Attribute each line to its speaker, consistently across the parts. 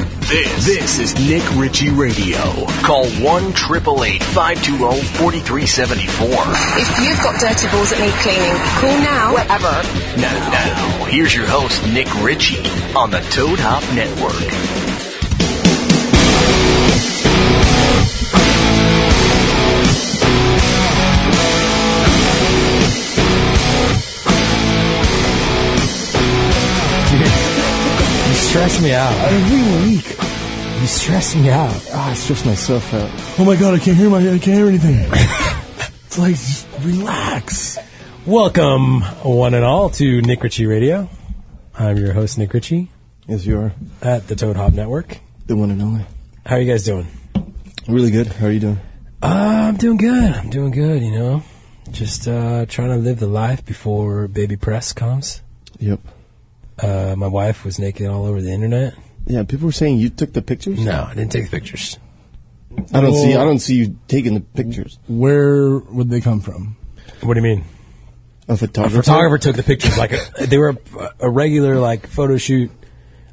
Speaker 1: This, this is Nick Ritchie Radio. Call 1 888 520 4374.
Speaker 2: If you've got dirty balls that need cleaning, call now. Whatever.
Speaker 1: Now, now, here's your host, Nick Ritchie, on the Toad Hop Network.
Speaker 3: You stress me out
Speaker 4: every week.
Speaker 3: You stress me out. Ah, I stress myself out.
Speaker 4: Oh my god, I can't hear my, I can't hear anything. it's like just relax.
Speaker 3: Welcome, one and all, to Nick Ritchie Radio. I'm your host, Nick Ritchie.
Speaker 4: Yes, you are.
Speaker 3: At the Toad Hop Network.
Speaker 4: The one and only.
Speaker 3: How are you guys doing?
Speaker 4: Really good. How are you doing?
Speaker 3: Uh, I'm doing good. I'm doing good, you know. Just uh, trying to live the life before baby press comes.
Speaker 4: Yep.
Speaker 3: Uh, my wife was naked all over the internet.
Speaker 4: Yeah, people were saying you took the pictures.
Speaker 3: No, I didn't take the pictures.
Speaker 4: I don't see. I don't see you taking the pictures.
Speaker 5: Where would they come from?
Speaker 3: What do you mean?
Speaker 4: A
Speaker 3: A
Speaker 4: photographer.
Speaker 3: photographer took the pictures. Like a, they were a, a regular like photo shoot.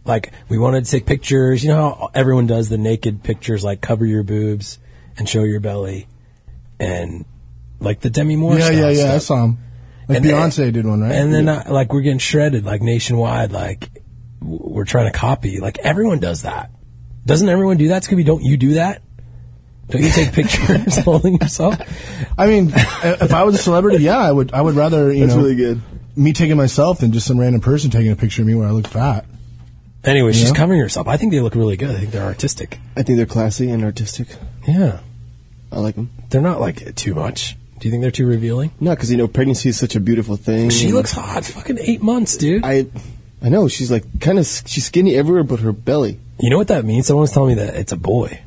Speaker 3: Like we wanted to take pictures. You know how everyone does the naked pictures, like cover your boobs and show your belly, and like the Demi Moore.
Speaker 5: yeah,
Speaker 3: style
Speaker 5: yeah, yeah. I
Speaker 3: stuff.
Speaker 5: saw him. Like
Speaker 3: And
Speaker 5: Beyonce
Speaker 3: then-
Speaker 5: did one, right?
Speaker 3: And then uh, like we're getting shredded like nationwide. Like w- we're trying to copy. Like everyone does that. Doesn't everyone do that? Scooby, don't you do that? Don't you take pictures holding yourself?
Speaker 5: I mean, if I was a celebrity, yeah, I would. I would rather you
Speaker 4: That's
Speaker 5: know
Speaker 4: really good.
Speaker 5: me taking myself than just some random person taking a picture of me where I look fat.
Speaker 3: Anyway, she's
Speaker 5: Yeah.
Speaker 3: covering herself. I think they look really good. I think they're artistic.
Speaker 4: I think they're classy and artistic.
Speaker 3: Yeah.
Speaker 4: I like them.
Speaker 3: They're not like too much. Do you think they're too revealing?
Speaker 4: No, because you know pregnancy is such a beautiful thing.
Speaker 3: She
Speaker 4: And
Speaker 3: looks hot. Fucking eight months, dude.
Speaker 4: I, I know she's like kind of she's skinny everywhere but her belly.
Speaker 3: you know what that means? Someone was telling me that it's a boy.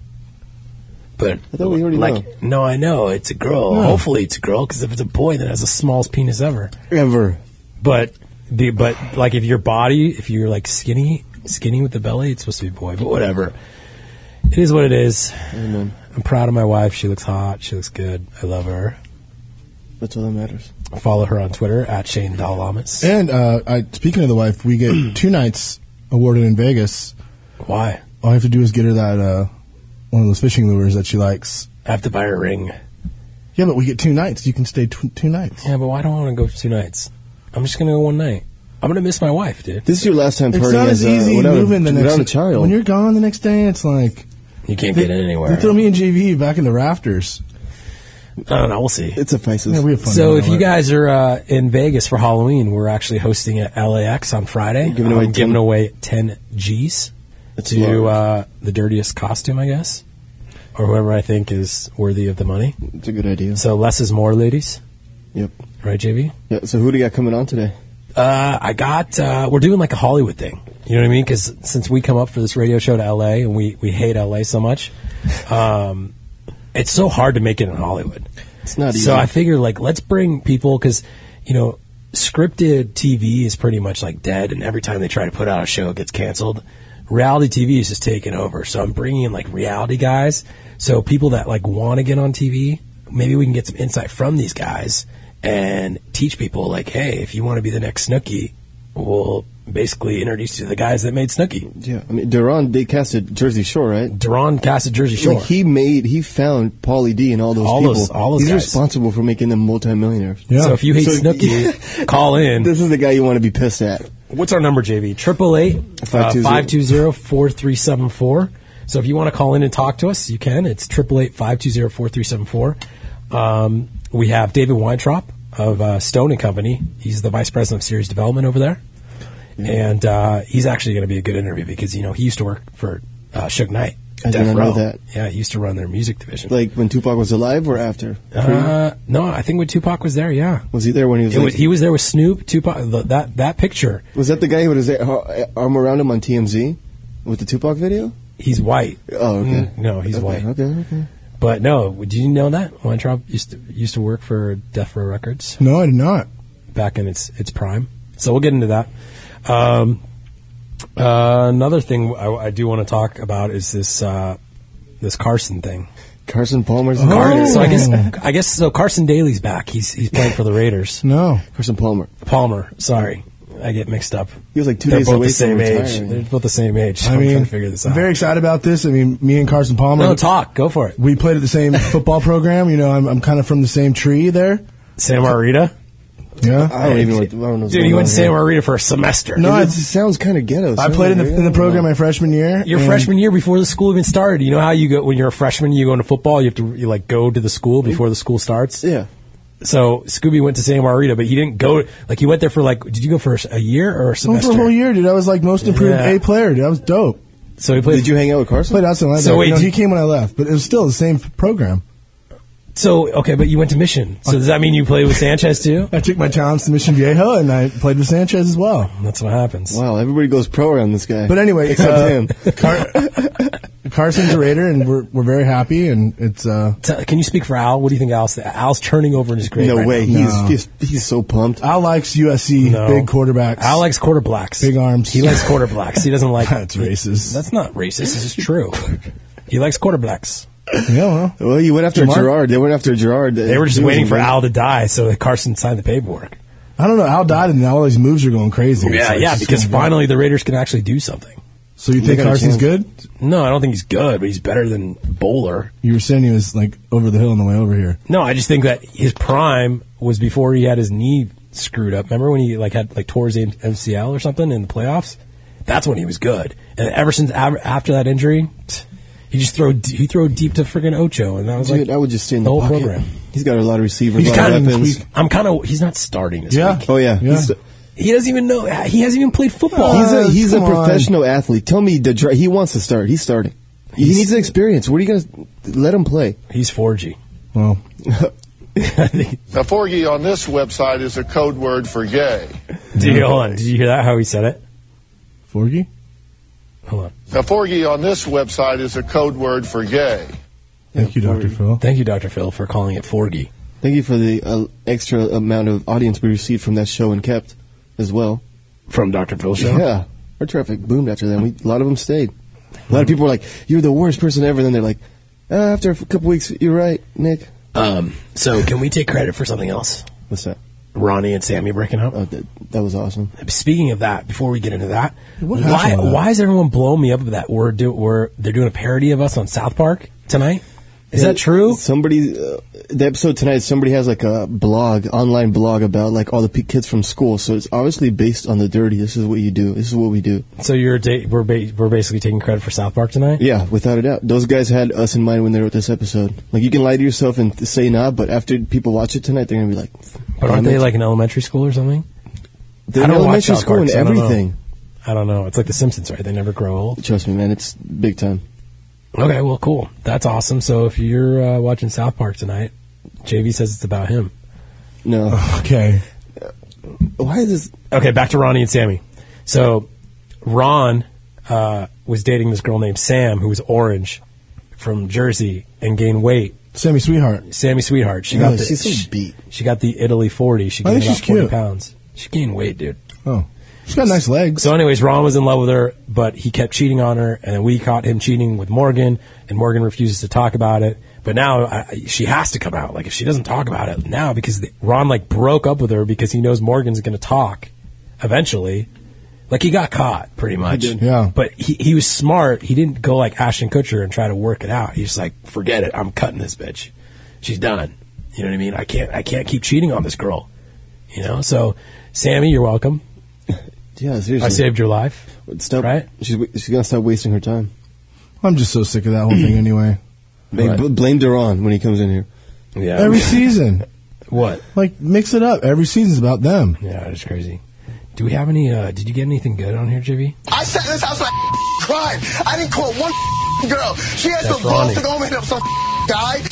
Speaker 3: But
Speaker 4: I thought we already
Speaker 3: like, no, I know it's a girl. Hopefully, it's a girl because if it's a boy, then it has the smallest penis ever.
Speaker 4: Ever.
Speaker 3: But the but like if your body, if you're like skinny, skinny with the belly, it's supposed to be boy. But whatever. It is what it is.
Speaker 4: Amen.
Speaker 3: I'm proud of my wife. She looks hot. She looks good. I love her.
Speaker 4: That's all that matters.
Speaker 3: Follow her on Twitter at Shane Dalamas.
Speaker 5: And uh, I, speaking of the wife, we get two nights awarded in Vegas.
Speaker 3: Why?
Speaker 5: All I have to do is get her that uh, one of those fishing lures that she likes.
Speaker 3: I have to buy her a ring.
Speaker 5: Yeah, but we get two nights. You can stay tw- two nights.
Speaker 3: Yeah, but why don't I want to go for two nights? I'm just gonna go one night. I'm gonna miss my wife, dude.
Speaker 4: This is your last time
Speaker 5: It's
Speaker 4: partying
Speaker 5: not
Speaker 4: as
Speaker 5: as
Speaker 4: a-
Speaker 5: easy
Speaker 4: without,
Speaker 5: moving
Speaker 4: a,
Speaker 5: the next
Speaker 4: uh, without a child.
Speaker 5: When you're gone the next day, it's like
Speaker 3: You can't
Speaker 5: they,
Speaker 3: get in
Speaker 5: They
Speaker 3: anywhere.
Speaker 5: throw me and JV back in the rafters.
Speaker 3: I don't know. We'll see.
Speaker 4: it's a crisis.
Speaker 5: Yeah, we have fun.
Speaker 3: So
Speaker 5: doing
Speaker 3: if
Speaker 5: all
Speaker 3: you
Speaker 5: that.
Speaker 3: guys are uh, in Vegas for Halloween, we're actually hosting at LAX on Friday.
Speaker 4: Giving away
Speaker 3: I'm giving
Speaker 4: 10
Speaker 3: away ten G's
Speaker 4: It's
Speaker 3: to
Speaker 4: love.
Speaker 3: uh, the dirtiest costume, I guess, or whoever I think is worthy of the money.
Speaker 4: It's a good idea.
Speaker 3: So less is more, ladies.
Speaker 4: Yep.
Speaker 3: Right, JV?
Speaker 4: Yeah, so who do you got coming on today?
Speaker 3: Uh, I got. Uh, we're doing like a Hollywood thing. You know what I mean? Because since we come up for this radio show to LA and we we hate LA so much, um, it's so hard to make it in Hollywood.
Speaker 4: It's not easy.
Speaker 3: So I figure like let's bring people because you know scripted TV is pretty much like dead, and every time they try to put out a show, it gets canceled. Reality TV is just taking over. So I'm bringing in like reality guys, so people that like want to get on TV. Maybe we can get some insight from these guys and teach people like, hey, if you want to be the next Snooki, we'll basically introduce you to the guys that made Snooki.
Speaker 4: yeah, I mean, Duran, they casted Jersey Shore, right?
Speaker 3: Daron Cassett, Jersey Shore.
Speaker 4: Like he made, he found Paulie D and all those
Speaker 3: All
Speaker 4: people.
Speaker 3: those- all those
Speaker 4: He's
Speaker 3: guys.
Speaker 4: responsible for making them multimillionaires.
Speaker 5: Yeah.
Speaker 3: So if you hate
Speaker 4: So-
Speaker 3: Snooki, call in.
Speaker 4: This is the guy you want to be pissed at.
Speaker 3: What's our number, JV? Triple eight uh, five two zero four three seven four. So if you want to call in and talk to us, you can. It's triple eight five two zero four three seven four. Um, We have David Weintraub of uh, Stone and Company. He's the vice president of series development over there, and uh, he's actually going to be a good interview because you know he used to work for uh, Suge Knight.
Speaker 4: I did
Speaker 3: Death
Speaker 4: not know
Speaker 3: Row.
Speaker 4: that.
Speaker 3: Yeah, he used to run their music division.
Speaker 4: Like when Tupac was alive or after?
Speaker 3: uh, no, I think when Tupac was there, yeah,
Speaker 4: was he there when he was?
Speaker 3: It
Speaker 4: like-
Speaker 3: was, he was there with Snoop. Tupac, the, that that picture.
Speaker 4: was that the guy who had his uh, arm around him on TMZ with the Tupac video?
Speaker 3: He's white.
Speaker 4: Oh, okay.
Speaker 3: Mm, no, he's
Speaker 4: okay,
Speaker 3: white.
Speaker 4: Okay, okay.
Speaker 3: But no, did you know that Weintraub used to used to work for Death Row Records
Speaker 5: no, I did not.
Speaker 3: back in its its prime? So we'll get into that. Um, uh, another thing I, I do want to talk about is this uh, this Carson thing.
Speaker 4: Carson Palmer's
Speaker 3: Carson,
Speaker 4: Carter.
Speaker 3: so I guess I guess so. Carson Daly's back. He's he's playing for the Raiders.
Speaker 5: No.
Speaker 4: Carson Palmer.
Speaker 3: Palmer, sorry. I get mixed up.
Speaker 5: He was like two
Speaker 3: They're
Speaker 5: days
Speaker 3: both
Speaker 5: away
Speaker 3: the same
Speaker 5: from
Speaker 3: age.
Speaker 5: retiring.
Speaker 3: They're both the same age. so
Speaker 5: I
Speaker 3: I'm
Speaker 5: mean,
Speaker 3: trying to figure this out.
Speaker 5: very
Speaker 4: excited about this. I mean, me and Carson Palmer.
Speaker 3: no talk. Go for it.
Speaker 5: We played at the same football program. You know, I'm, I'm kind of from the same tree there.
Speaker 3: Santa Marita.
Speaker 5: Yeah.
Speaker 4: I don't even know. What, I don't know what's
Speaker 3: Dude,
Speaker 4: going
Speaker 3: you went
Speaker 4: on
Speaker 3: to Santa
Speaker 4: here.
Speaker 3: Marita for a semester.
Speaker 5: No,
Speaker 4: It
Speaker 5: it's-
Speaker 4: just sounds kind of ghetto.
Speaker 5: I played in the, in the program my freshman year.
Speaker 3: Your
Speaker 5: and-
Speaker 3: freshman year before the school even started. You know how you go when you're a freshman, you go into football. You have to you like go to the school before the school starts.
Speaker 4: Yeah.
Speaker 3: So Scooby went to Santa Marita, but he didn't go. Like he went there for like. Did you go for a year or
Speaker 5: I
Speaker 3: a
Speaker 5: went for
Speaker 3: semester?
Speaker 5: a whole year, dude. I was like most improved
Speaker 3: Yeah.
Speaker 5: A player, dude. I was dope.
Speaker 3: So he played.
Speaker 4: Did you hang out with Carson?
Speaker 5: Played outside linebacker.
Speaker 3: So wait,
Speaker 5: You know,
Speaker 3: did-
Speaker 5: he came when I left, but it was still the same f- program.
Speaker 3: so okay, but you went to Mission. So does that mean you played with Sanchez too?
Speaker 5: I took my talents to Mission Viejo, and I played with Sanchez as well.
Speaker 3: That's what happens.
Speaker 4: Wow, everybody goes pro around this guy.
Speaker 5: But anyway,
Speaker 4: except
Speaker 5: uh,
Speaker 4: him.
Speaker 5: Carson's a Raider, and we're we're very happy, and it's uh,
Speaker 3: T- Can you speak for Al? What do you think Al's? Al's turning over in his grave.
Speaker 4: No
Speaker 3: right
Speaker 4: way.
Speaker 3: Now.
Speaker 5: now. No.
Speaker 4: He's, he's he's so pumped.
Speaker 5: Al likes USC
Speaker 3: No.
Speaker 5: big quarterbacks.
Speaker 3: Al likes quarter blacks.
Speaker 5: Big arms.
Speaker 3: He likes quarter blacks. He doesn't like.
Speaker 5: that's racist.
Speaker 3: That's not racist. This is true. he likes quarter blacks.
Speaker 5: yeah, well,
Speaker 4: Well, you went after
Speaker 5: Jamar?
Speaker 4: Gerard. They went after Gerard.
Speaker 3: They were just waiting for Al to die so that Carson signed the paperwork.
Speaker 5: I don't know. Al died, and now all these moves are going crazy. It's
Speaker 3: Yeah,
Speaker 5: like,
Speaker 3: yeah,
Speaker 5: it's
Speaker 3: because
Speaker 5: just gonna
Speaker 3: finally the Raiders can actually do something.
Speaker 5: go- So you think
Speaker 4: got a
Speaker 5: Carson's
Speaker 4: chance.
Speaker 5: good?
Speaker 3: No, I don't think he's good, but he's better than Bowler.
Speaker 5: You were saying he was like over the hill on the way over here.
Speaker 3: No, I just think that his prime was before he had his knee screwed up. Remember when he like had like tore his MCL or something in the playoffs? That's when he was good. And ever since av- after that injury, pfft, he just throw he throw deep to freaking Ocho, and that was
Speaker 4: Dude,
Speaker 3: like
Speaker 4: I would just stay in the,
Speaker 3: the whole
Speaker 4: pocket.
Speaker 3: program.
Speaker 4: He's got a lot of receivers,
Speaker 3: He's
Speaker 4: a lot of
Speaker 3: kind
Speaker 4: weapons.
Speaker 3: of I'm kind of he's not starting this
Speaker 5: Yeah.
Speaker 3: week.
Speaker 4: Oh yeah,
Speaker 5: Yeah.
Speaker 4: He's,
Speaker 3: He doesn't even know he hasn't even played football.
Speaker 4: he's a
Speaker 5: Uh,
Speaker 4: he's a
Speaker 5: come on.
Speaker 4: professional athlete. Tell me, the, dr- he wants to start. He's starting. he
Speaker 3: He's-
Speaker 4: needs the experience. What are you gonna let him play?
Speaker 3: he's 4G.
Speaker 5: Well,
Speaker 3: I think-
Speaker 6: Now, Forgy on this website is a code word for gay.
Speaker 3: Dude, hold on. Did you hear that? How he said it?
Speaker 5: Forgy.
Speaker 3: Hold on.
Speaker 6: Now, Forgy on this website is a code word for gay.
Speaker 5: Thank you, Doctor Phil.
Speaker 3: Thank you, Dr. Phil, for calling it 4G.
Speaker 4: Thank you for the uh, extra amount of audience we received from that show and kept as well.
Speaker 3: From Dr. Phil show?
Speaker 4: Yeah, our traffic boomed after that. We, a lot of them stayed. A lot of people were like, "You're the worst person ever." Then they're like, uh, "After a f- couple weeks, you're right, Nick."
Speaker 3: Um, so can we take credit for something else?
Speaker 4: What's that?
Speaker 3: Ronnie and Sammy breaking up.
Speaker 4: Oh, that, that was awesome.
Speaker 3: Speaking of that, before we get into that,
Speaker 5: What
Speaker 3: why
Speaker 5: happened with that?
Speaker 3: why is everyone blowing me up about that? We're do we're they're doing a parody of us on South Park tonight. Is
Speaker 4: Yeah,
Speaker 3: that true?
Speaker 4: Somebody, uh, the episode tonight, somebody has like a blog, online blog about like all the p- kids from school. So it's obviously based on the dirty. This is what you do. This is what we do.
Speaker 3: So you're da- we're ba- we're basically taking credit for South Park tonight.
Speaker 4: Yeah, without a doubt. Those guys had us in mind when they wrote this episode. Like you can lie to yourself and th- say nah, but after people watch it tonight, they're gonna be like,
Speaker 3: But aren't they like in elementary school or something?
Speaker 4: they're
Speaker 3: I
Speaker 4: in
Speaker 3: don't watch
Speaker 4: elementary
Speaker 3: South
Speaker 4: school
Speaker 3: Park,
Speaker 4: and
Speaker 3: so I don't know.
Speaker 4: everything?
Speaker 3: I don't know. It's like The Simpsons, right? They never grow old.
Speaker 4: Trust me, man, it's big time.
Speaker 3: Okay, well, cool. That's awesome. So if you're uh, watching South Park tonight, JV says it's about him.
Speaker 4: No,
Speaker 5: Okay.
Speaker 4: why is this?
Speaker 3: Okay, back to Ronnie and Sammy. So Ron uh, was dating this girl named Sam, who was orange from Jersey and gained weight.
Speaker 5: Sammy Sweetheart.
Speaker 3: Sammy Sweetheart. She
Speaker 4: No,
Speaker 3: got the,
Speaker 4: she's so
Speaker 3: she,
Speaker 4: beat.
Speaker 3: she got the Italy 40. She
Speaker 5: I
Speaker 3: gained
Speaker 5: think
Speaker 3: about
Speaker 5: she's
Speaker 3: 40
Speaker 5: Oh, cute.
Speaker 3: pounds. She gained weight, dude.
Speaker 5: Oh, she's got nice legs.
Speaker 3: So, anyways, Ron was in love with her, but he kept cheating on her, and then we caught him cheating with Morgan, and Morgan refuses to talk about it. But now I, I- she has to come out. Like if she doesn't talk about it now, because the, Ron like broke up with her because he knows Morgan's going to talk eventually. Like he got caught pretty much.
Speaker 4: did.
Speaker 5: Yeah.
Speaker 3: But he he was smart. He didn't go like Ashton Kutcher and try to work it out. He's just like, forget it. I'm cutting this bitch. She's done. You know what I mean? I can't I can't keep cheating on this girl. You know. So, Sammy, you're welcome.
Speaker 4: Yeah, seriously.
Speaker 3: I saved your life.
Speaker 4: stop.
Speaker 3: right?
Speaker 4: She's wa- she's gonna stop wasting her time.
Speaker 5: I'm just so sick of that whole thing anyway.
Speaker 4: They
Speaker 3: Right.
Speaker 4: bl- blame Duran when he comes in here.
Speaker 3: Yeah.
Speaker 5: Every season,
Speaker 3: what?
Speaker 5: like mix it up. Every season's about them.
Speaker 3: Yeah, it's crazy. Do we have any? Uh, did you get anything good on here, Jv?
Speaker 7: I sat in this house like crying. I didn't call one girl. She had
Speaker 3: That's
Speaker 7: the balls
Speaker 3: Ronnie.
Speaker 7: to go meet up some guy.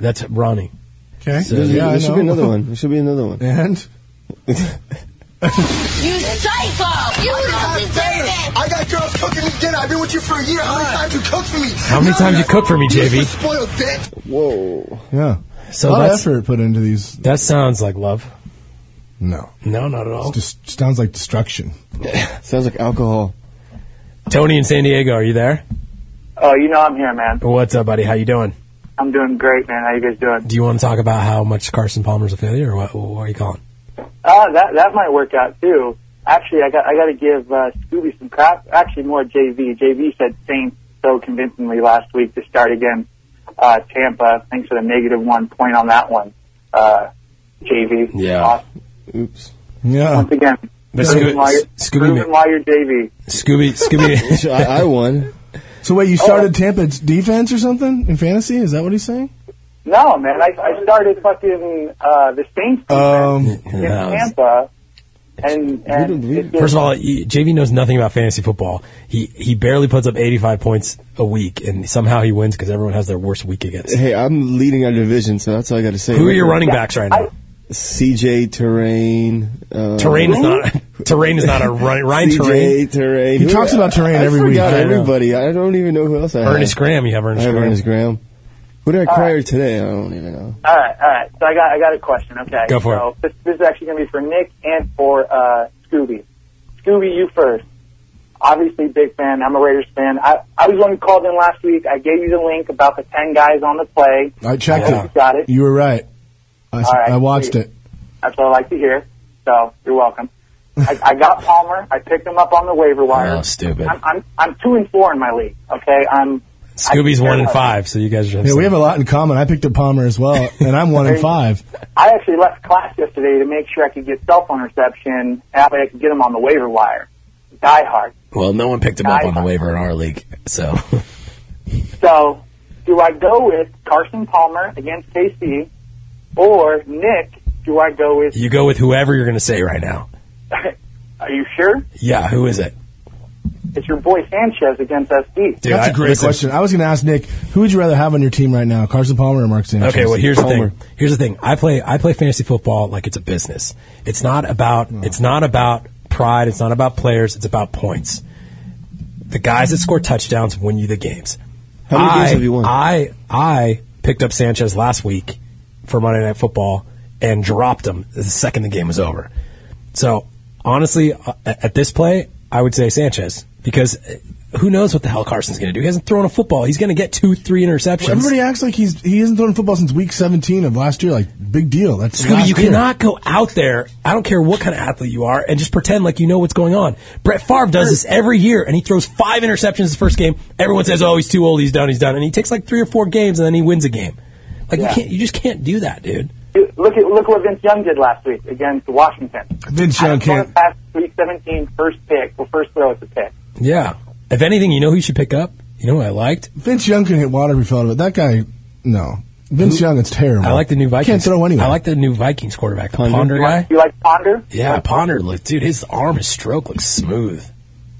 Speaker 3: That's Ronnie.
Speaker 5: Okay.
Speaker 3: So-
Speaker 4: There's-
Speaker 5: yeah, I
Speaker 4: there should be
Speaker 5: know.
Speaker 4: another one. There should be another one.
Speaker 5: And
Speaker 8: You psycho! You
Speaker 7: I got
Speaker 8: don't deserve
Speaker 7: dinner.
Speaker 8: it!
Speaker 7: I got girls cooking me dinner. I've been with you for a year. How many times you cooked for me?
Speaker 3: How many times you cooked for me,
Speaker 7: You're
Speaker 3: JV?
Speaker 7: Spoiled dick.
Speaker 4: Whoa.
Speaker 5: yeah, a
Speaker 3: So
Speaker 5: lot of
Speaker 3: that's,
Speaker 5: effort put into these.
Speaker 3: that sounds like love.
Speaker 5: No,
Speaker 3: No, not at all.
Speaker 5: it just sounds like destruction.
Speaker 4: Sounds like alcohol.
Speaker 3: Tony in San Diego, are you there?
Speaker 9: Oh, you know I'm here, man.
Speaker 3: What's up, buddy? How you doing?
Speaker 9: I'm doing great, man. How you guys doing?
Speaker 3: Do you want to talk about how much Carson Palmer's a failure, or what? What are you calling?
Speaker 9: Uh, that that might work out too. Actually, I got I got to give uh, Scooby some crap. Actually, more JV. JV said Saints so convincingly last week to start again. Uh, Tampa, thanks for the negative one point on that one. Uh, JV,
Speaker 3: Yeah.
Speaker 9: Awesome.
Speaker 4: Oops.
Speaker 5: Yeah.
Speaker 9: Once again,
Speaker 3: But
Speaker 9: proven
Speaker 3: Scoo-
Speaker 9: why you're-
Speaker 3: Scooby
Speaker 9: proven
Speaker 3: Ma-
Speaker 9: why you're JV.
Speaker 3: Scooby, Scooby,
Speaker 4: So I, I won.
Speaker 5: So wait, you started
Speaker 4: Oh.
Speaker 5: Tampa's defense or something in fantasy? Is that what he's saying?
Speaker 9: No, man, I, I started fucking uh, the Saints
Speaker 5: Um,
Speaker 9: in
Speaker 3: Oh, Yeah, that was-
Speaker 9: Tampa, and and
Speaker 4: believe
Speaker 9: it just-
Speaker 3: First of all, he- JV knows nothing about fantasy football. He he barely puts up 85 points a week, and somehow he wins because everyone has their worst week against. him.
Speaker 4: Hey, I'm leading our division, so that's all I got to say.
Speaker 3: Who are your running backs right now?
Speaker 4: CJ Terrain. Uh,
Speaker 3: Terrain is not terrain is not a run, Ryan
Speaker 4: CJ
Speaker 3: Terrain.
Speaker 4: Terrain.
Speaker 5: He
Speaker 4: Who-
Speaker 5: talks about Terrain
Speaker 4: I, I
Speaker 5: every week.
Speaker 4: forgot
Speaker 5: I know.
Speaker 4: everybody. I don't even know who else I
Speaker 3: Ernest
Speaker 4: have.
Speaker 3: Graham, you have
Speaker 4: I
Speaker 3: Ernest
Speaker 4: have
Speaker 3: Graham.
Speaker 4: Ernest Graham. Who did I acquire today? I don't even know.
Speaker 9: All right, all right. So I got I got a question. Okay,
Speaker 3: Go for
Speaker 9: so This, this is actually going to be for Nick and for uh, Scooby. Scooby, you first. Obviously, big fan. I'm a Raiders fan. I, I was the one who called in last week. I gave you the link about the ten guys on the play.
Speaker 5: I checked
Speaker 9: Yeah.
Speaker 5: it.
Speaker 9: Got it.
Speaker 5: You were right. I, s-
Speaker 9: All right,
Speaker 5: I watched
Speaker 9: sweet.
Speaker 5: it.
Speaker 9: That's what I like to hear. So you're welcome. I, I got Palmer. I picked him up on the waiver wire.
Speaker 3: Oh, stupid.
Speaker 9: I'm, I'm I'm two and four in my league. Okay, I'm
Speaker 3: Scooby's
Speaker 9: I-
Speaker 3: one and five, so you guys are.
Speaker 5: Yeah, we have a lot in common. I picked up Palmer as well, and I'm one in five.
Speaker 9: I actually left class yesterday to make sure I could get cell phone reception. That way I could get them on the waiver wire. Die hard.
Speaker 3: well, no one picked him
Speaker 9: up on the
Speaker 3: waiver in our league, so
Speaker 9: So, do I go with Carson Palmer against KC or Nick? Do I go with?
Speaker 3: you go with whoever you're going to say right now.
Speaker 9: Are you sure?
Speaker 3: Yeah, who is it?
Speaker 9: It's your boy Sanchez against SD.
Speaker 3: Dude,
Speaker 5: That's
Speaker 3: I-
Speaker 5: a great
Speaker 3: listen,
Speaker 5: question. I was going to ask Nick, who would you rather have on your team right now, Carson Palmer or Mark Sanchez?
Speaker 3: Okay, well here's the
Speaker 5: Palmer.
Speaker 3: thing. Here's the thing. I play I play fantasy football like it's a business. It's not about
Speaker 4: Hmm.
Speaker 3: it's not about pride, it's not about players, it's about points. The guys that score touchdowns win you the games.
Speaker 4: How many
Speaker 3: I,
Speaker 4: games have you won?
Speaker 3: I I picked up Sanchez last week for Monday Night Football and dropped him the second the game was over. So honestly, uh, at this play, I would say Sanchez because uh, who knows what the hell Carson's going to do? He hasn't thrown a football. He's going to get two, three interceptions.
Speaker 5: Everybody acts like he's he hasn't thrown football since week 17 of last year. Like big deal. That's
Speaker 3: Scooby,
Speaker 5: last
Speaker 3: you
Speaker 5: year.
Speaker 3: cannot go out there. I don't care what kind of athlete you are, and just pretend like you know what's going on. Brett Favre does this every year, and he throws five interceptions his first game. Everyone says, "Oh, he's too old. He's done. He's done." And he takes like three or four games, and then he wins a game. Like you can't, you just can't do that, dude.
Speaker 9: Look at look what Vince Young did last week against Washington.
Speaker 5: Vince Young can't.
Speaker 9: Past three seventeen first pick, well, first throw at the pick.
Speaker 3: Yeah. If anything, you know who you should pick up. You know who I liked.
Speaker 5: Vince Young can hit water every fell, but that guy, no. Vince Young is terrible.
Speaker 3: I like the new Vikings.
Speaker 5: Can't throw anyway.
Speaker 3: I like the new Vikings quarterback, the Ponder,
Speaker 4: Ponder?
Speaker 3: guy.
Speaker 9: You like Ponder?
Speaker 3: Yeah, Ponder look, dude. His arm, his stroke looks smooth.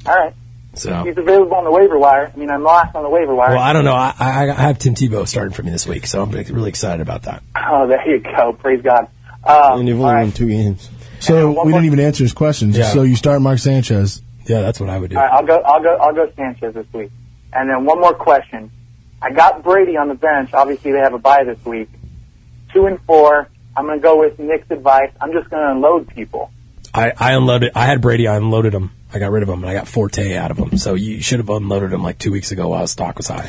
Speaker 9: All right.
Speaker 3: So.
Speaker 9: He's available on the waiver wire. I mean, I'm lost on the waiver wire.
Speaker 3: Well, I don't know. I, I, I have Tim Tebow starting for me this week, so I'm really excited about that.
Speaker 9: oh, there you go. Praise God. Um,
Speaker 4: And you've
Speaker 9: all
Speaker 4: only
Speaker 9: right.
Speaker 4: won two games.
Speaker 5: so
Speaker 9: one
Speaker 5: we
Speaker 9: more-
Speaker 5: didn't even answer his questions.
Speaker 3: Yeah.
Speaker 5: So you start Mark Sanchez.
Speaker 3: Yeah, that's what I would do.
Speaker 9: All right, I'll go. I'll go. I'll go Sanchez this week. And then one more question. I got Brady on the bench. Obviously, they have a bye this week. Two and four. I'm going to go with Nick's advice. I'm just going to unload people.
Speaker 3: I, I unloaded. I had Brady. I unloaded him. I got rid of him, and I got Forte out of him. So you should have unloaded him like two weeks ago while his stock was high.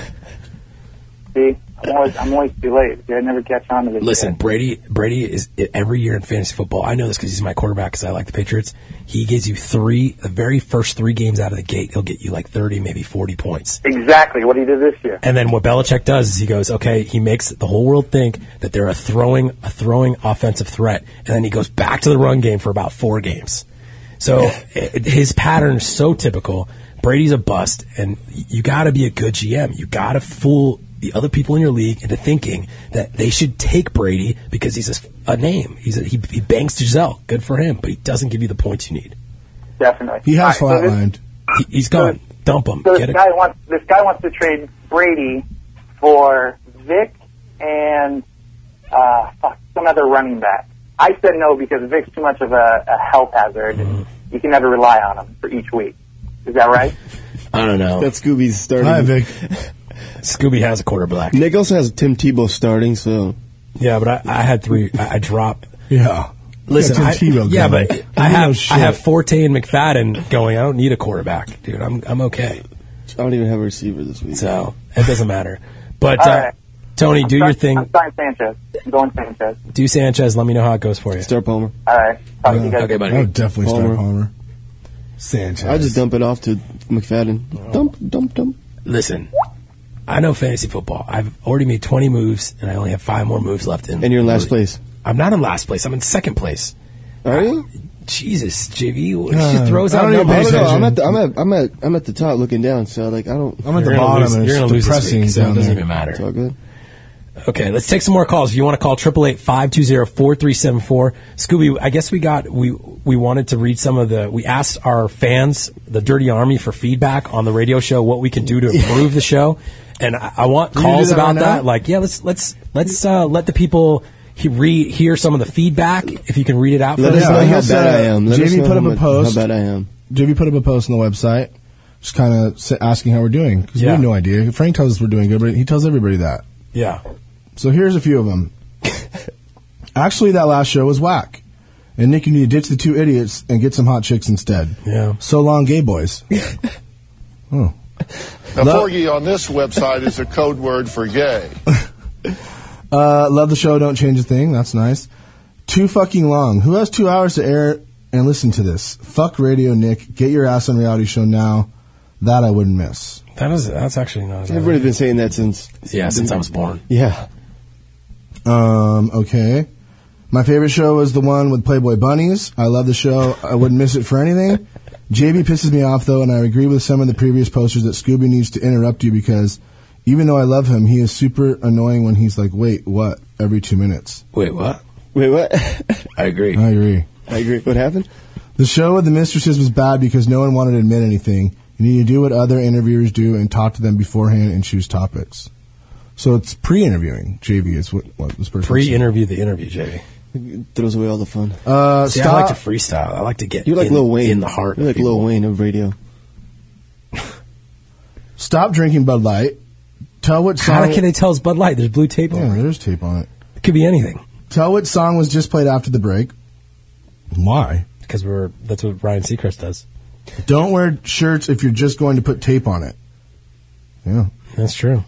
Speaker 9: See, I'm always, I'm always too late. See, I never catch on to this.
Speaker 3: Listen,
Speaker 9: shit.
Speaker 3: Brady. Brady is every year in fantasy football. I know this because he's my quarterback. Because I like the Patriots. He gives you three. The very first three games out of the gate, he'll get you like thirty, maybe forty points.
Speaker 9: exactly what he did this year.
Speaker 3: And then what Belichick does is he goes, okay, he makes the whole world think that they're a throwing, a throwing offensive threat, and then he goes back to the run game for about four games. So it, his pattern is so typical. Brady's a bust, and you got to be a good GM. You got to fool the other people in your league into thinking that they should take Brady because he's a, s- a name. He's a, he, he bangs Giselle, good for him, but he doesn't give you the points you need.
Speaker 9: Definitely.
Speaker 5: He has
Speaker 9: All right, so this-
Speaker 5: flatlined.
Speaker 3: He, he's gone. Dump him.
Speaker 9: So
Speaker 3: Get
Speaker 9: this
Speaker 3: a,
Speaker 9: guy wants this guy wants to trade Brady for Vic and uh, fuck, some other running back. I said no because Vic's too much of a, a health hazard.
Speaker 10: Mm-hmm.
Speaker 9: and You can never rely on him for each week. Is that right?
Speaker 3: I don't know.
Speaker 4: That's Scooby's starting.
Speaker 5: Hi, Vic.
Speaker 3: Scooby has a quarterback.
Speaker 4: Nick also has Tim Tebow starting, so
Speaker 3: Yeah, but I, I had three. I, I dropped.
Speaker 5: Yeah.
Speaker 3: Listen,
Speaker 5: Tim
Speaker 3: I,
Speaker 5: Tebow
Speaker 3: yeah,
Speaker 5: guy.
Speaker 3: but
Speaker 5: He
Speaker 3: I have
Speaker 5: knows
Speaker 3: I have
Speaker 5: shit.
Speaker 3: Forte and McFadden going. I don't need a quarterback, dude. I'm I'm okay.
Speaker 4: I don't even have a receiver this week.
Speaker 3: So it doesn't matter. But
Speaker 9: All
Speaker 3: uh,
Speaker 9: right.
Speaker 3: Tony, do your
Speaker 9: I'm sorry-
Speaker 3: thing.
Speaker 9: I'm sorry, Sanchez. I'm going Sanchez.
Speaker 3: Do Sanchez. Let me know how it goes for you.
Speaker 4: Start Palmer.
Speaker 9: All right. Talk to you guys.
Speaker 10: Uh,
Speaker 3: Okay, buddy.
Speaker 5: I would definitely
Speaker 4: Palmer.
Speaker 5: start Palmer. Sanchez.
Speaker 4: I just dump it off to McFadden.
Speaker 3: Oh.
Speaker 4: Dump, dump, dump.
Speaker 3: Listen, I know fantasy football. I've already made 20 moves, and I only have five more moves left. In
Speaker 4: And you're in last place.
Speaker 3: I'm not in last place. I'm in second place.
Speaker 4: Are you?
Speaker 3: Jesus, JV, she
Speaker 5: Uh,
Speaker 3: just throws
Speaker 5: I
Speaker 3: out
Speaker 5: don't even
Speaker 4: I
Speaker 3: numbers.
Speaker 4: don't know. I'm
Speaker 5: attention.
Speaker 4: at the, I'm at I'm at I'm at the top looking down. So like I don't.
Speaker 5: I'm at
Speaker 3: You're
Speaker 5: the
Speaker 3: gonna
Speaker 5: bottom.
Speaker 3: lose-
Speaker 5: and
Speaker 3: you're
Speaker 5: it's
Speaker 3: gonna lose this
Speaker 5: depressing
Speaker 3: week, so it
Speaker 5: down
Speaker 3: doesn't
Speaker 5: there.
Speaker 3: even matter.
Speaker 4: It's all good.
Speaker 3: Okay, let's take some more calls. If you want to call 888-520-4374. Scooby, I guess we got we we wanted to read some of the we asked our fans, the Dirty Army for feedback on the radio show, what we can do to improve the show. And I, I want
Speaker 5: gonna
Speaker 3: calls
Speaker 5: do that
Speaker 3: about
Speaker 5: right now?
Speaker 3: that. Like, yeah, let's let's let's uh, let the people he re- hear some of the feedback if you can read it out for
Speaker 4: Let
Speaker 3: us.
Speaker 4: us know
Speaker 5: I
Speaker 4: how
Speaker 5: guess,
Speaker 4: bad I
Speaker 5: uh,
Speaker 4: am. Let us
Speaker 5: Jamie
Speaker 4: know
Speaker 5: put
Speaker 4: how
Speaker 5: up a
Speaker 4: much-
Speaker 5: post.
Speaker 4: How bad I am.
Speaker 5: JB put up a post on the website, just kind of asking how we're doing because we
Speaker 3: Yeah.
Speaker 5: have no idea. Frank tells us we're doing good, but he tells everybody that.
Speaker 3: Yeah.
Speaker 5: So here's a few of them. Actually, that last show was whack, and Nick, you need to ditch the two idiots and get some hot chicks instead.
Speaker 3: Yeah.
Speaker 5: So long, gay boys. oh.
Speaker 6: Now,
Speaker 5: Lo-
Speaker 6: Porgy on this website is a code word for gay.
Speaker 5: Uh, love the show. Don't change a thing. That's nice. Too fucking long. Who has two hours to air and listen to this? Fuck radio, Nick. Get your ass on reality show now. That I wouldn't miss.
Speaker 3: That is that's actually not
Speaker 4: Everybody's been saying that since.
Speaker 3: Yeah, since I was born.
Speaker 4: Yeah.
Speaker 5: Um, okay. My favorite show was the one with Playboy Bunnies. I love the show. I wouldn't miss it for anything. JB pisses me off though, and I agree with some of the previous posters that Scooby needs to interrupt you because even though I love him, he is super annoying when he's like, wait, what? Every two minutes.
Speaker 3: Wait, what?
Speaker 4: Wait, what?
Speaker 3: I agree.
Speaker 5: I agree.
Speaker 4: I agree. What happened?
Speaker 5: The show with the mistresses was bad because no one wanted to admit anything. You need to do what other interviewers do and talk to them beforehand and choose topics. So it's pre-interviewing. JV is what, what this person said.
Speaker 3: Pre-interview the interview, JV.
Speaker 4: Throws away all the fun.
Speaker 5: Uh,
Speaker 3: See,
Speaker 5: stop.
Speaker 3: I like to freestyle. I like to get
Speaker 4: You're like
Speaker 3: in,
Speaker 4: Lil Wayne
Speaker 3: in the heart.
Speaker 4: You're
Speaker 3: of
Speaker 4: like
Speaker 3: people.
Speaker 4: Lil Wayne of radio.
Speaker 5: Stop drinking Bud Light. Tell what
Speaker 3: How
Speaker 5: song.
Speaker 3: can they tell it's Bud Light? There's blue tape on
Speaker 5: Yeah,
Speaker 3: it.
Speaker 5: there's tape on it.
Speaker 3: It could be anything.
Speaker 5: Tell what song was just played after the break. Why?
Speaker 3: Because we're that's what Ryan Seacrest does.
Speaker 5: Don't wear shirts if you're just going to put tape on it. Yeah.
Speaker 3: That's true.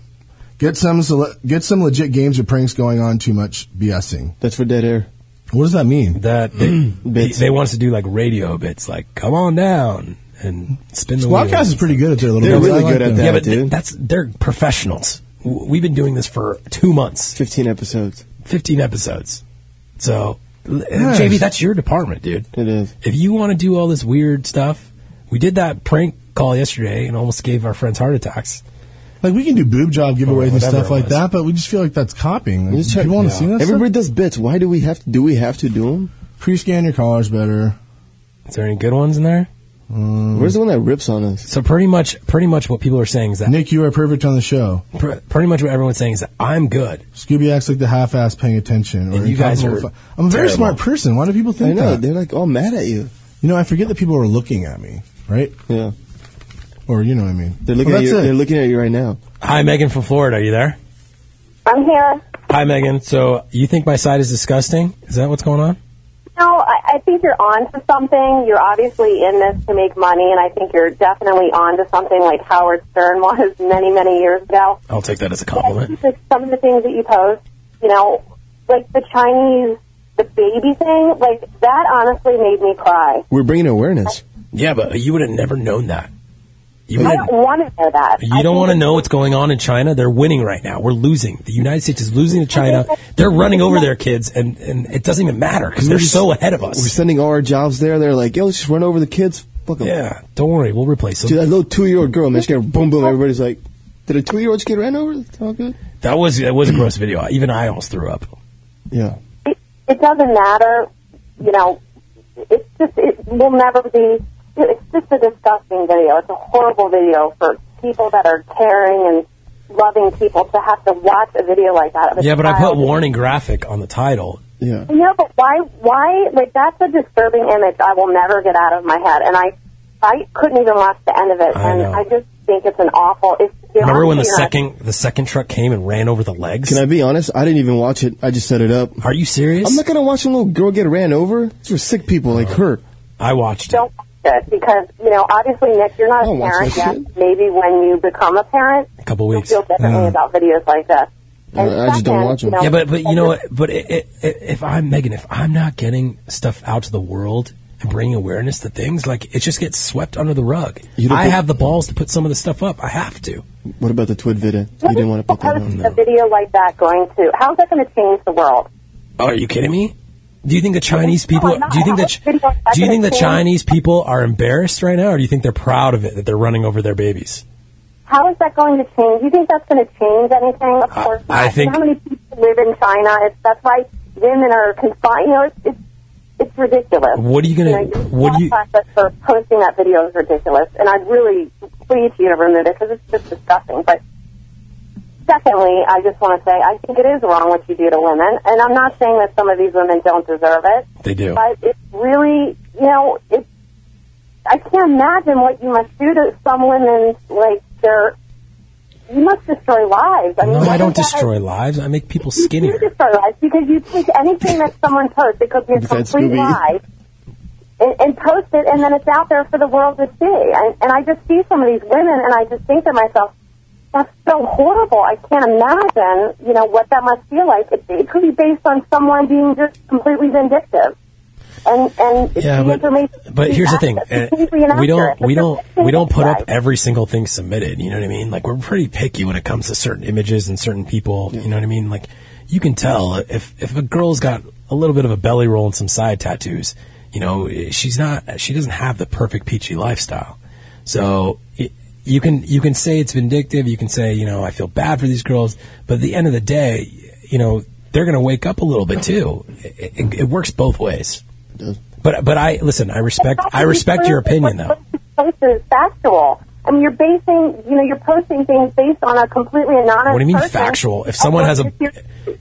Speaker 5: Get some sele- get some legit games or pranks going on. Too much BSing.
Speaker 4: That's for dead air.
Speaker 5: What does that mean?
Speaker 3: That they, they,
Speaker 4: Bits.
Speaker 3: they want us to do like radio bits, like "Come on down" and spin the wheel.
Speaker 5: Squadcast is pretty good at their little.
Speaker 4: They're
Speaker 5: bits. I
Speaker 4: really
Speaker 5: like
Speaker 4: good at
Speaker 5: them.
Speaker 4: that,
Speaker 3: yeah, but th-
Speaker 4: dude.
Speaker 3: that's they're professionals. W- We've been doing this for two months,
Speaker 4: Fifteen episodes.
Speaker 3: fifteen episodes. So, l-
Speaker 5: Yes.
Speaker 3: JV, that's your department, dude.
Speaker 4: It is.
Speaker 3: If you want to do all this weird stuff, we did that prank call yesterday and almost gave our friends heart attacks.
Speaker 5: Like we can do boob job giveaways and
Speaker 3: whatever
Speaker 5: stuff
Speaker 3: it
Speaker 5: like
Speaker 3: was.
Speaker 5: that, but we just feel like that's copying. Like,
Speaker 4: Just try-
Speaker 5: people want to
Speaker 4: Yeah.
Speaker 5: see that.
Speaker 4: Everybody does bits. Why do we have to? Do we have to do them?
Speaker 5: stuff? pre-scan your collars better.
Speaker 3: Is there any good ones in there?
Speaker 4: Where's the one that rips on us?
Speaker 3: So pretty much, pretty much what people are saying is that
Speaker 5: Nick, you are perfect on the show.
Speaker 3: pr- pretty much what everyone's saying is that I'm good.
Speaker 5: Scooby acts like the half-ass paying attention. Or
Speaker 3: And you guys
Speaker 5: incompetent.
Speaker 3: are
Speaker 5: I'm a very
Speaker 3: terrible.
Speaker 5: smart person. Why do people
Speaker 4: I
Speaker 5: think
Speaker 4: know.
Speaker 5: that?
Speaker 4: They're like all mad at you.
Speaker 5: You know, I forget that people are looking at me, right?
Speaker 4: Yeah.
Speaker 5: Or you know what I mean.
Speaker 4: They're looking
Speaker 5: Well,
Speaker 4: at
Speaker 5: that's
Speaker 4: you.
Speaker 5: it.
Speaker 4: They're looking at you right now.
Speaker 3: Hi, Megan from Florida. Are you there?
Speaker 11: I'm here.
Speaker 3: Hi, Megan. So you think my side is disgusting? Is that what's going on?
Speaker 11: No, I, I think you're on to something. You're obviously in this to make money, and I think you're definitely on to something like Howard Stern was many, many years ago.
Speaker 3: I'll take that as a
Speaker 11: I
Speaker 3: compliment.
Speaker 11: think that some of the things that you post, you know, like the Chinese, the baby thing, like that honestly made me cry.
Speaker 4: We're bringing awareness.
Speaker 3: Yeah, but you would have never known that. You
Speaker 11: I
Speaker 3: would
Speaker 11: don't want to know that.
Speaker 3: You don't want to know what's going on in China. They're winning right now. We're losing. The United States is losing to China. They're running over their kids, and, and it doesn't even matter because they're so ahead of
Speaker 4: We're
Speaker 3: us.
Speaker 4: sending all our jobs there. They're like, yo, let's just run over the kids. Fuck 'em.
Speaker 3: Yeah, don't worry. We'll replace them.
Speaker 4: Dude, that little two-year-old girl, man, she's gonna boom, boom. Everybody's like, did a two-year-old just get ran over? It's all good.
Speaker 3: That was that was a gross video. Even I almost threw up.
Speaker 4: Yeah.
Speaker 11: It, it doesn't matter. You know, it's just, it will never be, it's just a disgusting video. It's a horrible video for people that are caring and loving people to have to watch a video like that. Of a
Speaker 3: Yeah, but I put
Speaker 11: child.
Speaker 3: warning graphic on the title.
Speaker 4: Yeah.
Speaker 11: Yeah, but why? Why? Like that's a disturbing image. I will never get out of my head, and I, I couldn't even watch the end of it,
Speaker 3: I
Speaker 11: and
Speaker 3: know.
Speaker 11: I just think it's an awful. It's,
Speaker 3: Remember when the
Speaker 11: honestly,
Speaker 3: second the second truck came and ran over the legs?
Speaker 4: Can I be honest? I didn't even watch it. I just set it up.
Speaker 3: Are you serious?
Speaker 4: I'm not gonna watch a little girl get ran over. It's for sick people like her.
Speaker 3: I watched it.
Speaker 11: don't watch it because you know obviously Nick, you're not
Speaker 4: I
Speaker 11: a
Speaker 4: don't watch
Speaker 11: parent
Speaker 4: that
Speaker 11: yet.
Speaker 4: Oh, shit.
Speaker 11: Maybe when you become a parent,
Speaker 3: A couple
Speaker 11: you'll
Speaker 3: weeks.
Speaker 11: feel differently
Speaker 5: Yeah.
Speaker 11: about videos like this. And
Speaker 4: Uh, Mm. I just don't
Speaker 11: second,
Speaker 4: watch 'em.
Speaker 11: you know,
Speaker 3: Yeah, but but you know what? But it, it, it, if I'm Megan, if I'm not getting stuff out to the world, bring awareness to things, like it just gets swept under the rug.
Speaker 4: You don't
Speaker 3: I
Speaker 4: think-
Speaker 3: have the balls to put some of this stuff up. I have to.
Speaker 4: What about the Twid video? You didn't want to put that on.
Speaker 11: a video like that going to how's that going to change the world?
Speaker 3: Oh, are you kidding me? Do you think the Chinese people? Do you think that?
Speaker 11: Video like that
Speaker 3: Do you
Speaker 11: gonna
Speaker 3: think the
Speaker 11: change-
Speaker 3: Chinese people are embarrassed right now, or do you think they're proud of it that they're running over their babies?
Speaker 11: How is that going to change? You think that's going to change anything? Of course not.
Speaker 3: I
Speaker 11: You
Speaker 3: think-
Speaker 11: know how many people live in China? It's, that's why women are confined. You know, it's it's, it's ridiculous.
Speaker 3: What are you gonna-
Speaker 11: You know, your
Speaker 3: what do you-
Speaker 11: thought process for posting that video is ridiculous, and I'd really plead to you to remove it because it's just disgusting. But secondly, I just want to say I think it is wrong what you do to women, and I'm not saying that some of these women don't deserve it.
Speaker 3: They do.
Speaker 11: But it's really, you know, it's. I can't imagine what you must do to some women. Like they're, you must destroy lives. I mean,
Speaker 3: No,
Speaker 11: what
Speaker 3: I don't
Speaker 11: is that?
Speaker 3: destroy lives. I make people
Speaker 11: You
Speaker 3: skinnier.
Speaker 11: destroy lives because you take anything that someone posts, it could be a
Speaker 3: That's
Speaker 11: complete
Speaker 3: Scooby.
Speaker 11: lie, and, and post it, and then it's out there for the world to see. And, and I just see some of these women, and I just think to myself. That's so horrible. I can't imagine, you know, what that must feel like. It, it could be based on someone being just completely vindictive. And and it's
Speaker 3: Yeah,
Speaker 11: the
Speaker 3: but-
Speaker 11: information
Speaker 3: But here's the thing:
Speaker 11: It's
Speaker 3: uh,
Speaker 11: easy enough
Speaker 3: we don't,
Speaker 11: for it.
Speaker 3: we don't, we don't put up every single thing submitted. You know what I mean? Like we're pretty picky when it comes to certain images and certain people. You know what I mean? Like you can tell if if a girl's got a little bit of a belly roll and some side tattoos. You know, eh, she's not, she doesn't have the perfect peachy lifestyle. So it, you can you can say it's vindictive. You can say you know I feel bad for these girls, but at the end of the day, you know they're going to wake up a little bit too. It, it, it works both ways. But but I listen. I respect I respect your opinion though.
Speaker 11: Post is factual. I mean, you're basing, you know, you're posting things based on a completely anonymous.
Speaker 3: What do you mean
Speaker 11: person.
Speaker 3: factual? If someone has a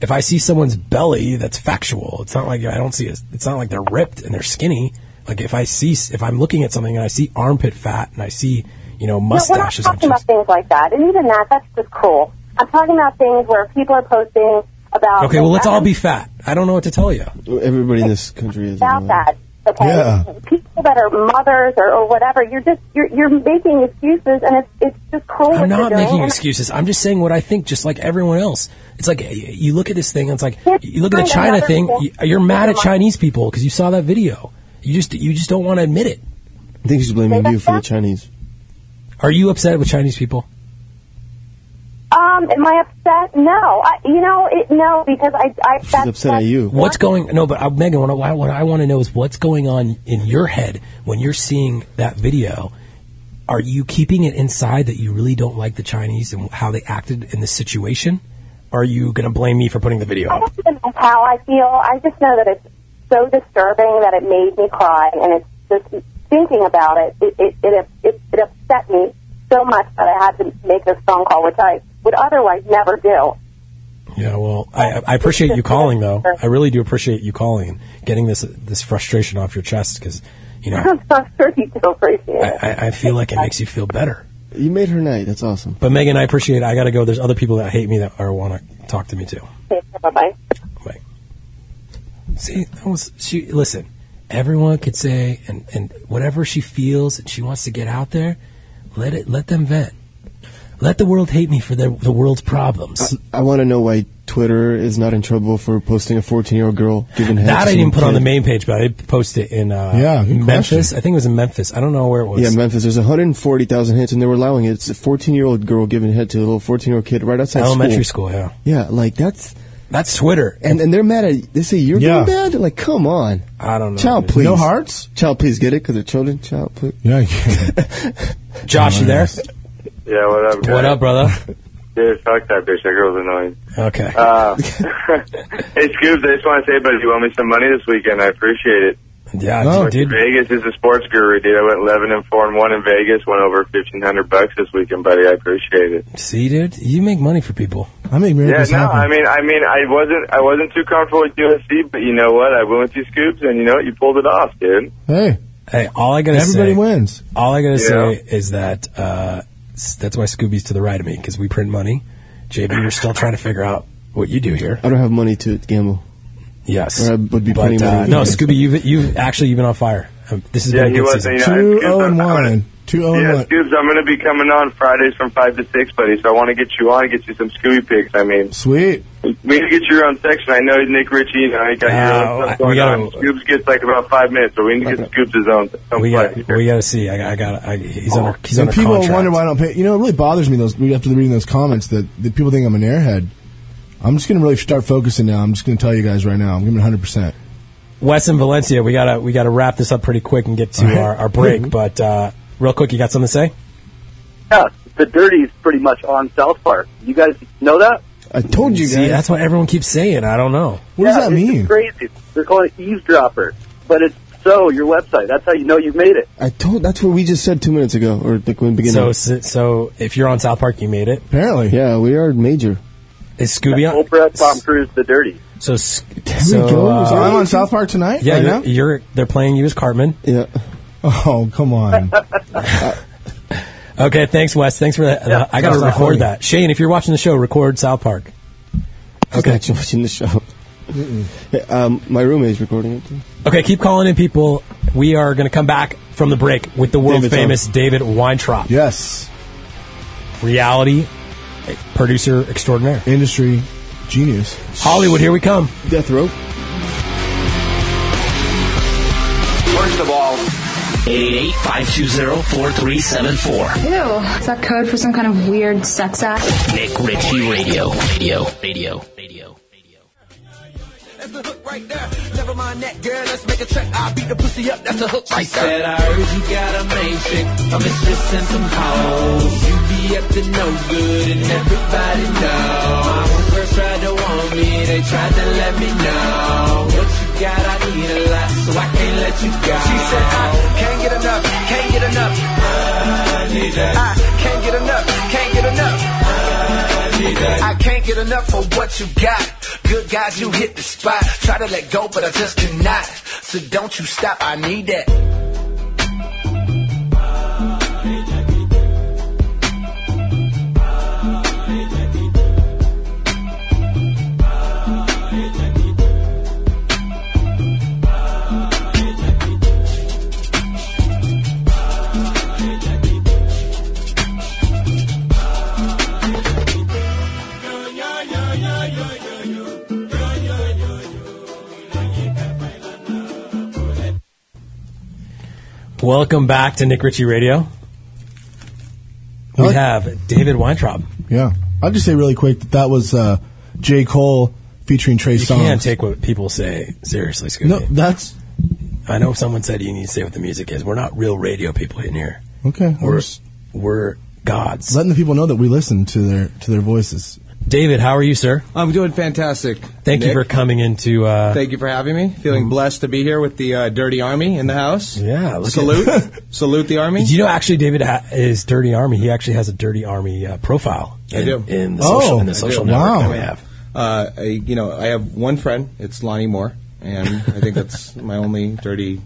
Speaker 3: if I see someone's belly, that's factual. It's not like I don't see it. It's not like they're ripped and they're skinny. Like if I see if I'm looking at something and I see armpit fat and I see you know
Speaker 11: No, we're not
Speaker 3: mustaches. I'm
Speaker 11: talking about things like that, and even that, that's just cruel. I'm talking about things where people are posting about.
Speaker 3: Okay, well let's all be fat. I don't know what to tell you.
Speaker 4: Everybody in this country is.
Speaker 11: about that. Okay,
Speaker 3: Yeah.
Speaker 11: people that are mothers or, or whatever, you're just you're you're making excuses, and it's it's just cruel. what
Speaker 3: I'm
Speaker 11: you're
Speaker 3: not
Speaker 11: doing,
Speaker 3: making
Speaker 11: and
Speaker 3: excuses. I'm just saying what I think, just like everyone else. It's like y- you look at this thing, and it's like you look at the
Speaker 11: find
Speaker 3: China
Speaker 11: another
Speaker 3: thing.
Speaker 11: example.
Speaker 3: y- You're mad at Chinese people because you saw that video. You just you just don't want to admit it.
Speaker 4: I think she's blaming you for the Chinese.
Speaker 3: Are you upset with Chinese people?
Speaker 11: Um, am I upset? No, I, you know, it, no, because I, I that's
Speaker 3: upset at you. What's going? No, but uh, Megan, what I, what I want to know is what's going on in your head when you're seeing that video. Are you keeping it inside that you really don't like the Chinese and how they acted in this situation? Are you going to blame me for putting the video up?
Speaker 11: I don't know how I feel. I just know that it's so disturbing that it made me cry, and it's just thinking about it. It it it, it, it upset me so much that I had to make this phone call, which I would otherwise never do.
Speaker 3: Yeah, well, I, I appreciate you calling, though. I really do appreciate you calling and getting this this frustration off your chest because you know
Speaker 11: I'm not sure you do appreciate
Speaker 3: I,
Speaker 11: it.
Speaker 3: I I feel like it makes you feel better.
Speaker 4: You made her night. That's awesome.
Speaker 3: But Megan, I appreciate. it. I got to go. There's other people that hate me that are want to talk to me too.
Speaker 11: Bye bye.
Speaker 3: See, that was she. Listen, everyone could say and and whatever she feels and she wants to get out there, let it let them vent. Let the world hate me for their, the world's problems.
Speaker 4: I want to know why Twitter is not in trouble for posting a 14 year old girl giving head.
Speaker 3: That
Speaker 4: to
Speaker 3: I
Speaker 4: some
Speaker 3: didn't put on
Speaker 4: kid.
Speaker 3: the main page, but I did post it in uh,
Speaker 4: Yeah, good
Speaker 3: Memphis.
Speaker 4: question.
Speaker 3: I think it was in Memphis. I don't know where it was.
Speaker 4: Yeah, Memphis. There's 140,000 hits, and they were allowing it. It's a 14 year old girl giving head to a little 14 year old kid right outside
Speaker 3: Elementary school, yeah.
Speaker 4: Yeah, like that's
Speaker 3: that's Twitter,
Speaker 4: and and they're mad at. They say you're
Speaker 5: Yeah.
Speaker 4: getting bad. Like, come on.
Speaker 3: I don't know.
Speaker 4: Child, please.
Speaker 5: No hearts?
Speaker 4: Child, please get it because they're children. Child, please.
Speaker 5: Yeah.
Speaker 3: Josh, you there?
Speaker 12: Yeah, what up, guys?
Speaker 3: What up, brother?
Speaker 12: Dude, fuck that bitch. That girl's annoying.
Speaker 3: Okay.
Speaker 12: Uh, hey, Scoobs, I just want to say, buddy, you owe me some money this weekend. I appreciate it.
Speaker 3: Yeah,
Speaker 12: Fucking
Speaker 3: dude.
Speaker 12: Vegas is a sports guru, dude. I went 11 and 4 and 1 in Vegas, won over 1500 bucks this weekend, buddy. I appreciate it.
Speaker 3: See, dude, you make money for people.
Speaker 5: I make
Speaker 12: yeah, no, I mean, I mean, I wasn't, I wasn't too comfortable with USC, but you know what? I went with you, Scoobs, and you know what? You pulled it off, dude.
Speaker 5: Hey.
Speaker 3: Hey, all I gotta
Speaker 5: Everybody
Speaker 3: say-
Speaker 5: wins.
Speaker 3: All I gotta
Speaker 12: Yeah.
Speaker 3: say is that uh, s- that's why Scooby's to the right of me because we print money. JB, you're still trying to figure out what you do here.
Speaker 4: I don't have money to gamble.
Speaker 3: Yes,
Speaker 4: Or I would be
Speaker 3: But,
Speaker 4: putting money.
Speaker 3: uh,
Speaker 4: in
Speaker 3: no,
Speaker 4: the-
Speaker 3: Scooby, you've you've actually you've been on fire. Um, this has
Speaker 12: Yeah,
Speaker 3: been a
Speaker 12: he
Speaker 3: good
Speaker 12: was,
Speaker 3: season.
Speaker 12: you know, Two oh and
Speaker 5: one. Two oh and
Speaker 12: yeah,
Speaker 5: one.
Speaker 12: Scoobs, I'm going to be coming on Fridays from 5 to 6, buddy, so I want to get you on, get you some Scooby picks. I mean,
Speaker 5: Sweet.
Speaker 12: We need to get your own section. I know Nick Ritchie, you know, he got your own stuff
Speaker 3: we
Speaker 12: going
Speaker 3: gotta-
Speaker 12: on. Scoops gets like about five minutes, so we need to get Scoops his own.
Speaker 3: We got we got to see. I got I got I, he's on a, he's on
Speaker 5: Oh, and
Speaker 3: a
Speaker 5: people
Speaker 3: contract.
Speaker 5: wonder why I don't pay. You know, it really bothers me those after reading those comments that, that people think I'm an airhead. I'm just going to really start focusing now. I'm just going to tell you guys right now. I'm giving 100. percent
Speaker 3: Wes and Valencia, we gotta we gotta wrap this up pretty quick and get to our, our
Speaker 5: Mm-hmm.
Speaker 3: break. But uh, real quick, you got something to say?
Speaker 10: Yeah, the dirty's pretty much on South Park. You guys know that?
Speaker 5: I told
Speaker 3: you. See, that's what everyone keeps saying. I don't know.
Speaker 10: What does that mean? Crazy. They're calling it eavesdropper, but it's so your website. That's how you know you've made it.
Speaker 4: I told. That's what we just said two minutes ago, or like when the
Speaker 3: So
Speaker 4: beginning.
Speaker 3: so so if you're on South Park, you made it.
Speaker 5: Apparently,
Speaker 4: yeah, we are major.
Speaker 3: Is Scooby on?
Speaker 10: Oprah, Tom Cruise, the dirty.
Speaker 3: So s-
Speaker 5: So,
Speaker 3: so uh,
Speaker 5: I'm on South Park tonight.
Speaker 3: Yeah,
Speaker 5: right
Speaker 3: you're,
Speaker 5: now?
Speaker 3: you're they're playing you as Cartman.
Speaker 4: Yeah.
Speaker 5: Oh come on.
Speaker 3: Okay, thanks, Wes. Thanks for that. I got
Speaker 5: That's
Speaker 3: to
Speaker 5: not funny.
Speaker 3: record that. Shane, if you're watching the show, record South Park.
Speaker 4: Okay. Actually watching the show. Hey, um, my roommate's recording it. Too.
Speaker 3: Okay, keep calling in, people. We are going to come back from the break with the world
Speaker 4: David's
Speaker 3: famous David Weintraub.
Speaker 5: Yes.
Speaker 3: Reality eh, producer extraordinaire.
Speaker 5: Industry genius.
Speaker 3: Hollywood, here we come.
Speaker 4: Death Rope.
Speaker 1: First of all, 888-520-4374.
Speaker 13: Ew, is that code for some kind of weird sex act?
Speaker 1: Nick Ritchie Radio. Radio. Radio.
Speaker 14: Never mind that, girl, let's make a check. I'll beat the pussy up, that's a hook
Speaker 1: She
Speaker 14: right
Speaker 1: said,
Speaker 14: there.
Speaker 1: "I heard you got a main chick, a mistress and some hoes. You be up to no good and everybody know. My homegirls tried to warn me, they tried to let me know. What you got, I need a lot, so I can't let you go. She said, I
Speaker 14: Can't get enough, can't get enough. I need that. I can't get enough, can't get enough. I need that. I can't get enough for what you got. Good guys, you hit the spot. Try to let go, but I just cannot. So don't you stop, I need that.
Speaker 3: Welcome back to Nick Ritchie Radio. We have David Weintraub.
Speaker 5: Yeah. I'll just say really quick that that was uh, J. Cole featuring Trey
Speaker 3: You
Speaker 5: Songz.
Speaker 3: can't take what people say seriously, Scooby.
Speaker 5: No, that's
Speaker 3: I know someone said you need to say what the music is. We're not real radio people in here.
Speaker 5: okay.
Speaker 3: We're, we're gods.
Speaker 5: Letting the people know that we listen to their to their voices.
Speaker 3: David, how are you, sir?
Speaker 15: I'm doing fantastic.
Speaker 3: Thank you
Speaker 15: Nick.
Speaker 3: for coming into. Uh, Mm.
Speaker 15: Thank you for having me. Feeling blessed to be here with the uh, Dirty Army in the house.
Speaker 3: Yeah, look at-
Speaker 15: salute, salute the army.
Speaker 3: you know, actually, David ha- is Dirty Army. He actually has a Dirty Army uh, profile.
Speaker 15: I
Speaker 3: in,
Speaker 15: do Oh,
Speaker 3: in the social in the social network that we have.
Speaker 15: Uh, I, you know, I have one friend. It's Lonnie Moore, and I think that's my only dirty.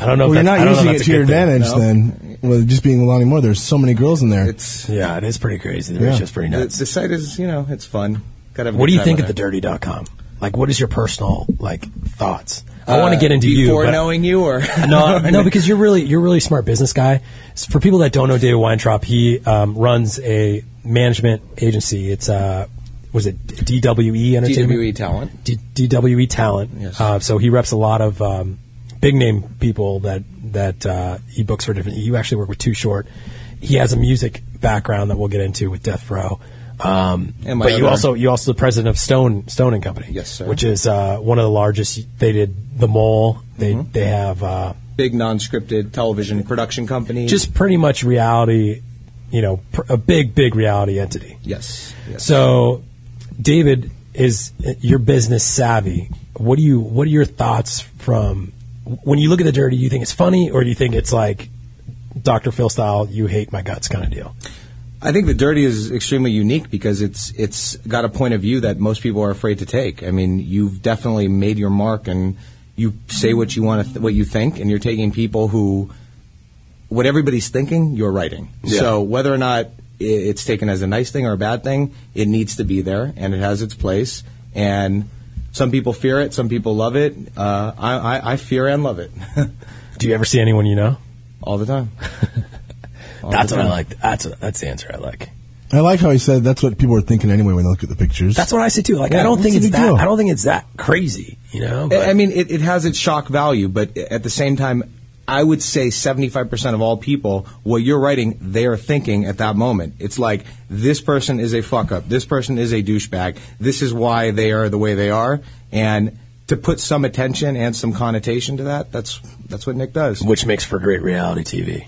Speaker 3: I don't
Speaker 5: well, you're not using it to your advantage then. With just being Lonnie Moore, there's so many girls in there.
Speaker 15: It's
Speaker 3: yeah, it is pretty crazy. The
Speaker 5: Yeah.
Speaker 3: ratio's pretty nuts.
Speaker 15: The, the site is, you know, it's fun. Gotta have a
Speaker 3: What
Speaker 15: good
Speaker 3: do you
Speaker 15: time
Speaker 3: think
Speaker 15: on
Speaker 3: of the
Speaker 15: there.
Speaker 3: dirty.com? Like, what is your personal like thoughts? I
Speaker 15: Uh,
Speaker 3: want to get into you
Speaker 15: before
Speaker 3: but-
Speaker 15: knowing you, or
Speaker 3: no, no, because you're really you're a really smart business guy. S- For people that don't know David Weintraub, he um, runs a management agency. It's uh, was it DWE Entertainment?
Speaker 15: DWE E Talent.
Speaker 3: D- DWE Talent. Uh, so he reps a lot of um, big name people that that uh, he books for different. You actually work with Too Short. He has a music background that we'll get into with Death Row. Um,
Speaker 15: And my
Speaker 3: but you
Speaker 15: other-
Speaker 3: also you also the president of Stone Stone and Company. Yes,
Speaker 15: sir.
Speaker 3: Which is uh, one of the largest. They did the Mole. They
Speaker 15: Mhm.
Speaker 3: they have. Uh,
Speaker 15: big non-scripted television production company.
Speaker 3: just pretty much reality, you know, pr- a big, big reality entity.
Speaker 15: Yes, yes.
Speaker 3: So, David is your business savvy. What do you? What are your thoughts from when you look at the dirty? You think it's funny, or do you think it's like Dr. Phil style? You hate my guts, kind of deal.
Speaker 15: I think the dirty is extremely unique because it's it's got a point of view that most people are afraid to take. I mean, you've definitely made your mark, and you say what you want, to th- what you think, and you're taking people who, what everybody's thinking, you're writing.
Speaker 16: Yeah.
Speaker 15: So whether or not i- it's taken as a nice thing or a bad thing, it needs to be there, and it has its place. And some people fear it, some people love it. Uh, I, I, I fear and love it
Speaker 3: Do you ever see anyone you know?
Speaker 15: all the time. All
Speaker 3: That's
Speaker 15: the
Speaker 3: what I
Speaker 15: time.
Speaker 3: like. That's that's the answer I like.
Speaker 5: I like how he said that's what people are thinking anyway when they look at the pictures.
Speaker 3: That's what I say too. Like I don't think it's that. I don't think it's that crazy. You know.
Speaker 15: I- I mean, it, it has its shock value, but at the same time, I would say 75% of all people, what you're writing, they are thinking at that moment. It's like, this person is a fuck up. This person is a douchebag. This is why they are the way they are. And to put some attention and some connotation to that, that's, that's what Nick does.
Speaker 3: Which makes for great reality TV.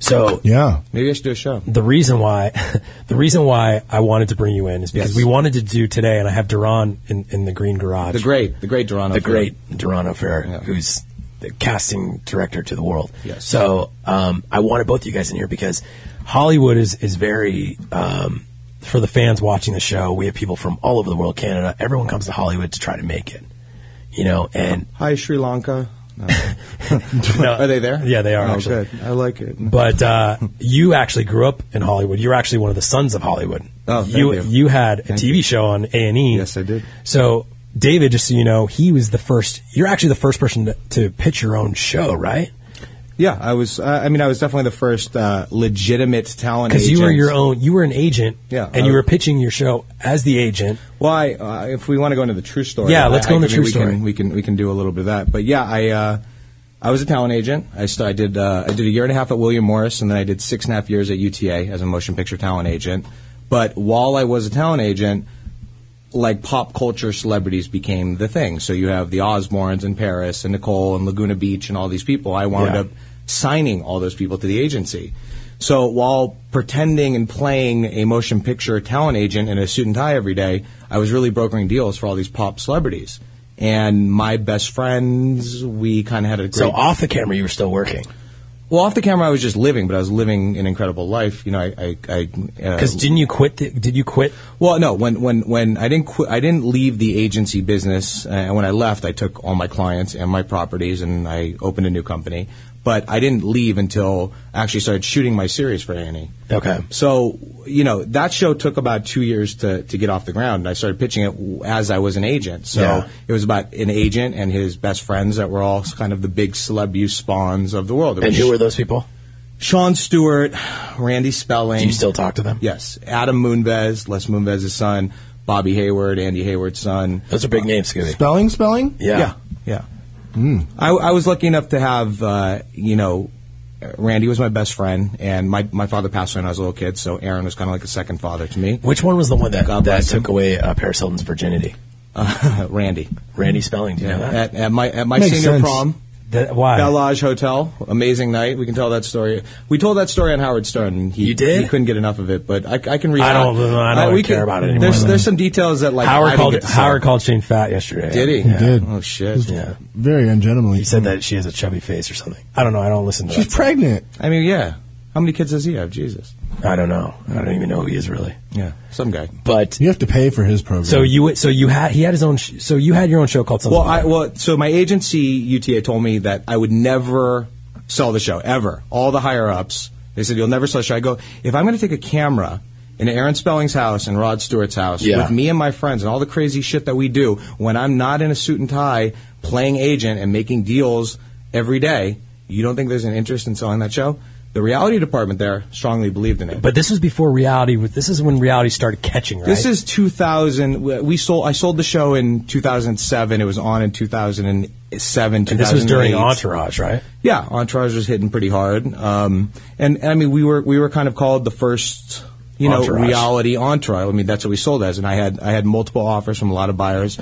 Speaker 3: So
Speaker 5: yeah,
Speaker 15: maybe I should do a show.
Speaker 3: The reason why, the reason why I wanted to bring you in is because
Speaker 15: Yes.
Speaker 3: we wanted to do today, and I have Duran in, in the Green Garage.
Speaker 15: The great, the great Durano.
Speaker 3: the great Durano Fair, who's the casting director to the world.
Speaker 15: Yes.
Speaker 3: So um, I wanted both of you guys in here because Hollywood is is very um, for the fans watching the show. We have people from all over the world, Canada. Everyone comes to Hollywood to try to make it. You know, and
Speaker 15: hi Sri Lanka.
Speaker 3: are
Speaker 15: they there?
Speaker 3: Yeah, they are.
Speaker 15: Oh,
Speaker 3: actually.
Speaker 15: good. I like it.
Speaker 3: But uh, you actually grew up in Hollywood. You're actually one of the sons of Hollywood.
Speaker 15: Oh, thank
Speaker 3: you
Speaker 15: you.
Speaker 3: had a TV show on A and E. Yes,
Speaker 15: I did.
Speaker 3: So David, just so you know, he was the first. You're actually the first person to, to pitch your own show, right?
Speaker 15: Yeah, I was. Uh, I mean, I was definitely the first uh, legitimate talent.
Speaker 3: Because you were
Speaker 15: agent.
Speaker 3: your own. You were an agent. Yeah, and
Speaker 15: I-
Speaker 3: you were pitching your show as the agent.
Speaker 15: Why? Uh, if we want to go into the true story,
Speaker 3: Yeah, let's
Speaker 15: I-
Speaker 3: go into
Speaker 15: I mean,
Speaker 3: true
Speaker 15: we
Speaker 3: story.
Speaker 15: Can, we can we can do a little bit of that. But yeah, I uh, I was a talent agent. I st- I did uh, I did a year and a half at William Morris, and then I did six and a half years at UTA as a motion picture talent agent. But while I was a talent agent, like pop culture celebrities became the thing. So you have the Osbournes in Paris and Nicole and Laguna Beach and all these people. I wound
Speaker 16: Yeah.
Speaker 15: up signing all those people to the agency. So while pretending and playing a motion picture talent agent in a suit and tie every day, I was really brokering deals for all these pop celebrities. And my best friends, we kind of had a great
Speaker 3: So off the camera, you were still working.
Speaker 15: Well, off the camera, I was just living, but I was living an incredible life. You know, I, I, I
Speaker 3: 'Cause didn't you quit? The, did you quit?
Speaker 15: Well, no. When, when, when I didn't quit, I didn't leave the agency business. Uh, and when I left, I took all my clients and my properties, and I opened a new company. But I didn't leave until I actually started shooting my series for Annie.
Speaker 3: Okay.
Speaker 15: So, you know, that show took about two years to, to get off the ground. And I started pitching it w- as I was an agent. So
Speaker 3: Yeah.
Speaker 15: it was about an agent and his best friends that were all kind of the big celeb use spawns of the world. It
Speaker 3: And
Speaker 15: was
Speaker 3: who were those people?
Speaker 15: Sean Stewart, Randy Spelling.
Speaker 3: Do you still talk to them?
Speaker 15: Yes. Adam Moonves, Les Moonves' son, Bobby Hayward, Andy Hayward's son.
Speaker 3: Those are big names, Scooby.
Speaker 5: Spelling, spelling.
Speaker 15: Yeah. Yeah.
Speaker 5: Mm.
Speaker 15: I, I was lucky enough to have, uh, you know, Randy was my best friend, and my, my father passed when I was a little kid, so Aaron was kind of like a second father to me.
Speaker 3: Which one was the one that,
Speaker 15: God
Speaker 3: that
Speaker 15: bless him.
Speaker 3: took away uh, Paris Hilton's virginity?
Speaker 15: Uh, Randy.
Speaker 3: Randy Spelling. Do you know
Speaker 15: At,
Speaker 3: that?
Speaker 15: at my at my
Speaker 3: Makes
Speaker 15: senior
Speaker 3: sense.
Speaker 15: prom.
Speaker 3: That, why?
Speaker 15: Bellage Hotel, amazing night. We can tell that story. We told that story on Howard Stern. and He, you did. He couldn't get enough of it, but I, I can read.
Speaker 3: I don't-
Speaker 15: out.
Speaker 3: I don't
Speaker 15: Uh, we
Speaker 3: care
Speaker 15: can-
Speaker 3: about it anymore.
Speaker 15: There's, there's some details that like I
Speaker 3: Howard
Speaker 15: didn't
Speaker 3: called
Speaker 15: get to say.
Speaker 3: Howard called Shane fat yesterday.
Speaker 15: Did he?
Speaker 3: Yeah.
Speaker 15: He did. Oh shit!
Speaker 3: Yeah.
Speaker 5: Very ungentlemanly.
Speaker 3: He said that she has a chubby face or something. I don't know. I don't listen to.
Speaker 5: She's
Speaker 3: that.
Speaker 5: pregnant.
Speaker 15: I mean, yeah. How many kids does he have? Jesus.
Speaker 3: I don't know. I don't even know who he is really.
Speaker 15: Yeah, some guy.
Speaker 3: But
Speaker 5: you have to pay for his program.
Speaker 3: So you so you had he had his own sh- so you had your own show called something.
Speaker 15: Well, I, well, so my agency UTA told me that I would never sell the show ever. All the higher ups, they said you'll never sell the show. I go if I'm going to take a camera in Aaron Spelling's house and Rod Stewart's house
Speaker 3: Yeah.
Speaker 15: with me and my friends and all the crazy shit that we do when I'm not in a suit and tie playing agent and making deals every day. You don't think there's an interest in selling that show? The reality department there strongly believed in it.
Speaker 3: but this was before reality. was- This is when reality started catching. Right?
Speaker 15: This is 2000. We we sold. I sold the show in 2007. It was on in 2007.
Speaker 3: And this was during
Speaker 15: 2008.
Speaker 3: Entourage, right?
Speaker 15: Yeah, Entourage was hitting pretty hard. Um, and, and I mean, we were we were kind of called the first, you know,
Speaker 3: Entourage.
Speaker 15: reality Entourage. I mean, that's what we sold as. And I had I had multiple offers from a lot of buyers.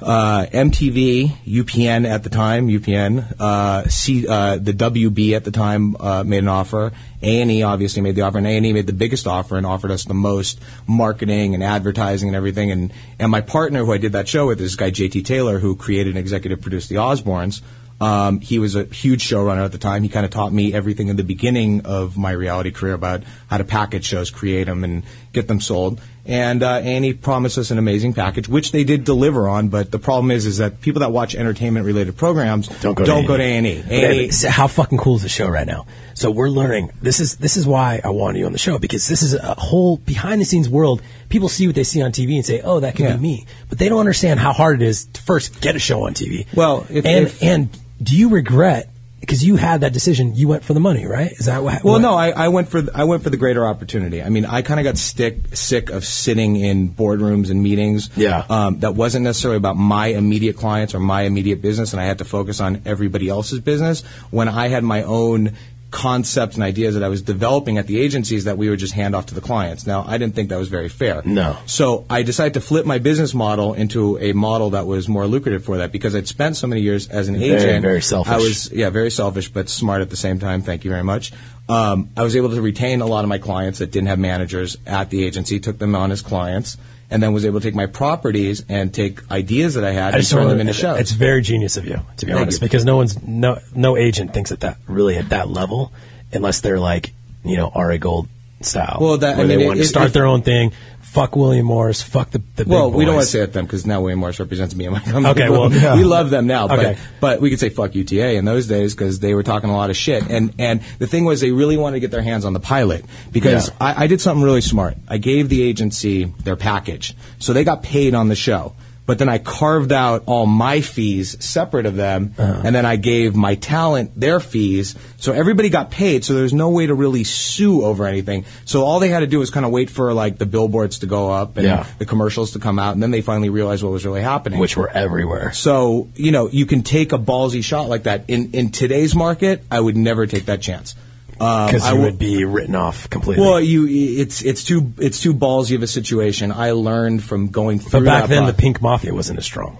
Speaker 15: Uh, MTV, UPN at the time, UPN, uh, C, uh, the WB at the time uh, made an offer. A and E obviously made the offer, and A and E made the biggest offer and offered us the most marketing and advertising and everything. And and my partner who I did that show with is this guy JT Taylor who created and executive produced the Osbournes. Um, he was a huge showrunner at the time. He kind of taught me everything in the beginning of my reality career about how to package shows, create them, and get them sold. And uh, Annie promised us an amazing package, which they did deliver on. But the problem is, is that people that watch entertainment-related programs don't
Speaker 3: go to E.
Speaker 15: don't
Speaker 3: A&E.
Speaker 15: go to E. Annie.
Speaker 3: But anyway, so how fucking cool is the show right now? So we're learning. This is this is why I wanted you on the show because this is a whole behind the scenes world. People see what they see on TV and say, "Oh, that could
Speaker 15: Yeah.
Speaker 3: be me," but they don't understand how hard it is to first get a show on TV.
Speaker 15: Well, if,
Speaker 3: and
Speaker 15: if-
Speaker 3: and do you regret? because you had that decision. You went for the money, right? Is that what?
Speaker 15: Well, no, I, I went for th- I went for the greater opportunity. I mean, I kind of got stick sick of sitting in boardrooms and meetings.
Speaker 3: Yeah.
Speaker 15: um, that wasn't necessarily about my immediate clients or my immediate business, and I had to focus on everybody else's business when I had my own concepts and ideas that I was developing at the agencies that we would just hand off to the clients. Now, I didn't think that was very fair.
Speaker 3: No.
Speaker 15: So I decided to flip my business model into a model that was more lucrative for that because I'd spent so many years as an
Speaker 3: Very,
Speaker 15: agent.
Speaker 3: very selfish.
Speaker 15: I was, yeah, very selfish, but smart at the same time. Thank you very much. Um, I was able to retain a lot of my clients that didn't have managers at the agency, took them on as clients, and then was able to take my properties and take ideas that I had and turn
Speaker 3: wanna-
Speaker 15: them into shows.
Speaker 3: It's very genius of you, to be
Speaker 15: Thank
Speaker 3: honest,
Speaker 15: you.
Speaker 3: because no one's no no agent thinks at that really at that level, unless they're like you know Ari Gold style.
Speaker 15: Well, that- I
Speaker 3: where they
Speaker 15: mean,
Speaker 3: want
Speaker 15: it-
Speaker 3: to
Speaker 15: it-
Speaker 3: start
Speaker 15: it-
Speaker 3: their own thing. Fuck William Morris. Fuck the the big
Speaker 15: well, we don't want
Speaker 3: boys.
Speaker 15: to say it them because now William Morris represents me and my company.
Speaker 3: Okay, well, yeah.
Speaker 15: we love them now,
Speaker 3: Okay.
Speaker 15: but but we could say fuck UTA in those days because they were talking a lot of shit. And and the thing was, they really wanted to get their hands on the pilot because
Speaker 3: Yeah.
Speaker 15: I, I did something really smart. I gave the agency their package, so they got paid on the show. But then I carved out all my fees separate of them,
Speaker 3: Uh-huh.
Speaker 15: and then I gave my talent their fees. So everybody got paid. So there's no way to really sue over anything. So all they had to do was kind of wait for like the billboards to go up and
Speaker 3: Yeah.
Speaker 15: the commercials to come out, and then they finally realized what was really happening,
Speaker 3: Which were everywhere.
Speaker 15: So you know, you can take a ballsy shot like that in in today's market. I would never take that chance Um,
Speaker 3: because
Speaker 15: I
Speaker 3: you
Speaker 15: will-
Speaker 3: would be written off completely.
Speaker 15: Well, you it's it's too it's too ballsy of a situation. I learned from going through.
Speaker 3: but back
Speaker 15: that
Speaker 3: then,
Speaker 15: pro-
Speaker 3: the Pink Mafia wasn't as strong.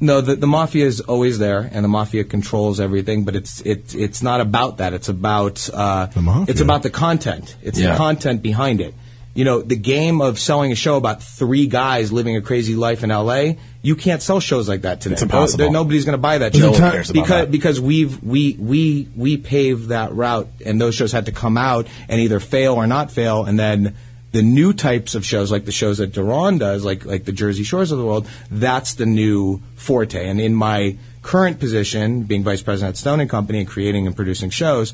Speaker 15: no, the, the mafia is always there, and the mafia controls everything. But it's it, it's not about that. It's about uh, the mafia. It's about the content. It's
Speaker 3: Yeah.
Speaker 15: the content behind it. You know, the game of selling a show about three guys living a crazy life in L.A. You can't sell shows like that today.
Speaker 3: It's impossible.
Speaker 15: There- nobody's going to buy that
Speaker 3: No
Speaker 15: show
Speaker 3: one cares about
Speaker 15: because
Speaker 3: that.
Speaker 15: because we've we we we paved that route, and those shows had to come out and either fail or not fail, and then the new types of shows, like the shows that Duran does, like like the Jersey Shores of the world, that's the new forte. And in my current position, being vice president at Stone and Company and creating and producing shows,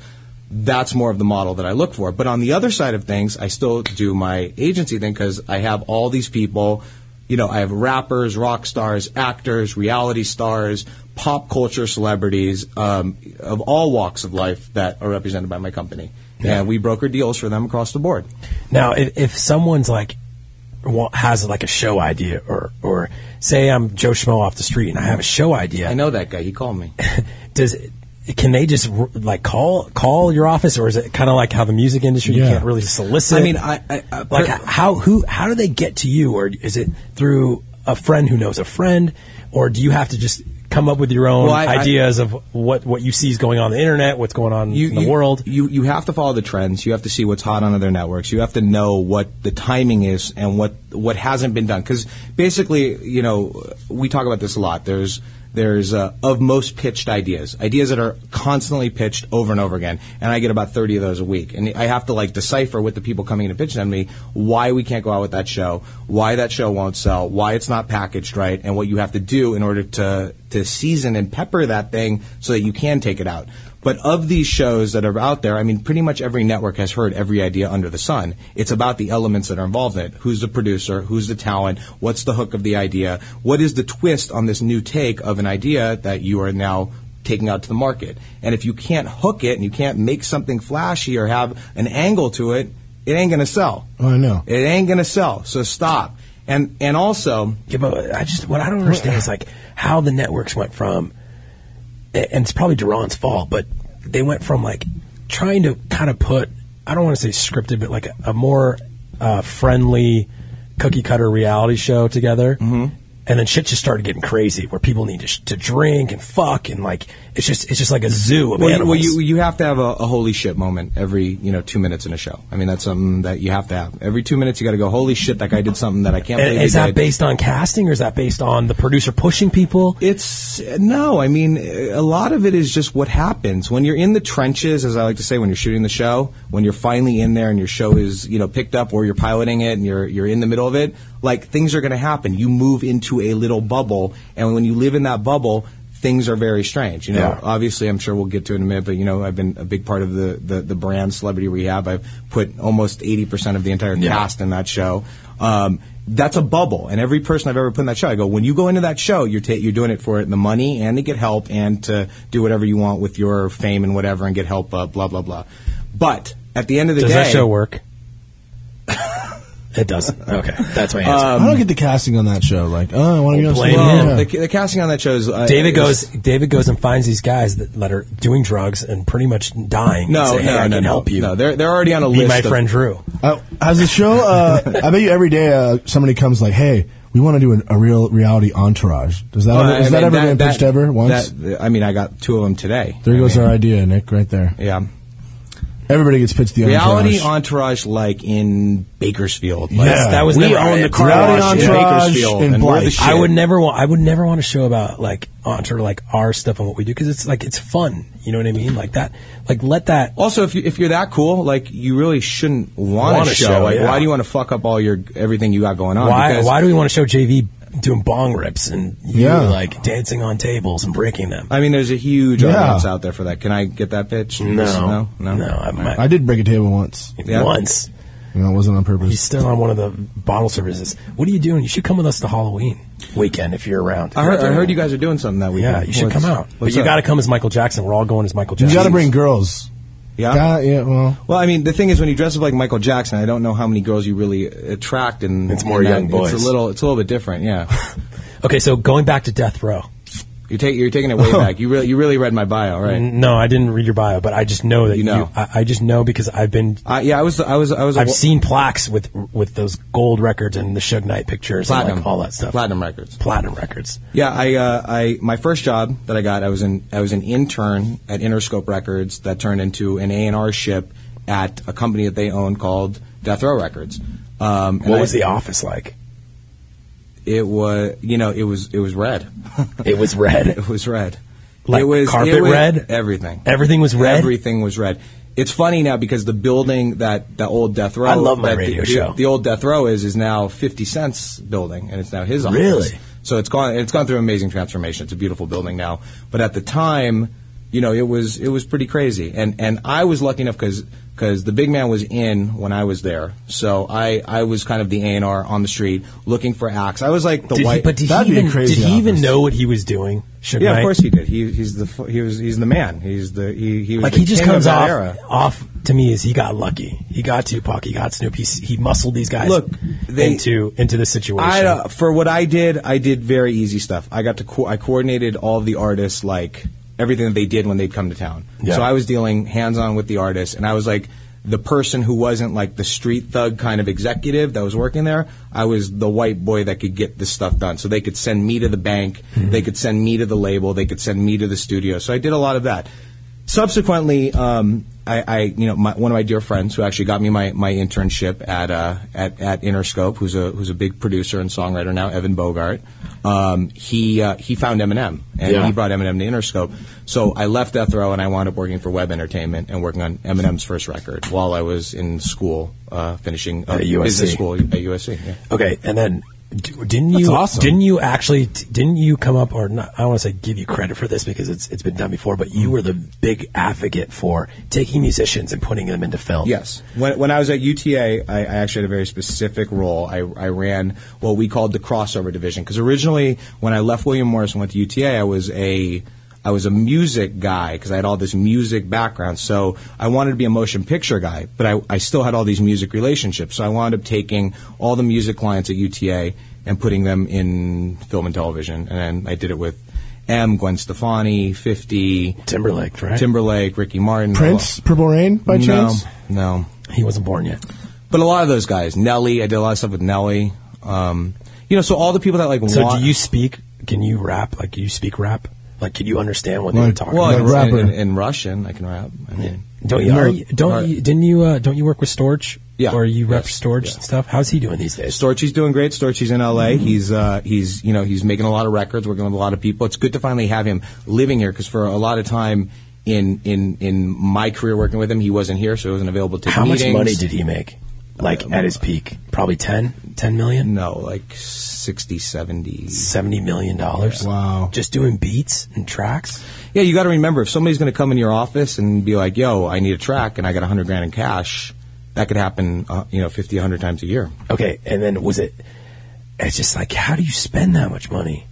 Speaker 15: that's more of the model that I look for. But on the other side of things, I still do my agency thing because I have all these people. You know, I have rappers, rock stars, actors, reality stars, pop culture celebrities um, of all walks of life that are represented by my company.
Speaker 3: Yeah.
Speaker 15: And we broker deals for them across the board.
Speaker 3: Now, if, if someone's like wa- has like a show idea, or or say I'm Joe Schmo off the street and I have a show idea, I
Speaker 15: know that guy. He called me.
Speaker 3: Does can they just r- like call call your office, or is it kind of like how the music industry you
Speaker 15: Yeah.
Speaker 3: can't really solicit?
Speaker 15: I mean, I- I- I-
Speaker 3: like
Speaker 15: per-
Speaker 3: how who how do they get to you, or is it through a friend who knows a friend, or do you have to just come up with your own
Speaker 15: Well, I- I-
Speaker 3: ideas of what what you see is going on on the internet, what's going on in the
Speaker 15: you,
Speaker 3: world?
Speaker 15: You you have to follow the trends. You have to see what's hot on other networks. You have to know what the timing is and what what hasn't been done. Because basically, you know, we talk about this a lot. There's there's uh, of most pitched ideas, ideas that are constantly pitched over and over again, and I get about thirty of those a week. And I have to like decipher with the people coming in and pitching on me why we can't go out with that show, why that show won't sell, why it's not packaged right, and what you have to do in order to to season and pepper that thing so that you can take it out. But of these shows that are out there, I mean, pretty much every network has heard every idea under the sun. It's about the elements that are involved in it. Who's the producer? Who's the talent? What's the hook of the idea? What is the twist on this new take of an idea that you are now taking out to the market? And if you can't hook it and you can't make something flashy or have an angle to it, it ain't gonna sell.
Speaker 5: Oh, I know.
Speaker 15: It ain't gonna sell. So stop. And and also,
Speaker 3: I just what I don't understand is like how the networks went from, a- and it's probably Duran's fault, but they went from like trying to kind of put I don't want to say scripted, but like a, a more uh, friendly cookie cutter reality show together. Mm-hmm. And then shit just started getting crazy, where people need to, sh- to drink and fuck, and like it's just it's just like a zoo of
Speaker 15: well, you,
Speaker 3: animals.
Speaker 15: well, you you have to have a, a holy shit moment every you know two minutes in a show. I mean that's something that you have to have every two minutes. You got to go holy shit that guy did something that I can't
Speaker 3: and
Speaker 15: believe
Speaker 3: is
Speaker 15: he
Speaker 3: that
Speaker 15: did.
Speaker 3: based on casting, or is that based on the producer pushing people?
Speaker 15: It's no, I mean a lot of it is just what happens when you're in the trenches, as I like to say, when you're shooting the show, when you're finally in there and your show is you know picked up or you're piloting it and you're you're in the middle of it. Like things are going to happen. You move into a little bubble, and when you live in that bubble. Things are very strange, you know.
Speaker 3: Yeah.
Speaker 15: Obviously, I'm sure we'll get to it in a minute, but you know, I've been a big part of the, the, the brand Celebrity Rehab. I've put almost 80% of the entire
Speaker 3: Yeah.
Speaker 15: cast in that show. Um, that's a bubble. And every person I've ever put in that show, I go, when you go into that show, you're ta- you're doing it for the money and to get help and to do whatever you want with your fame and whatever and get help. Uh, blah blah blah. But at the end of the
Speaker 3: Does
Speaker 15: day,
Speaker 3: that show work? it doesn't. Okay, that's my answer.
Speaker 5: I don't get the casting on that show. Like, oh, I want to be on
Speaker 3: Blame
Speaker 5: Survivor.
Speaker 3: him.
Speaker 5: Yeah.
Speaker 15: Um, the, the casting on that show is uh,
Speaker 3: David
Speaker 15: is-
Speaker 3: goes. David goes and finds these guys that, that are doing drugs and pretty much dying.
Speaker 15: No,
Speaker 3: and say, hey,
Speaker 15: no,
Speaker 3: I
Speaker 15: no,
Speaker 3: can
Speaker 15: no.
Speaker 3: help you.
Speaker 15: No, they're- they're already on a
Speaker 3: Be
Speaker 15: list
Speaker 3: my
Speaker 15: of-
Speaker 3: friend Drew.
Speaker 5: Uh, has the show? Uh, I bet you every day uh, somebody comes like, "Hey, we want to do an, a real reality entourage." Does that
Speaker 15: Well,
Speaker 5: ever,
Speaker 15: I
Speaker 5: has that
Speaker 15: mean,
Speaker 5: ever been pitched ever once?
Speaker 15: that- I mean, I got two of them today.
Speaker 5: there
Speaker 15: I
Speaker 5: goes
Speaker 15: mean,
Speaker 5: our idea, Nick. Right there.
Speaker 15: Yeah.
Speaker 5: Everybody gets pitched the
Speaker 15: Reality
Speaker 5: entourage.
Speaker 15: entourage, like in Bakersfield. Like,
Speaker 5: Yeah.
Speaker 15: that was
Speaker 5: We
Speaker 15: never
Speaker 5: own the
Speaker 15: car
Speaker 5: Reality
Speaker 15: wash in
Speaker 5: entourage
Speaker 15: Bakersfield,
Speaker 5: in
Speaker 15: and we're the
Speaker 5: Blythe.
Speaker 15: shit.
Speaker 3: I would never want. I would never want a show about like entourage, like our stuff and what we do because it's like it's fun. You know what I mean? Like that. Like let that.
Speaker 15: Also, if you, if you're that cool, like you really shouldn't want,
Speaker 3: Want
Speaker 15: a
Speaker 3: a
Speaker 15: show.
Speaker 3: show,
Speaker 15: like,
Speaker 3: yeah.
Speaker 15: why do you want to fuck up all your everything you got going on?
Speaker 3: Why?
Speaker 15: Because-
Speaker 3: why do we want to show JV doing bong rips and you
Speaker 15: Yeah.
Speaker 3: like dancing on tables and breaking them?
Speaker 15: I mean, there's a huge
Speaker 3: Yeah.
Speaker 15: audience out there for that. Can I get that pitch?
Speaker 3: No.
Speaker 15: no, no.
Speaker 3: No, I might-
Speaker 5: I did break a table once.
Speaker 15: Yeah.
Speaker 3: Once.
Speaker 5: You know, it wasn't on purpose.
Speaker 3: He's still on one of the bottle services. What are you doing? You should come with us to Halloween weekend if you're around.
Speaker 15: I heard, I heard you guys are doing something that weekend.
Speaker 3: Yeah, you should
Speaker 15: What's-
Speaker 3: come out. But
Speaker 15: what's
Speaker 3: you
Speaker 15: up?
Speaker 3: got to come as Michael Jackson. We're all going as Michael Jackson.
Speaker 5: You got to bring girls.
Speaker 15: Yeah.
Speaker 5: Got- yeah. Well,
Speaker 15: Well, I mean, the thing is, when you dress up like Michael Jackson, I don't know how many girls you really attract, and
Speaker 3: It's more
Speaker 15: and
Speaker 3: young
Speaker 15: that-
Speaker 3: boys.
Speaker 15: It's a little, it's a little bit different. Yeah,
Speaker 3: Okay, so going back to death row.
Speaker 15: you take, you're taking it way back. You really, you really read my bio, right?
Speaker 3: N- No, I didn't read your bio, but I just know that
Speaker 15: You
Speaker 3: you.
Speaker 15: know.
Speaker 3: I, I just know because I've been.
Speaker 15: I, yeah, I was, I was, I was. a-
Speaker 3: I've seen plaques with with those gold records and the Suge Knight pictures
Speaker 15: platinum,
Speaker 3: and like all that stuff.
Speaker 15: platinum records.
Speaker 3: Platinum records.
Speaker 15: Yeah, I, uh, I, my first job that I got, I was an, I was an intern at Interscope Records that turned into an A and R ship at a company that they owned called Death Row Records. Um, and
Speaker 3: what
Speaker 15: I-
Speaker 3: was the office like?
Speaker 15: It was, you know, it was, it was red.
Speaker 3: It was red.
Speaker 15: it was red.
Speaker 3: Like
Speaker 15: it was
Speaker 3: carpet
Speaker 15: it was-
Speaker 3: red?
Speaker 15: Everything.
Speaker 3: Everything was red?
Speaker 15: Everything was red. It's funny now because the building that the old Death Row.
Speaker 3: I love my
Speaker 15: that the-
Speaker 3: radio
Speaker 15: the,
Speaker 3: show.
Speaker 15: The old Death Row is is now Fifty Cent's building, and it's now his office.
Speaker 3: Really?
Speaker 15: So it's gone. It's gone through an amazing transformation. It's a beautiful building now. But at the time, you know, it was it was pretty crazy. And and I was lucky enough because the big man was in when I was there. So I I was kind of the A and R on the street looking for acts. I was like the
Speaker 3: Did he-
Speaker 15: white.
Speaker 3: but did he even, did he even know what he was doing? Suge
Speaker 15: yeah,
Speaker 3: Knight?
Speaker 15: of course he did. He, he's the fu- he was he's the man. He's the he he was
Speaker 3: like
Speaker 15: the
Speaker 3: he just
Speaker 15: king of
Speaker 3: comes
Speaker 15: that
Speaker 3: off
Speaker 15: era.
Speaker 3: off to me is he got lucky. He got Tupac. He got Snoop. He s- he muscled these guys
Speaker 15: Look, they-
Speaker 3: into into the situation.
Speaker 15: I uh, for what I did, I did very easy stuff. I got to co- I coordinated all the artists like everything that they did when they'd come to town.
Speaker 3: Yeah.
Speaker 15: So I was dealing hands on with the artists, and I was like the person who wasn't like the street thug kind of executive that was working there. I was the white boy that could get this stuff done. So they could send me to the bank,
Speaker 3: Mm-hmm.
Speaker 15: they could send me to the label, they could send me to the studio. So I did a lot of that. subsequently, um, I, I, you know, my, one of my dear friends who actually got me my, my internship at, uh, at at Interscope, who's a who's a big producer and songwriter now, Evan Bogart. Um, he uh, he found Eminem and
Speaker 3: Yeah.
Speaker 15: he brought Eminem to Interscope. So I left Death Row and I wound up working for Web Entertainment and working on Eminem's first record while I was in school, uh, finishing uh,
Speaker 3: At USC.
Speaker 15: business school at USC. yeah.
Speaker 3: okay, and then d- didn't
Speaker 15: That's
Speaker 3: you
Speaker 15: awesome.
Speaker 3: didn't you actually t- didn't you come up or not? I don't want to say give you credit for this because it's it's been done before, but you were the big advocate for taking musicians and putting them into film.
Speaker 15: Yes. When, when I was at UTA, I, I actually had a very specific role. I, I ran what we called the crossover division because originally, when I left William Morris and went to UTA, I was a I was a music guy because I had all this music background. So I wanted to be a motion picture guy, but I, I still had all these music relationships. So I wound up taking all the music clients at UTA and putting them in film and television. And then I did it with M, Gwen Stefani, 50.
Speaker 3: Timberlake, right?
Speaker 15: Timberlake, Ricky Martin.
Speaker 5: Prince, Purple Rain, by
Speaker 15: No,
Speaker 5: chance?
Speaker 15: No.
Speaker 3: He wasn't born yet.
Speaker 15: But a lot of those guys, Nelly, I did a lot of stuff with Nelly. Um, you know, so all the people that like
Speaker 3: So
Speaker 15: want,
Speaker 3: do you speak? Can you rap? Like do you speak rap? Like can you understand what they were
Speaker 15: Like-
Speaker 3: talking?
Speaker 15: well,
Speaker 3: about?
Speaker 15: in, in, in, in Russian, I can rap. I mean,
Speaker 3: Don't you?
Speaker 15: No.
Speaker 3: are you- don't
Speaker 15: Alright.
Speaker 3: you? Didn't you? Uh, don't you work with Storch?
Speaker 15: Yeah.
Speaker 3: Or you rep
Speaker 15: Yes.
Speaker 3: Storch and stuff? How's he doing these days?
Speaker 15: Storchi's doing great. Storchi's in LA. He's uh, he's you know he's making a lot of records, working with a lot of people. It's good to finally have him living here because for a lot of time in in in my career working with him, he wasn't here, so he wasn't available to.
Speaker 3: How much
Speaker 15: meetings.
Speaker 3: money did he make? Like at his peak, probably 10, 10 million.
Speaker 15: No, like 60, 70.
Speaker 3: 70 million dollars.
Speaker 5: Wow.
Speaker 3: Just doing beats and tracks.
Speaker 15: Yeah, you got to remember if somebody's going to come in your office and be like, "Yo, I need a track and I got a hundred grand in cash," that could happen, uh, you know, fifty, hundred times a year.
Speaker 3: Okay, and then was it? it's just like, how do you spend that much money?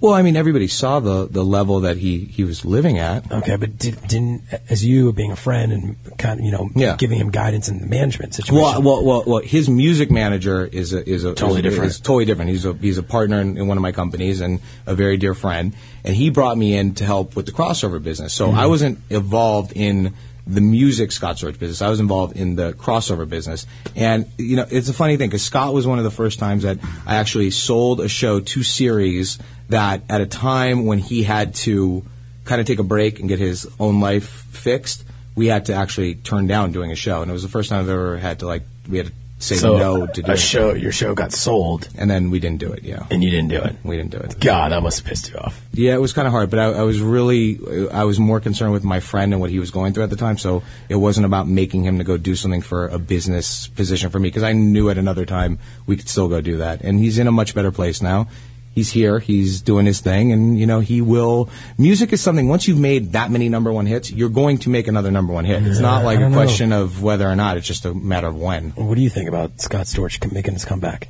Speaker 15: Well, I mean, everybody saw the the level that he he was living at.
Speaker 3: Okay, but did, didn't as you being a friend and kind of you know
Speaker 15: Yeah.
Speaker 3: giving him guidance in the management situation.
Speaker 15: Well, well, well, well, his music manager is a, is a
Speaker 3: Totally
Speaker 15: is a-
Speaker 3: different.
Speaker 15: Is totally different. He's a he's a partner in, in one of my companies and a very dear friend. And he brought me in to help with the crossover business. So
Speaker 16: Mhm.
Speaker 3: Mm-hmm.
Speaker 15: I wasn't involved in the music Scott Storch business. I was involved in the crossover business. And you know, it's a funny thing because Scott was one of the first times that I actually sold a show to series that at a time when he had to kind of take a break and get his own life fixed, we had to actually turn down doing a show, and it was the first time I've ever had to like we had to say
Speaker 3: So,
Speaker 15: no to do
Speaker 3: a show-
Speaker 15: Your show got sold, and then we didn't do it. Yeah, and you didn't do it. We didn't do it.
Speaker 3: God, that must have pissed you off.
Speaker 15: Yeah, it was kind of hard, but I, I was really I was more concerned with my friend and what he was going through at the time. So it wasn't about making him to go do something for a business position for me because I knew at another time we could still go do that. And he's in a much better place now. He's here. He's doing his thing, and you know he will. Music is something. Once you've made that many number one hits, you're going to make another number one hit. It's not
Speaker 3: Yeah,
Speaker 15: like
Speaker 3: I
Speaker 15: a
Speaker 3: don't know.
Speaker 15: question of whether or not. It's just a matter of when.
Speaker 3: What do you think about Scott Storch com- making his comeback?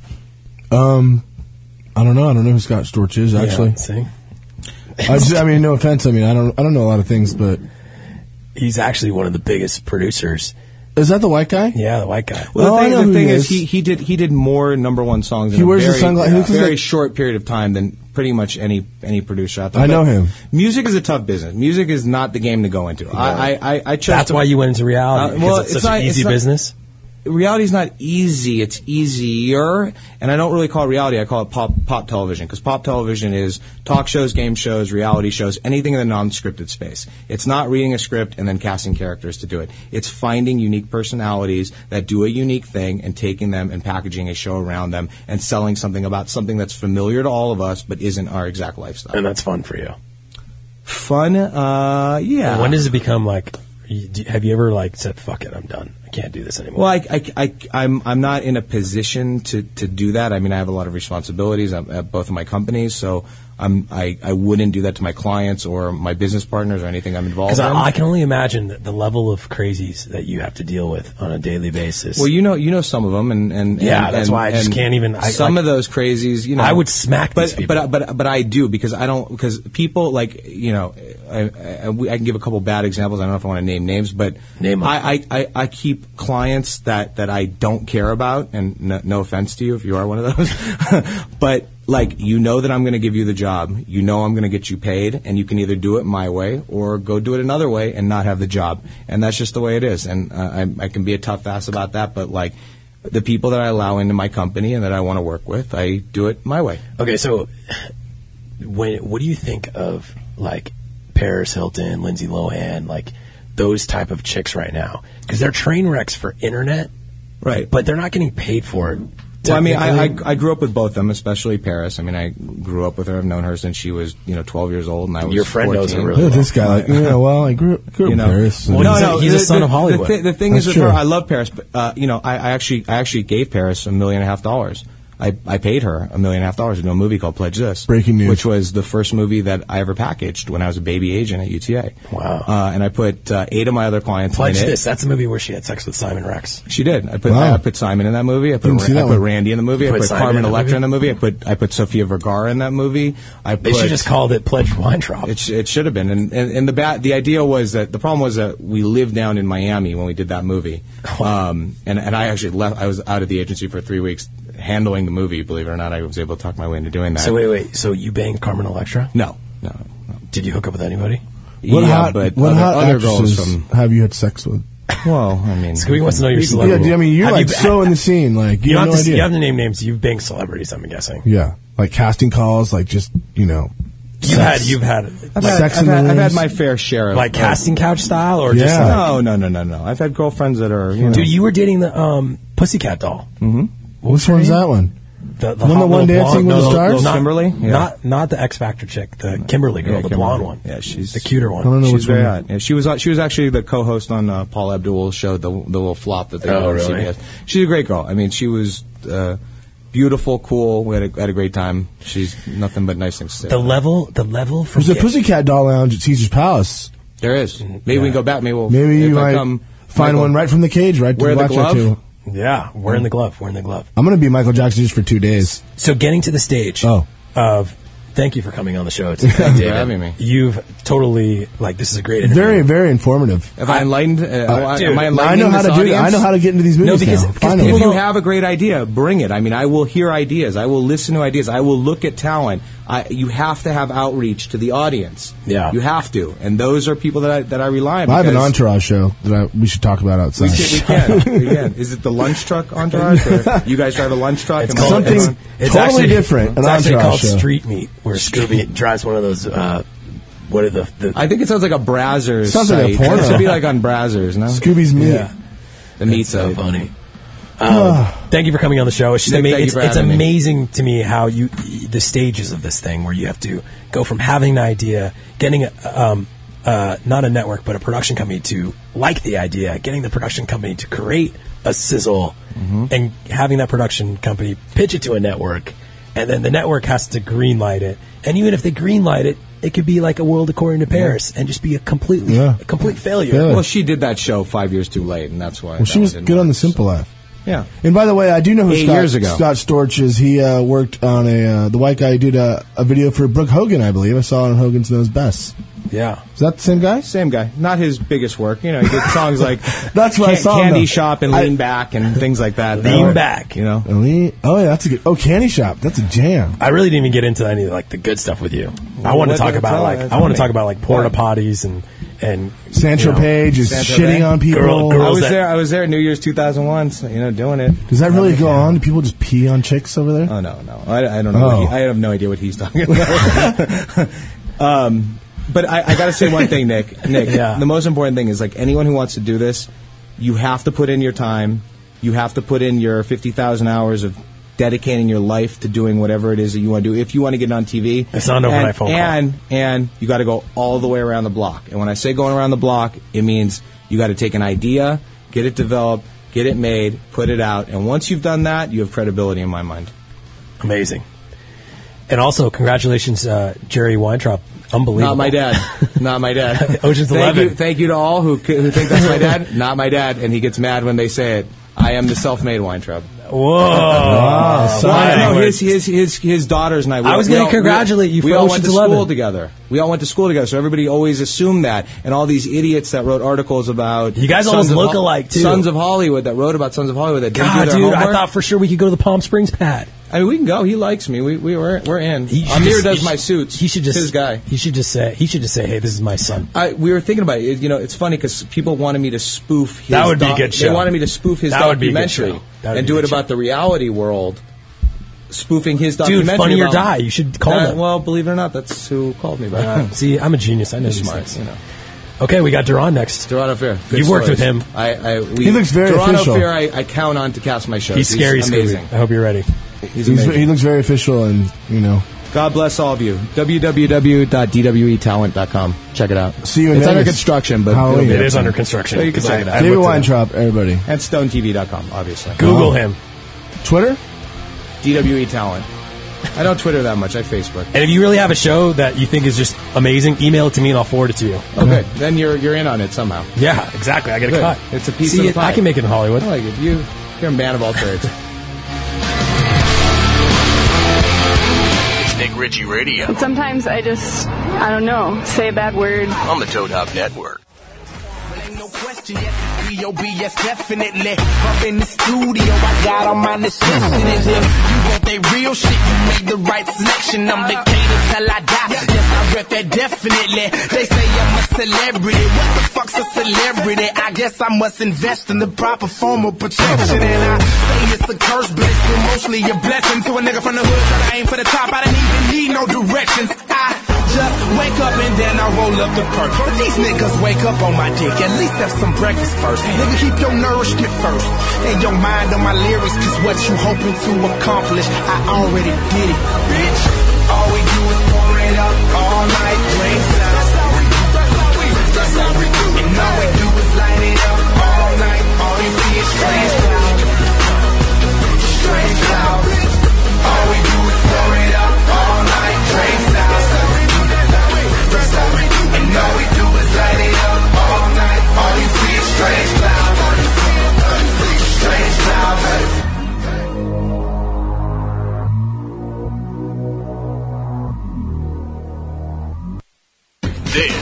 Speaker 5: Um, I don't know. I don't know who Scott Storch is
Speaker 3: Yeah,
Speaker 5: actually.
Speaker 3: see?
Speaker 5: I, just- I mean, no offense. I mean, I don't. I don't know a lot of things, but
Speaker 3: He's actually one of the biggest producers.
Speaker 5: is that the white guy?
Speaker 3: Yeah, the white guy.
Speaker 15: Well, the
Speaker 5: Oh, I
Speaker 15: thing,
Speaker 5: know
Speaker 15: the
Speaker 5: who
Speaker 15: thing
Speaker 5: he
Speaker 15: is,
Speaker 5: is.
Speaker 15: he, he did he did more number one songs.
Speaker 5: He
Speaker 15: in
Speaker 5: wears
Speaker 15: a
Speaker 5: the
Speaker 15: very,
Speaker 5: sungla- he looks
Speaker 15: very
Speaker 5: like-
Speaker 15: short period of time than pretty much any any producer out there.
Speaker 5: I know
Speaker 15: But
Speaker 5: him.
Speaker 15: Music is a tough business. Music is not the game to go into. I, I I I chose.
Speaker 3: That's
Speaker 15: to-
Speaker 3: why you went into reality.
Speaker 15: Uh,
Speaker 3: because
Speaker 15: well,
Speaker 3: it's,
Speaker 15: it's
Speaker 3: such
Speaker 15: not-
Speaker 3: an
Speaker 15: it's
Speaker 3: easy
Speaker 15: not-
Speaker 3: business.
Speaker 15: Reality's not easy. It's easier, and I don't really call it reality. I call it pop pop television because pop television is talk shows, game shows, reality shows, anything in the non-scripted space. It's not reading a script and then casting characters to do it. It's finding unique personalities that do a unique thing and taking them and packaging a show around them and selling something about something that's familiar to all of us but isn't our exact lifestyle.
Speaker 3: And that's fun for you.
Speaker 15: Fun, uh, yeah.
Speaker 3: When does it become like? you- do- Have you ever like said, "Fuck it, I'm done. I can't do this anymore"?
Speaker 15: Well, I, am I'm not in a position to, to do that. I mean, I have a lot of responsibilities at, at both of my companies, so I'm, I, I wouldn't do that to my clients or my business partners or anything I'm involved
Speaker 3: Because
Speaker 15: in.
Speaker 3: I, I can only imagine the, the level of crazies that you have to deal with on a daily basis.
Speaker 15: well, you know, you know some of them, and, and
Speaker 3: Yeah,
Speaker 15: and-
Speaker 3: that's
Speaker 15: and-
Speaker 3: why I just
Speaker 15: and
Speaker 3: can't even- I-
Speaker 15: some
Speaker 3: like-
Speaker 15: of those crazies, you know,
Speaker 3: I would smack
Speaker 15: but,
Speaker 3: these people.
Speaker 15: But but but I do because I don't because people like you know I, I, we- I can give a couple bad examples. I don't know if I want to name names, but
Speaker 3: Name 'em.
Speaker 15: I, I, I I keep clients that that I don't care about, and no, no offense to you if you are one of those, but. Like you know that I'm going to give you the job, you know I'm going to get you paid, and you can either do it my way or go do it another way and not have the job, and that's just the way it is. And uh, I, I can be a tough ass about that, but like the people that I allow into my company and that I want to work with, I do it my way.
Speaker 3: okay, so when what do you think of like Paris Hilton, Lindsay Lohan, like those type of chicks right now? Because they're train wrecks for internet,
Speaker 15: right?
Speaker 3: But they're not getting paid for it.
Speaker 15: Well, I mean, I, I
Speaker 3: technically.
Speaker 15: I grew up with both of them, especially Paris. I mean, I grew up with her. I've known her since she was you know 12 years old, and I was
Speaker 3: Your friend knows her
Speaker 15: 14.
Speaker 5: Look at this guy. Like, you know, well, I grew, grew up in Paris. and-
Speaker 15: no, no, the- the- The, thi- the thing is with her, I love Paris, but uh, you know, I, I actually, I actually gave Paris a million and a half dollars. I, I paid her a million and a half dollars to do a movie called Pledge This,
Speaker 5: Breaking news.
Speaker 15: which was the first movie that I ever packaged when I was a baby agent at UTA. Wow! Uh, and I put uh, eight of my other clients.
Speaker 3: Pledge
Speaker 15: in it.
Speaker 3: this. That's a movie where she had sex with Simon Rex.
Speaker 15: She did. I put
Speaker 3: Wow.
Speaker 15: I put Simon in that movie. I put,
Speaker 3: Didn't see
Speaker 15: Ra-
Speaker 3: that
Speaker 15: I put
Speaker 3: one.
Speaker 15: Randy in the movie.
Speaker 3: Put
Speaker 15: I put
Speaker 3: Simon
Speaker 15: Carmen
Speaker 3: in the
Speaker 15: Electra
Speaker 3: movie?
Speaker 15: in the movie. I put I put Sofia Vergara in that movie. I
Speaker 3: They
Speaker 15: put,
Speaker 3: should just called it Pledge Weintraub.
Speaker 15: It, sh- it should have been. And and, and the bat the idea was that the problem was that we lived down in Miami when we did that movie. Um, and and I actually left. I was out of the agency for three weeks handling the movie. Believe it or not, I was able to talk my way into doing that.
Speaker 3: So wait, wait. So you banged Carmen Electra?
Speaker 15: No, no.
Speaker 3: Did you hook up with anybody?
Speaker 5: What
Speaker 15: yeah,
Speaker 5: hot,
Speaker 15: but
Speaker 5: what
Speaker 15: other,
Speaker 5: hot
Speaker 15: other girls
Speaker 5: actresses
Speaker 15: from.
Speaker 5: have you had sex with?
Speaker 15: Well, I mean,
Speaker 3: Scooby wants to know your
Speaker 5: Yeah,
Speaker 3: celebrity.
Speaker 5: dude, I mean, you're
Speaker 3: Have
Speaker 5: like
Speaker 3: you-
Speaker 5: so in the scene. Like, you,
Speaker 3: You
Speaker 5: have
Speaker 3: don't have
Speaker 5: no
Speaker 3: to,
Speaker 5: idea.
Speaker 3: you have to name names. You've banged celebrities. I'm guessing.
Speaker 5: yeah, like casting calls. Like, just you know,
Speaker 3: You've had. You've had.
Speaker 15: I've,
Speaker 3: like,
Speaker 15: had,
Speaker 5: Sex
Speaker 15: I've,
Speaker 5: in the
Speaker 15: had, I've
Speaker 5: Rooms.
Speaker 15: had my fair share of
Speaker 3: like casting couch style, or just
Speaker 15: uh, Yeah.
Speaker 3: like,
Speaker 15: no, no, no, no, no. I've had girlfriends that are. You know,
Speaker 3: Dude, you were dating the um, pussycat doll.
Speaker 15: Mm-hmm.
Speaker 5: Which one's that one?
Speaker 3: The, the
Speaker 5: One
Speaker 3: hot
Speaker 5: that won
Speaker 3: little
Speaker 5: Dancing
Speaker 3: blonde-
Speaker 5: with the
Speaker 3: no,
Speaker 5: Stars? Mm-hmm.
Speaker 3: not-
Speaker 15: Kimberly? Yeah.
Speaker 3: Not not the X Factor chick, the Kimberly girl,
Speaker 15: Yeah,
Speaker 3: the
Speaker 15: Kimberly.
Speaker 3: blonde one.
Speaker 15: Yeah, she's
Speaker 3: the cuter one.
Speaker 5: I don't know
Speaker 15: She's
Speaker 5: which
Speaker 15: very
Speaker 5: one.
Speaker 15: hot. Yeah, she was uh, she was actually the co-host on uh, Paul Abdul's show, the the little flop that they
Speaker 3: Oh,
Speaker 15: did on
Speaker 3: really?
Speaker 15: CBS. She's a great girl. I mean, she was uh, beautiful, cool. We had a, had a great time. She's nothing but nice things to say.
Speaker 3: The level, the level from
Speaker 5: There's a Pussycat Doll Lounge at Caesar's Palace.
Speaker 15: there is. Maybe we can go back. Maybe we'll
Speaker 5: Maybe
Speaker 15: if
Speaker 5: you
Speaker 15: I
Speaker 5: might
Speaker 15: come,
Speaker 5: find
Speaker 15: Michael,
Speaker 5: one right from the cage, right to
Speaker 15: Wear the
Speaker 5: watch it
Speaker 15: glove.
Speaker 5: to.
Speaker 3: Yeah, wearing the glove, wearing the glove.
Speaker 5: I'm going to be Michael Jackson just for two days.
Speaker 3: So getting to the stage.
Speaker 5: Oh.
Speaker 3: Of thank you for coming on the show today,
Speaker 15: Thanks for
Speaker 3: David.
Speaker 15: having me.
Speaker 3: You've totally like this is a great interview.
Speaker 5: Very, very informative.
Speaker 15: Have I enlightened? Uh,
Speaker 3: dude,
Speaker 15: am I
Speaker 3: I
Speaker 15: enlightening
Speaker 5: know how
Speaker 15: this
Speaker 5: to do-
Speaker 15: audience?
Speaker 5: I know how to get into these
Speaker 15: No,
Speaker 5: movies
Speaker 15: because,
Speaker 5: now,
Speaker 15: because
Speaker 5: finally.
Speaker 15: if you
Speaker 5: People
Speaker 15: have a great idea, bring it. I mean, I will hear ideas. I will listen to ideas. I will look at talent. I, you have to have outreach to the audience.
Speaker 5: Yeah.
Speaker 15: you have to, and those are people that I, that I rely on.
Speaker 5: I have an
Speaker 15: because-
Speaker 5: entourage show that I, we should talk about outside.
Speaker 15: We can, we can. Is it the lunch truck entourage? Or you guys drive a lunch truck?
Speaker 3: It's
Speaker 15: Am I-
Speaker 3: called-
Speaker 15: am I-
Speaker 3: it's- it's actually- It's actually called Street Meat, where
Speaker 15: Street-
Speaker 3: Scooby drives one of those. Uh, what are the, the?
Speaker 15: I think it sounds like a Brazzers.
Speaker 3: Sounds like a
Speaker 15: site.
Speaker 3: porno.
Speaker 15: It should be like on Brazzers, no?
Speaker 5: Scooby's meat.
Speaker 3: Yeah.
Speaker 15: The meat's so
Speaker 3: funny.
Speaker 5: Ah,
Speaker 3: Um, thank you for coming on the show. It's, just
Speaker 15: Ah. Nick,
Speaker 3: ama-
Speaker 15: thank you
Speaker 3: it's,
Speaker 15: for
Speaker 3: it's
Speaker 15: having me.
Speaker 3: amazing to me how you the stages of this thing where you have to go from having an idea, getting a, um, uh, not a network but a production company to like the idea, getting the production company to create a sizzle,
Speaker 15: Mm-hmm.
Speaker 3: and having that production company pitch it to a network, and then the network has to greenlight it. And even if they greenlight it, it could be like a world according to Paris and just be a completely a complete failure.
Speaker 15: Well, she did that show five years too late, and that's why.
Speaker 5: Well, she was good on the Simple Life.
Speaker 15: Yeah.
Speaker 5: And by the way, I do know who
Speaker 15: Eight
Speaker 5: Scott,
Speaker 15: years ago.
Speaker 5: Scott Storch is. He uh, worked on a uh, the white guy who did a, a video for Brooke Hogan, I believe. I saw it on Hogan's Knows Best.
Speaker 3: Yeah.
Speaker 5: Is that the same guy?
Speaker 15: Same guy. Not his biggest work. You know, he did songs like
Speaker 5: That's what I
Speaker 15: Can-
Speaker 5: saw him,
Speaker 15: Candy
Speaker 5: though.
Speaker 15: Shop and
Speaker 5: I-
Speaker 15: Lean Back and things like that.
Speaker 3: Lean
Speaker 15: Uh,
Speaker 3: Back.
Speaker 15: You know.
Speaker 5: Elite. Oh yeah, that's a good. Oh, Candy Shop. That's a jam.
Speaker 3: I really didn't even get into any of like the good stuff with you. I
Speaker 5: Well,
Speaker 3: want to
Speaker 5: what
Speaker 3: talk
Speaker 5: did I
Speaker 3: about
Speaker 5: tell
Speaker 3: like
Speaker 5: you?
Speaker 3: I want to talk about like porta potties and and
Speaker 5: Sancho Page is Sancho shitting Page. on people.
Speaker 3: Girl,
Speaker 15: I was
Speaker 3: girls that,
Speaker 15: there. I was there. at New Year's 2001. So, you know, doing it.
Speaker 5: Does that really go on? Do people just pee on chicks over there?
Speaker 15: Oh no, no, I, I don't know.
Speaker 5: Oh.
Speaker 15: What he, I have no idea what he's talking about. um, but I, I got to say one thing, Nick. Nick,
Speaker 3: Yeah.
Speaker 15: the most important thing is like anyone who wants to do this, you have to put in your time. You have to put in your fifty thousand hours of dedicating your life to doing whatever it is that you want to do. If you want to get on TV,
Speaker 3: It's not an overnight
Speaker 15: and,
Speaker 3: phone call.
Speaker 15: And and you got to go all the way around the block. And when I say going around the block, it means you got to take an idea, get it developed, get it made, put it out, and once you've done that, you have credibility in my mind.
Speaker 3: amazing. And also, congratulations, uh, Jerry Weintraub.
Speaker 15: Not
Speaker 3: Unbelievable.
Speaker 15: my dad. Not my dad.
Speaker 3: Ocean's
Speaker 15: thank
Speaker 3: Eleven.
Speaker 15: You, thank you to all who, c- who think that's my dad. Not my dad, and he gets mad when they say it. I am the self-made wine trub.
Speaker 3: Whoa.
Speaker 15: Well, I know his, his, his, his daughters and I. we-
Speaker 3: I was
Speaker 15: we
Speaker 3: gonna
Speaker 15: all-
Speaker 3: congratulate
Speaker 15: we,
Speaker 3: you for
Speaker 15: We all went
Speaker 3: Ocean's
Speaker 15: to school
Speaker 3: Eleven.
Speaker 15: together. We all went to school together, so everybody always assumed that. And all these idiots that wrote articles about
Speaker 3: You guys
Speaker 15: Sons
Speaker 3: almost
Speaker 15: of
Speaker 3: look
Speaker 15: Ho-
Speaker 3: alike, too.
Speaker 15: Sons of Hollywood that wrote about Sons of Hollywood that
Speaker 3: God,
Speaker 15: didn't do
Speaker 3: dude,
Speaker 15: their
Speaker 3: I
Speaker 15: homework.
Speaker 3: thought for sure we could go to the Palm Springs pad.
Speaker 15: I mean, we can go. He likes me. We we were we're in.
Speaker 3: He should
Speaker 15: Amir
Speaker 3: just-
Speaker 15: does
Speaker 3: he
Speaker 15: my
Speaker 3: should-
Speaker 15: suits.
Speaker 3: He should just
Speaker 15: his guy.
Speaker 3: He should just say. He should just say, "Hey, this is my son."
Speaker 15: I, we were thinking about it. It- You know, it's funny because people wanted me to spoof his.
Speaker 3: That would be a
Speaker 15: doc-
Speaker 3: good
Speaker 15: They
Speaker 3: show.
Speaker 15: wanted me to spoof his
Speaker 3: That would be a good
Speaker 15: documentary
Speaker 3: show. That would
Speaker 15: and
Speaker 3: be a
Speaker 15: do it
Speaker 3: good show.
Speaker 15: about the reality world, spoofing his
Speaker 3: Dude,
Speaker 15: documentary.
Speaker 3: funny or
Speaker 15: about-
Speaker 3: die. You should call
Speaker 15: That-
Speaker 3: them.
Speaker 15: Well, believe it or not, that's who called me. But
Speaker 3: Uh, see, I'm a genius. I know these
Speaker 15: smart,
Speaker 3: things.
Speaker 15: you know.
Speaker 3: Okay, we got Duran next.
Speaker 15: Duran Affair. good
Speaker 3: You've worked
Speaker 15: stories.
Speaker 3: with him.
Speaker 15: I, I, we,
Speaker 5: He looks very
Speaker 15: Duran
Speaker 5: official.
Speaker 15: Affair, I, I count on to cast my show.
Speaker 3: He's scary,
Speaker 15: amazing.
Speaker 3: Scooby. I hope you're ready.
Speaker 15: He's
Speaker 5: He's,
Speaker 15: amazing.
Speaker 5: he looks very official, and you know.
Speaker 15: God bless all of you. E www.dwetalent.com. Check it out.
Speaker 5: See you in
Speaker 15: It's under
Speaker 5: Vegas.
Speaker 15: construction, but
Speaker 5: Halloween.
Speaker 15: it'll be
Speaker 5: It
Speaker 15: up
Speaker 5: is
Speaker 15: soon.
Speaker 3: under construction.
Speaker 15: So you can
Speaker 3: It's
Speaker 15: check
Speaker 3: like-
Speaker 15: it out.
Speaker 5: David
Speaker 15: I looked it up.
Speaker 5: Weintraub, everybody.
Speaker 15: And stonetv.com, obviously.
Speaker 3: Google
Speaker 5: Oh.
Speaker 3: him.
Speaker 5: Twitter.
Speaker 15: DWE talent. I don't Twitter that much. I Facebook.
Speaker 3: And if you really have a show that you think is just amazing, email it to me and I'll forward it to you.
Speaker 15: Okay, then you're you're in on it somehow.
Speaker 3: Yeah, exactly. I get a
Speaker 15: Good.
Speaker 3: cut.
Speaker 15: It's a piece
Speaker 3: See,
Speaker 15: of the pie.
Speaker 3: I can make it in Hollywood.
Speaker 15: I like it. You you're a man of all trades.
Speaker 16: It's Nick Ritchie Radio
Speaker 17: Sometimes I just, I don't know, say a bad word.
Speaker 16: on the Toad Hop Network.
Speaker 14: B.O.B.S. definitely. Up in the studio, I got all my necessities. If you want that real shit, you made the right selection. I'm the king till I die. Yes, I rep that definitely. They say I'm a celebrity. What the fuck's a celebrity? I guess I must invest in the proper form of protection. And I say it's a curse, but it's been mostly a blessing. To a nigga from the hood, try to aim for the top. I don't even need no directions. I just wake up and then I roll up the perk. But these niggas wake up on my dick. At least have some breakfast first. Nigga, keep your nourishment first. And your mind on my lyrics, cause what you hoping to accomplish, I already did it. Bitch, all we do is pour it up all night. Drinks out. That's how we do, that's how we, that's how we do. And all we do is light it up all night. All you see is strange clouds. Strange clouds. All we do is pour it up all night. Drinks out. That's how we do, that's how we, that's how we do. And all we do is light it up all night. All you see is strange clouds. Strange clouds.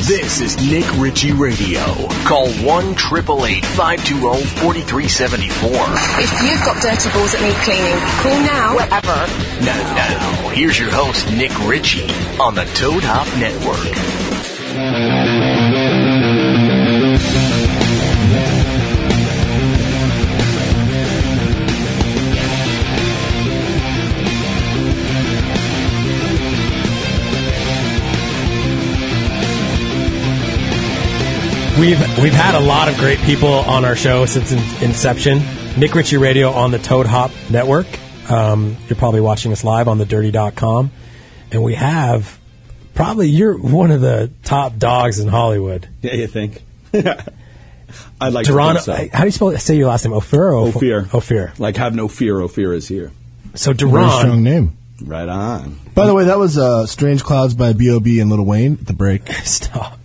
Speaker 16: This is Nick Ritchie Radio. Call 1 888 520 4374.
Speaker 2: If you've got dirty balls that need cleaning, call now wherever.
Speaker 16: Now, now, here's your host, Nick Ritchie, on the Toad Hop Network.
Speaker 3: We've we've had a lot of great people on our show since in, inception. Nick Ritchie Radio on the Toad Hop Network. Um, you're probably watching us live on the dirty.com. And we have probably you're one of the top dogs in Hollywood.
Speaker 18: Yeah, you think? I'd like
Speaker 3: Toronto.
Speaker 18: to think so.
Speaker 3: How do you spell say your last name? Ophir or Oph-
Speaker 18: Ophir.
Speaker 3: Ophir.
Speaker 18: Like, have no fear, Ophir is here.
Speaker 3: So
Speaker 5: Very strong
Speaker 3: Duran
Speaker 5: name.
Speaker 18: Right on.
Speaker 5: By the way, that was uh, "Strange Clouds" by B.O.B. and Little Wayne. At the break.
Speaker 3: Stop.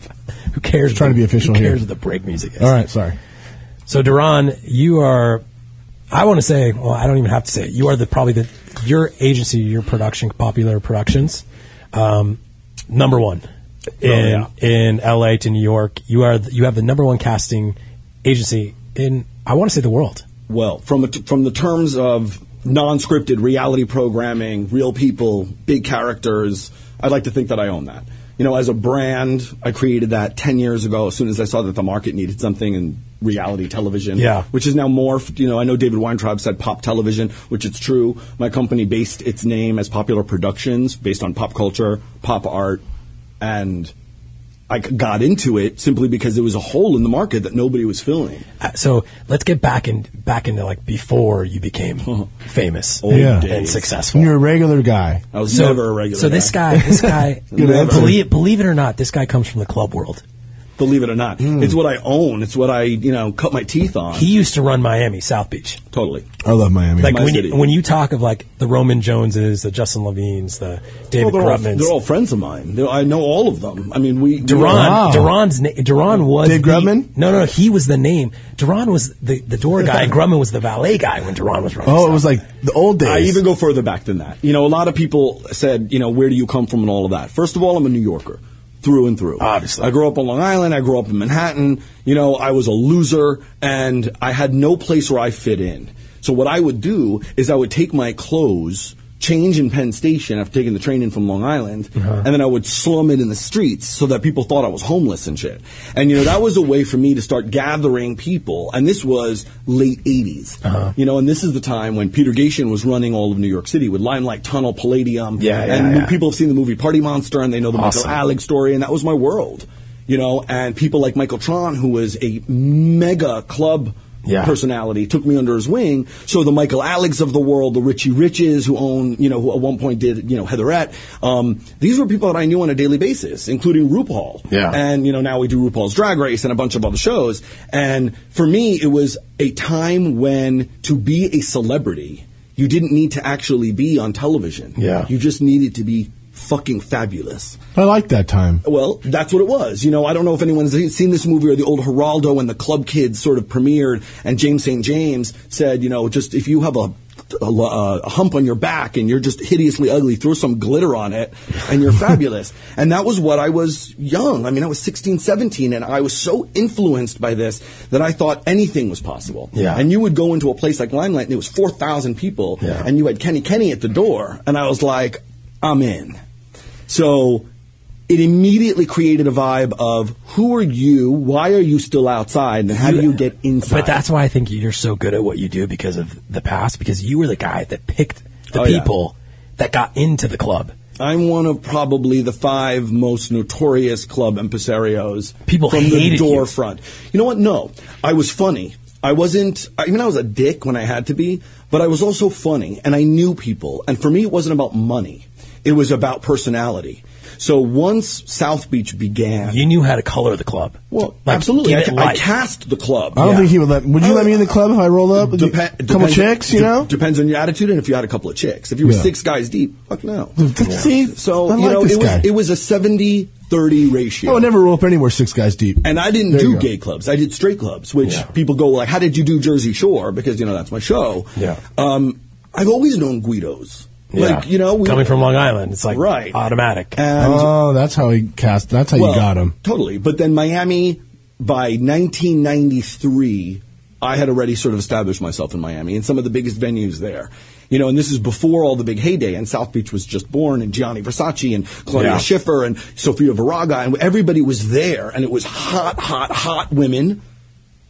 Speaker 3: Who cares?
Speaker 5: Trying to be official
Speaker 3: Who
Speaker 5: here.
Speaker 3: cares what the break music is?
Speaker 5: All right, sorry.
Speaker 3: So Duran, you are I want to say, well, I don't even have to say it. You are the probably the your agency, your production, popular productions, um, number one
Speaker 5: Oh,
Speaker 3: in in LA to New York. You are the, you have the number one casting agency in I want to say the world.
Speaker 18: Well, from a t- from the terms of non-scripted reality programming, real people, big characters, I'd like to think that I own that. You know, as a brand, I created that 10 years ago as soon as I saw that the market needed something in reality television,
Speaker 3: Yeah.
Speaker 18: which is now morphed. You know, I know David Weintraub said pop television, which it's true. My company based its name as Popular Productions based on pop culture, pop art, and I c- got into it simply because there was a hole in the market that nobody was filling.
Speaker 3: Uh, So let's get back in back into like before you became famous
Speaker 18: Old
Speaker 5: Yeah.
Speaker 3: and
Speaker 18: days.
Speaker 3: successful.
Speaker 5: When you're a regular guy.
Speaker 18: I was never a regular.
Speaker 3: So this guy, this guy,
Speaker 18: Good answer.
Speaker 3: believe, believe it or not, this guy comes from the club world.
Speaker 18: believe it or not, it's what I own. It's what I you know cut my teeth on.
Speaker 3: Hmm. He used to run Miami South Beach.
Speaker 18: totally.
Speaker 5: I love Miami.
Speaker 3: Like
Speaker 18: My
Speaker 3: when
Speaker 18: city.
Speaker 3: you, when you talk of like the Roman Joneses, the Justin Levines, the David
Speaker 18: Well, they're, all,
Speaker 3: Grubmans,
Speaker 18: they're all friends of mine. They're- I know all of them. I mean, we
Speaker 3: Duran,
Speaker 18: Wow.
Speaker 3: Duran's na- Duran was
Speaker 18: Dave
Speaker 3: the-
Speaker 18: Grubman?
Speaker 3: No, no, he was the name. Duran was the, the door guy. and Grubman was the valet guy when Duran was running.
Speaker 5: Oh, it was like the old days.
Speaker 18: I even go further back than that. You know, a lot of people said, you know, where do you come from and all of that. First of all, I'm a New Yorker through and through. Obviously. I grew up on Long Island. I grew up in Manhattan. You know, I was a loser and I had no place where I fit in. So what I would do is I would take my clothes, change in Penn Station after taking the train in from Long Island,
Speaker 3: Uh-huh.
Speaker 18: and then I would slum it in the streets so that people thought I was homeless and shit. And you know, that was a way for me to start gathering people. And this was late 80s.
Speaker 3: Uh-huh.
Speaker 18: You know, and this is the time when Peter Gation was running all of New York City with Limelight Tunnel, Palladium.
Speaker 3: Yeah, yeah,
Speaker 18: and
Speaker 3: yeah.
Speaker 18: people have seen the movie Party Monster and they know the
Speaker 3: Awesome.
Speaker 18: Michael Alec story, and that was my world. You know, and people like Michael Tron, who was a mega club
Speaker 3: Yeah.
Speaker 18: personality, took me under his wing. So the Michael Alex of the world, the Richie Riches, who own, you know, who at one point did, you know, Heatherette. Um, these were people that I knew on a daily basis, including RuPaul.
Speaker 3: Yeah.
Speaker 18: And, you know, now we do RuPaul's Drag Race and a bunch of other shows. And for me, it was a time when to be a celebrity, you didn't need to actually be on television.
Speaker 5: Yeah.
Speaker 18: You just needed to be fucking fabulous.
Speaker 5: I like that time.
Speaker 18: Well, that's what it was. You know, I don't know if anyone's seen this movie or the old Geraldo and the Club Kids sort of premiered, and James St. James said, you know, just if you have a, a, lo- a hump on your back and you're just hideously ugly, throw some glitter on it and you're fabulous. And that was what I was young. I mean, I was 16, 17, and I was so influenced by this that I thought anything was possible.
Speaker 3: Yeah.
Speaker 18: And you would go into a place like Limelight and it was 4,000 people,
Speaker 3: Yeah.
Speaker 18: and you had Kenny Kenny at the door, and I was like, I'm in. So it immediately created a vibe of who are you? Why are you still outside? And how do you get inside?
Speaker 3: But that's why I think you're so good at what you do because of the past. Because you were the guy that picked the
Speaker 18: Oh, yeah.
Speaker 3: people that got into the club.
Speaker 18: I'm one of probably the five most notorious club impresarios
Speaker 3: People
Speaker 18: from
Speaker 3: hated
Speaker 18: the door
Speaker 3: you.
Speaker 18: front. You know what? No, I was funny. I wasn't. I mean, I was a dick when I had to be, but I was also funny, and I knew people. And for me, it wasn't about money; it was about personality. So once South Beach began,
Speaker 3: You knew how to color the club.
Speaker 18: well,
Speaker 3: Like,
Speaker 18: absolutely,
Speaker 3: give
Speaker 18: I,
Speaker 3: it
Speaker 18: I
Speaker 3: life.
Speaker 18: cast the club.
Speaker 5: I don't
Speaker 18: Yeah.
Speaker 5: think he would let. Would you let me in the club if I rolled up? with
Speaker 18: Depen-
Speaker 5: a couple
Speaker 18: depends-
Speaker 5: chicks, you
Speaker 18: de-
Speaker 5: know.
Speaker 18: Depends on your attitude and if you had a couple of chicks. If you were
Speaker 5: Yeah.
Speaker 18: six guys deep, fuck no.
Speaker 5: See,
Speaker 18: So
Speaker 5: I
Speaker 18: you
Speaker 5: like
Speaker 18: know,
Speaker 5: this
Speaker 18: it was
Speaker 5: guy.
Speaker 18: it was a 70-30 ratio.
Speaker 5: I would Oh, never roll up anywhere six guys deep.
Speaker 18: and I didn't
Speaker 5: There you
Speaker 18: do
Speaker 5: go.
Speaker 18: gay clubs. I did straight clubs, which
Speaker 5: Yeah.
Speaker 18: people go like, "How did you do Jersey Shore?" Because you know that's my show.
Speaker 5: Yeah.
Speaker 18: Um, I've always known Guidos. Like you know, we,
Speaker 3: coming from Long Island, it's like
Speaker 18: right.
Speaker 3: automatic.
Speaker 18: And-
Speaker 5: oh, that's how he cast. That's how
Speaker 18: well,
Speaker 5: you got him.
Speaker 18: Totally. But then Miami, by 1993, I had already sort of established myself in Miami in some of the biggest venues there. You know, and this is before all the big heyday, and South Beach was just born, and Gianni Versace, and Claudia
Speaker 19: Yeah.
Speaker 18: Schiffer, and Sofia Viraga, and everybody was there, and it was hot, hot, hot women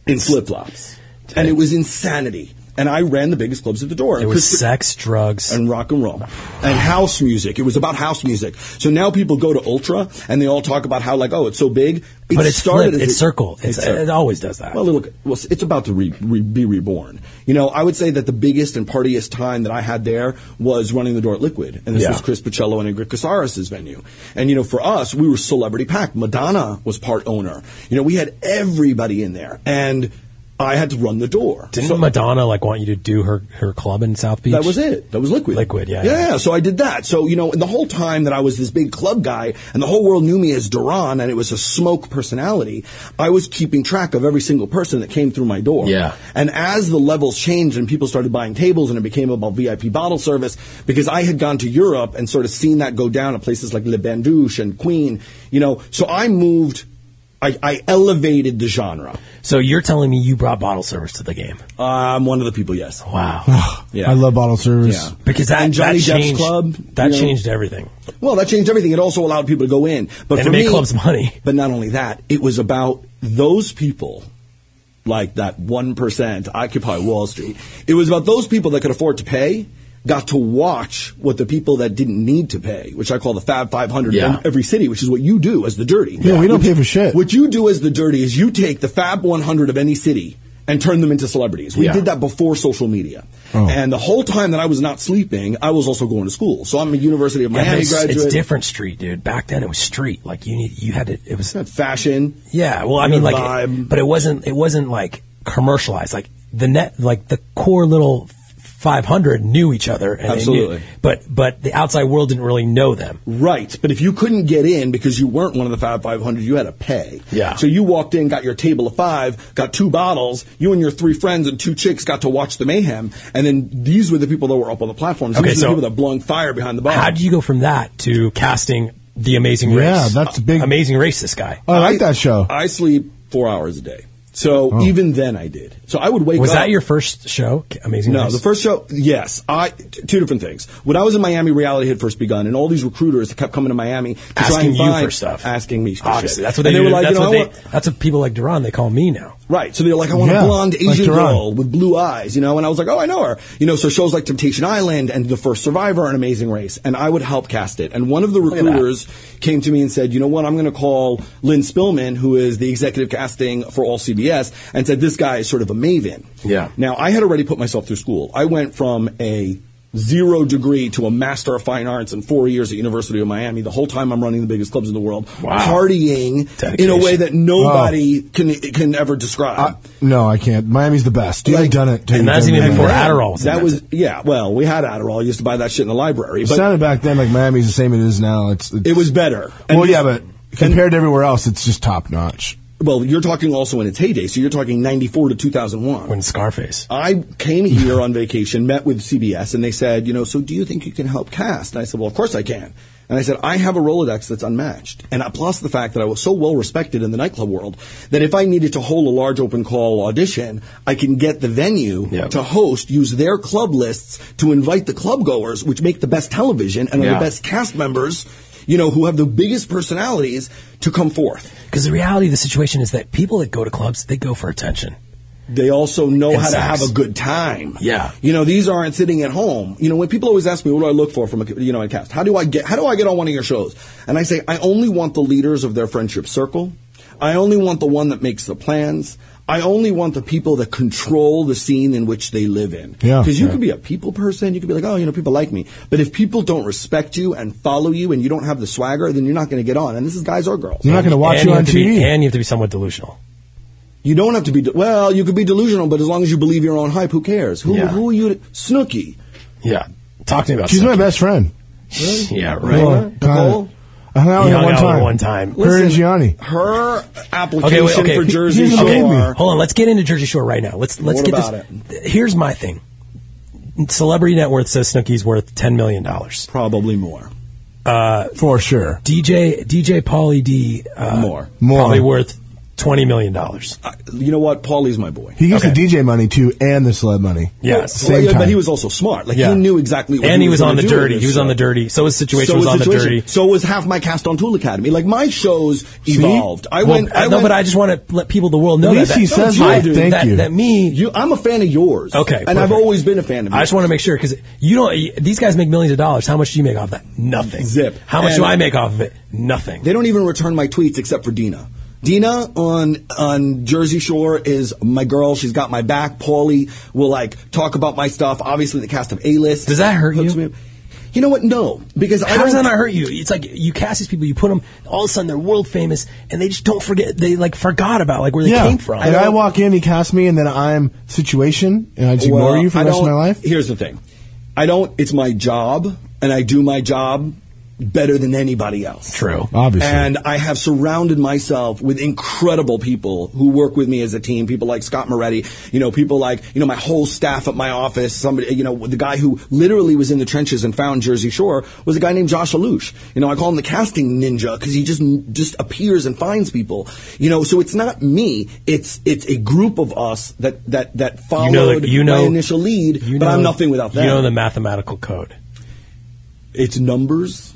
Speaker 18: in flip flops. And it was insanity. And I ran the biggest clubs at the door.
Speaker 3: It was
Speaker 18: Pres-
Speaker 3: sex, drugs,
Speaker 18: and rock and roll, and house music. It was about house music. So now people go to Ultra and they all talk about how like, oh, it's so big. It
Speaker 3: But it's
Speaker 18: started
Speaker 3: flipped.
Speaker 18: as
Speaker 3: It's
Speaker 18: a-
Speaker 3: circle. It's-
Speaker 18: circle.
Speaker 3: it always does that.
Speaker 18: Well, look, well, it's about to re, re, be reborn. You know, I would say that the biggest and partiest time that I had there was running the door at Liquid, and this
Speaker 19: Yeah.
Speaker 18: was Chris Pacello and Ingrid Casares' venue. And you know, for us, we were celebrity packed. Madonna was part owner. You know, we had everybody in there, and I had to run the door.
Speaker 3: Didn't
Speaker 18: So-
Speaker 3: Madonna like want you to do her her club in South Beach?
Speaker 18: That was it. That was liquid.
Speaker 3: Liquid, yeah.
Speaker 18: Yeah, so I did that. So, you know, and the whole time that I was this big club guy and the whole world knew me as Duran and it was a smoke personality, I was keeping track of every single person that came through my door.
Speaker 3: Yeah.
Speaker 18: And as the levels changed and people started buying tables and it became about VIP bottle service, because I had gone to Europe and sort of seen that go down at places like Le Bandouche and Queen, you know, so I moved, I, I elevated the genre.
Speaker 3: So you're telling me you brought bottle service to the game?
Speaker 18: I'm one of the people, yes.
Speaker 3: Wow.
Speaker 18: yeah.
Speaker 5: I love bottle service.
Speaker 18: Yeah.
Speaker 3: Because that,
Speaker 18: And Johnny
Speaker 3: that
Speaker 18: Depp's
Speaker 3: changed,
Speaker 18: club,
Speaker 3: that
Speaker 18: you know.
Speaker 3: changed everything.
Speaker 18: Well, that changed everything. It also allowed people to go in, but
Speaker 3: And
Speaker 18: for
Speaker 3: it made
Speaker 18: me,
Speaker 3: clubs money.
Speaker 18: But not only that, it was about those people, like that one percent Occupy Wall Street. It was about those people that could afford to pay. Got to watch what the people that didn't need to pay, which I call the Fab 500
Speaker 5: Yeah.
Speaker 18: in every city, which is what you do as the dirty.
Speaker 5: Yeah, we don't pay for shit.
Speaker 18: What you do as the dirty is you take the Fab 100 of any city and turn them into celebrities. We
Speaker 5: Yeah.
Speaker 18: did that before social media.
Speaker 3: Oh.
Speaker 18: And the whole time that I was not sleeping, I was also going to school. So I'm a University of
Speaker 3: Yeah, but
Speaker 18: Miami
Speaker 3: it's,
Speaker 18: graduate.
Speaker 3: it's different street, dude. Back then it was street. Like you need, you had to. It was
Speaker 18: fashion.
Speaker 3: Yeah. Well, I
Speaker 18: You
Speaker 3: mean,
Speaker 18: had
Speaker 3: like, it, but it wasn't. It wasn't like commercialized. Like the net, like the core little 500 knew each other. And they knew-
Speaker 18: Absolutely.
Speaker 3: but but the outside world didn't really know them.
Speaker 18: Right, but if you couldn't get in because you weren't one of the Fab 500, you had to pay.
Speaker 3: Yeah.
Speaker 18: So you walked in, got your table of five, got two bottles. You and your three friends and two chicks got to watch the mayhem, and then these were the people that were up on the platforms.
Speaker 3: Okay,
Speaker 18: these were
Speaker 3: so-
Speaker 18: the people that blowing fire behind the bar.
Speaker 3: How did you go from that to casting the Amazing Race?
Speaker 18: Yeah,
Speaker 5: that's big.
Speaker 3: Amazing Race. This guy.
Speaker 5: I like that show.
Speaker 18: I sleep four hours a day. So even then, I did. So I would wake
Speaker 3: Oh. was
Speaker 18: up.
Speaker 3: that your first show? Amazing.
Speaker 18: No,
Speaker 3: Race?
Speaker 18: the first show, yes. I t- two different things. When I was in Miami, reality had first begun, and all these recruiters kept coming to Miami to try
Speaker 3: asking
Speaker 18: and
Speaker 3: you
Speaker 18: find,
Speaker 3: for stuff,
Speaker 18: asking me. For
Speaker 3: Obviously,
Speaker 18: shit.
Speaker 3: that's what they,
Speaker 18: and they
Speaker 3: do.
Speaker 18: were like,
Speaker 3: that's
Speaker 18: you know,
Speaker 3: what
Speaker 18: I
Speaker 3: they-
Speaker 18: want-
Speaker 3: that's what people like Duran they call me now.
Speaker 18: Right. So they're like, I want
Speaker 3: Yeah,
Speaker 18: a blonde
Speaker 3: like
Speaker 18: Asian
Speaker 3: Duran.
Speaker 18: girl with blue eyes, you know? And I was like, oh, I know her. You know, so shows like Temptation Island and The First Survivor and Amazing Race. And I would help cast it. And one of the
Speaker 19: at that.
Speaker 18: recruiters came to me and said, you know what? I'm going to call Lynn Spillman, who is the executive casting for all CBS, and said, this guy is sort of a maven.
Speaker 19: Yeah.
Speaker 18: Now, I had already put myself through school. I went from a zero degree to a master of fine arts in four years at University of Miami. The whole time I'm running the biggest clubs in the world,
Speaker 5: Wow.
Speaker 18: partying in a
Speaker 5: Dedication. Uh,
Speaker 18: way that nobody can can ever describe.
Speaker 5: No, I can't. Miami's the best. You haven't done it. till you've done Miami.
Speaker 18: That was yeah. Well, we had Adderall. I used to buy that shit in the library,
Speaker 5: It
Speaker 18: but
Speaker 5: sounded back then like Miami's the same it is now. It's, it's
Speaker 18: it was better. And
Speaker 5: well,
Speaker 18: this-
Speaker 5: yeah, but compared to everywhere else, it's just top notch.
Speaker 18: Well, you're talking also in its heyday, so you're talking 94 to 2001.
Speaker 3: When Scarface.
Speaker 18: I came here on vacation, met with CBS, and they said, you know, so do you think you can help cast? And I said, well, of course I can. And I said, I have a Rolodex that's unmatched. And uh, plus the fact that I was so well respected in the nightclub world that if I needed to hold a large open call audition, I can get the venue to host, use their club lists to invite the club goers, which make the best television and are
Speaker 3: Yeah.
Speaker 18: the best cast members, you know, who have the biggest personalities to come forth.
Speaker 3: Because the reality of the situation is that people that go to clubs, they go for attention.
Speaker 18: They also know
Speaker 3: And
Speaker 18: how to
Speaker 3: sex.
Speaker 18: have a good time.
Speaker 3: Yeah.
Speaker 18: You know, these aren't sitting at home. You know, when people always ask me, what do I look for from a, you know, a cast? How do I get, how do I get on one of your shows? And I say, I only want the leaders of their friendship circle. I only want the one that makes the plans. I only want the people that control the scene in which they live in.
Speaker 19: Yeah.
Speaker 18: Because you
Speaker 19: Yeah.
Speaker 18: could be a people person. You could be like, oh, you know, people like me. But if people don't respect you and follow you and you don't have the swagger, then you're not going to get on. And this is guys or girls.
Speaker 3: And have to Be, and you have to be somewhat delusional.
Speaker 18: You don't have to be de- well. You could be delusional, but as long as you believe your own hype, who cares? Who
Speaker 3: Yeah.
Speaker 18: who are you? To- Snooki.
Speaker 3: Yeah. Talk to me about
Speaker 5: She's my best friend.
Speaker 3: Yeah,
Speaker 5: Well, God. I hung out with her one
Speaker 3: You hung out with
Speaker 5: time.
Speaker 3: her one time.
Speaker 5: Her
Speaker 3: Listen,
Speaker 5: and Gianni.
Speaker 18: Her application
Speaker 3: Okay, wait, okay.
Speaker 18: for Jersey
Speaker 3: okay,
Speaker 18: Shore.
Speaker 3: Hold on, let's get into Jersey Shore right now. Let's let's
Speaker 18: What
Speaker 3: get
Speaker 18: about
Speaker 3: this. Here's my thing. celebrity net worth says Snooki's worth ten million dollars.
Speaker 18: Probably more.
Speaker 3: Uh,
Speaker 5: for sure.
Speaker 3: DJ DJ Pauly D uh,
Speaker 18: More. Uh,
Speaker 5: More.
Speaker 3: probably worth twenty million dollars.
Speaker 18: You know what? Paulie's my boy.
Speaker 5: He gets the DJ money too and the celeb money.
Speaker 18: Well,
Speaker 5: Same
Speaker 18: yeah,
Speaker 5: time.
Speaker 18: but he was also smart. Like
Speaker 5: Yeah.
Speaker 18: he knew exactly. what
Speaker 5: And he was
Speaker 18: gonna
Speaker 5: on the
Speaker 18: do with
Speaker 5: dirty.
Speaker 18: this
Speaker 5: He was on
Speaker 18: show.
Speaker 5: the dirty. So his situation was on the dirty.
Speaker 18: So was half my cast on Tool Academy. Like my shows evolved. I
Speaker 3: Well,
Speaker 18: went. I
Speaker 3: no,
Speaker 18: went,
Speaker 3: but I just want to let people of the world know
Speaker 18: At
Speaker 3: that.
Speaker 18: least
Speaker 3: that
Speaker 18: he says
Speaker 3: I,
Speaker 18: that.
Speaker 3: do.
Speaker 18: Thank
Speaker 3: that,
Speaker 18: you.
Speaker 3: That me.
Speaker 18: You, I'm a fan of yours.
Speaker 3: Okay,
Speaker 18: and
Speaker 3: perfect.
Speaker 18: I've always been a fan of.
Speaker 3: I just want to make sure because you don't. These guys make millions of dollars. How much do you make off that? Nothing.
Speaker 18: Zip.
Speaker 3: How much
Speaker 18: And-
Speaker 3: do I make off of it? Nothing.
Speaker 18: Mm-hmm. They don't even return my tweets except for Dina. Dina on on Jersey Shore is my girl. She's got my back. Paulie will like talk about my stuff. Obviously, the cast of A List. Does that hurt you? you know what? No, because I
Speaker 3: How does
Speaker 18: don't-
Speaker 3: that not hurt you? It's like you cast these people, you put them, all of a sudden they're world famous, and they just don't forget. They like forgot about like where they came from.
Speaker 5: And I walk in, he casts me, and then I'm situation, and I just
Speaker 18: Well,
Speaker 5: ignore you for
Speaker 18: I
Speaker 5: the rest of
Speaker 18: don't-
Speaker 5: my life.
Speaker 18: Here's the thing. I don't, it's my job, and I do my job better than anybody else.
Speaker 3: True.
Speaker 5: Obviously.
Speaker 18: And I have surrounded myself with incredible people who work with me as a team. People like Scott Moretti, you know, people like, you know, my whole staff at my office, somebody, you know, the guy who literally was in the trenches and found Jersey Shore was a guy named Josh Alouche. You know, I call him the casting ninja because he just, just appears and finds people, you know, so it's not me. It's, it's a group of us that, that, that
Speaker 3: You
Speaker 18: followed
Speaker 3: know that- you know-
Speaker 18: my initial lead,
Speaker 3: You
Speaker 18: but I'm
Speaker 3: know-
Speaker 18: nothing without that.
Speaker 3: You know the mathematical code.
Speaker 18: it's numbers,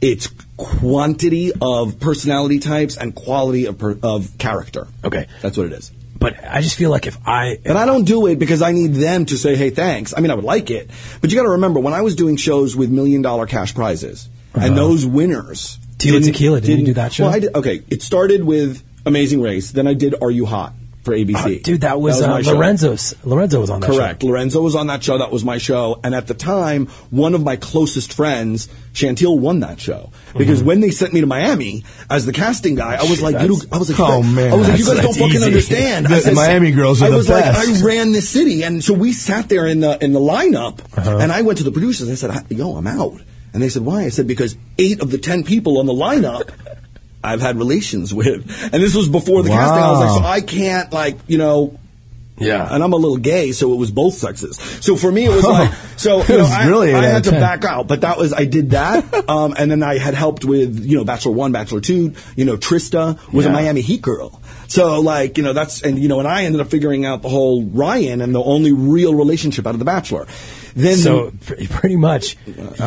Speaker 18: it's quantity of personality types and quality of per, of character.
Speaker 3: Okay,
Speaker 18: that's what it is.
Speaker 3: But I just feel like if I
Speaker 18: but I don't do it because I need them to say, "Hey, thanks." I mean, I would like it, but you got to remember when I was doing shows with million dollar cash prizes, and those winners.
Speaker 3: Tila
Speaker 18: didn't-
Speaker 3: Uh-huh. Tequila, didn't you do that show?
Speaker 18: Well, I did, okay, it started with Amazing Race, then I did Are You Hot for ABC.
Speaker 3: Oh, dude, that was,
Speaker 18: my
Speaker 3: uh,
Speaker 18: show.
Speaker 3: Lorenzo's. Lorenzo was on that
Speaker 18: Correct. Lorenzo was on that show. That was my show. And at the time, one of my closest friends, Chantil, won that show because when they sent me to Miami as the casting guy, I was like, you,
Speaker 5: Mm-hmm. That's-
Speaker 18: I was like,
Speaker 5: oh, man,
Speaker 18: I was like, you guys
Speaker 5: that's-
Speaker 18: don't
Speaker 5: that's
Speaker 18: fucking
Speaker 5: easy.
Speaker 18: understand.
Speaker 5: The
Speaker 18: I said-
Speaker 5: Miami girls are
Speaker 18: I
Speaker 5: the
Speaker 18: was like,
Speaker 5: best.
Speaker 18: I ran this city, and so we sat there in the in the lineup,
Speaker 5: Uh-huh.
Speaker 18: and I went to the producers. I said, "I- Yo, I'm out. And they said, Why? I said, Because eight of the ten people on the lineup. I've had relations with, and this was before the casting. I was like,
Speaker 5: Wow.
Speaker 18: so I can't, like, you know,
Speaker 3: yeah.
Speaker 18: And I'm a little gay, so it was both sexes. So for me, it was like, so
Speaker 5: Oh. It
Speaker 18: you know,
Speaker 5: was
Speaker 18: I,
Speaker 5: really
Speaker 18: I
Speaker 5: an
Speaker 18: had to
Speaker 5: antenna.
Speaker 18: back out, but that was, I did that. um, and then I had helped with, you know, Bachelor 1, Bachelor 2, you know, Trista was
Speaker 5: Yeah.
Speaker 18: a Miami Heat girl. So like, you know, that's, and you know, and I ended up figuring out the whole Ryan and the only real relationship out of The Bachelor. Then Uh,
Speaker 3: So pr- pretty much,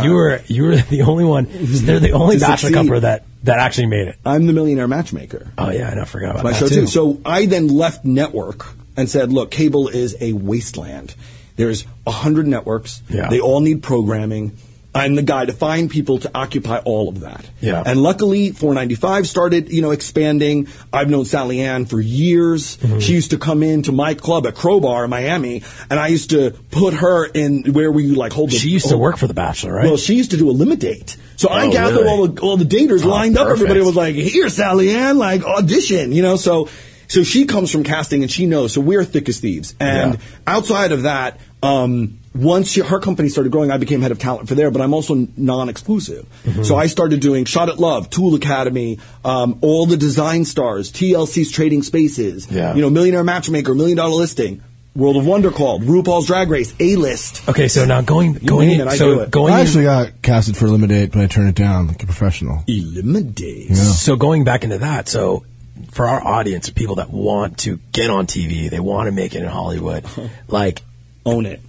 Speaker 3: you were you were the only one. They're the only
Speaker 18: To
Speaker 3: bachelor
Speaker 18: succeed.
Speaker 3: couple that that actually made it.
Speaker 18: I'm the millionaire matchmaker.
Speaker 3: Oh yeah, I know, I forgot about
Speaker 18: my
Speaker 3: that
Speaker 18: show
Speaker 3: too.
Speaker 18: So I then left network and said, look, cable is a wasteland. There's a hundred networks.
Speaker 3: Yeah.
Speaker 18: They all need programming. I'm the guy to find people to occupy all of that.
Speaker 3: Yeah.
Speaker 18: And luckily, 495 started, you know, expanding. I've known Sally Ann for years.
Speaker 3: Mm-hmm.
Speaker 18: She used to come into my club at Crowbar in Miami, and I used to put her in where we like hold. The,
Speaker 3: She used to work for The Bachelor, right?
Speaker 18: Oh. Well, she used to do a limit date. So I
Speaker 3: Oh,
Speaker 18: gathered
Speaker 3: really?
Speaker 18: all the all the daters
Speaker 3: Oh,
Speaker 18: lined up. Everybody
Speaker 3: perfect.
Speaker 18: was like, "Here, Sally Ann, like audition," you know. So so she comes from casting and she knows. So we're thick as thieves. And
Speaker 3: Yeah.
Speaker 18: outside of that, um, once she, her company started growing, I became head of talent for there. But I'm also non-exclusive,
Speaker 3: Mm-hmm.
Speaker 18: so I started doing Shot at Love, Tool Academy, um, all the Design Stars, TLC's Trading Spaces,
Speaker 3: Yeah.
Speaker 18: you know, Millionaire Matchmaker, Million Dollar Listing. World of Wonder called RuPaul's Drag Race A list.
Speaker 3: Okay, so now going
Speaker 18: You
Speaker 3: going
Speaker 18: name
Speaker 3: in,
Speaker 18: it, I do
Speaker 3: so
Speaker 18: it.
Speaker 3: going
Speaker 5: I
Speaker 3: in-
Speaker 5: actually got casted for Eliminate, but I turned it down like a professional.
Speaker 18: Eliminate.
Speaker 3: So going back into that, so for our audience, people that want to get on TV, they want to make it in Hollywood, like
Speaker 18: own it.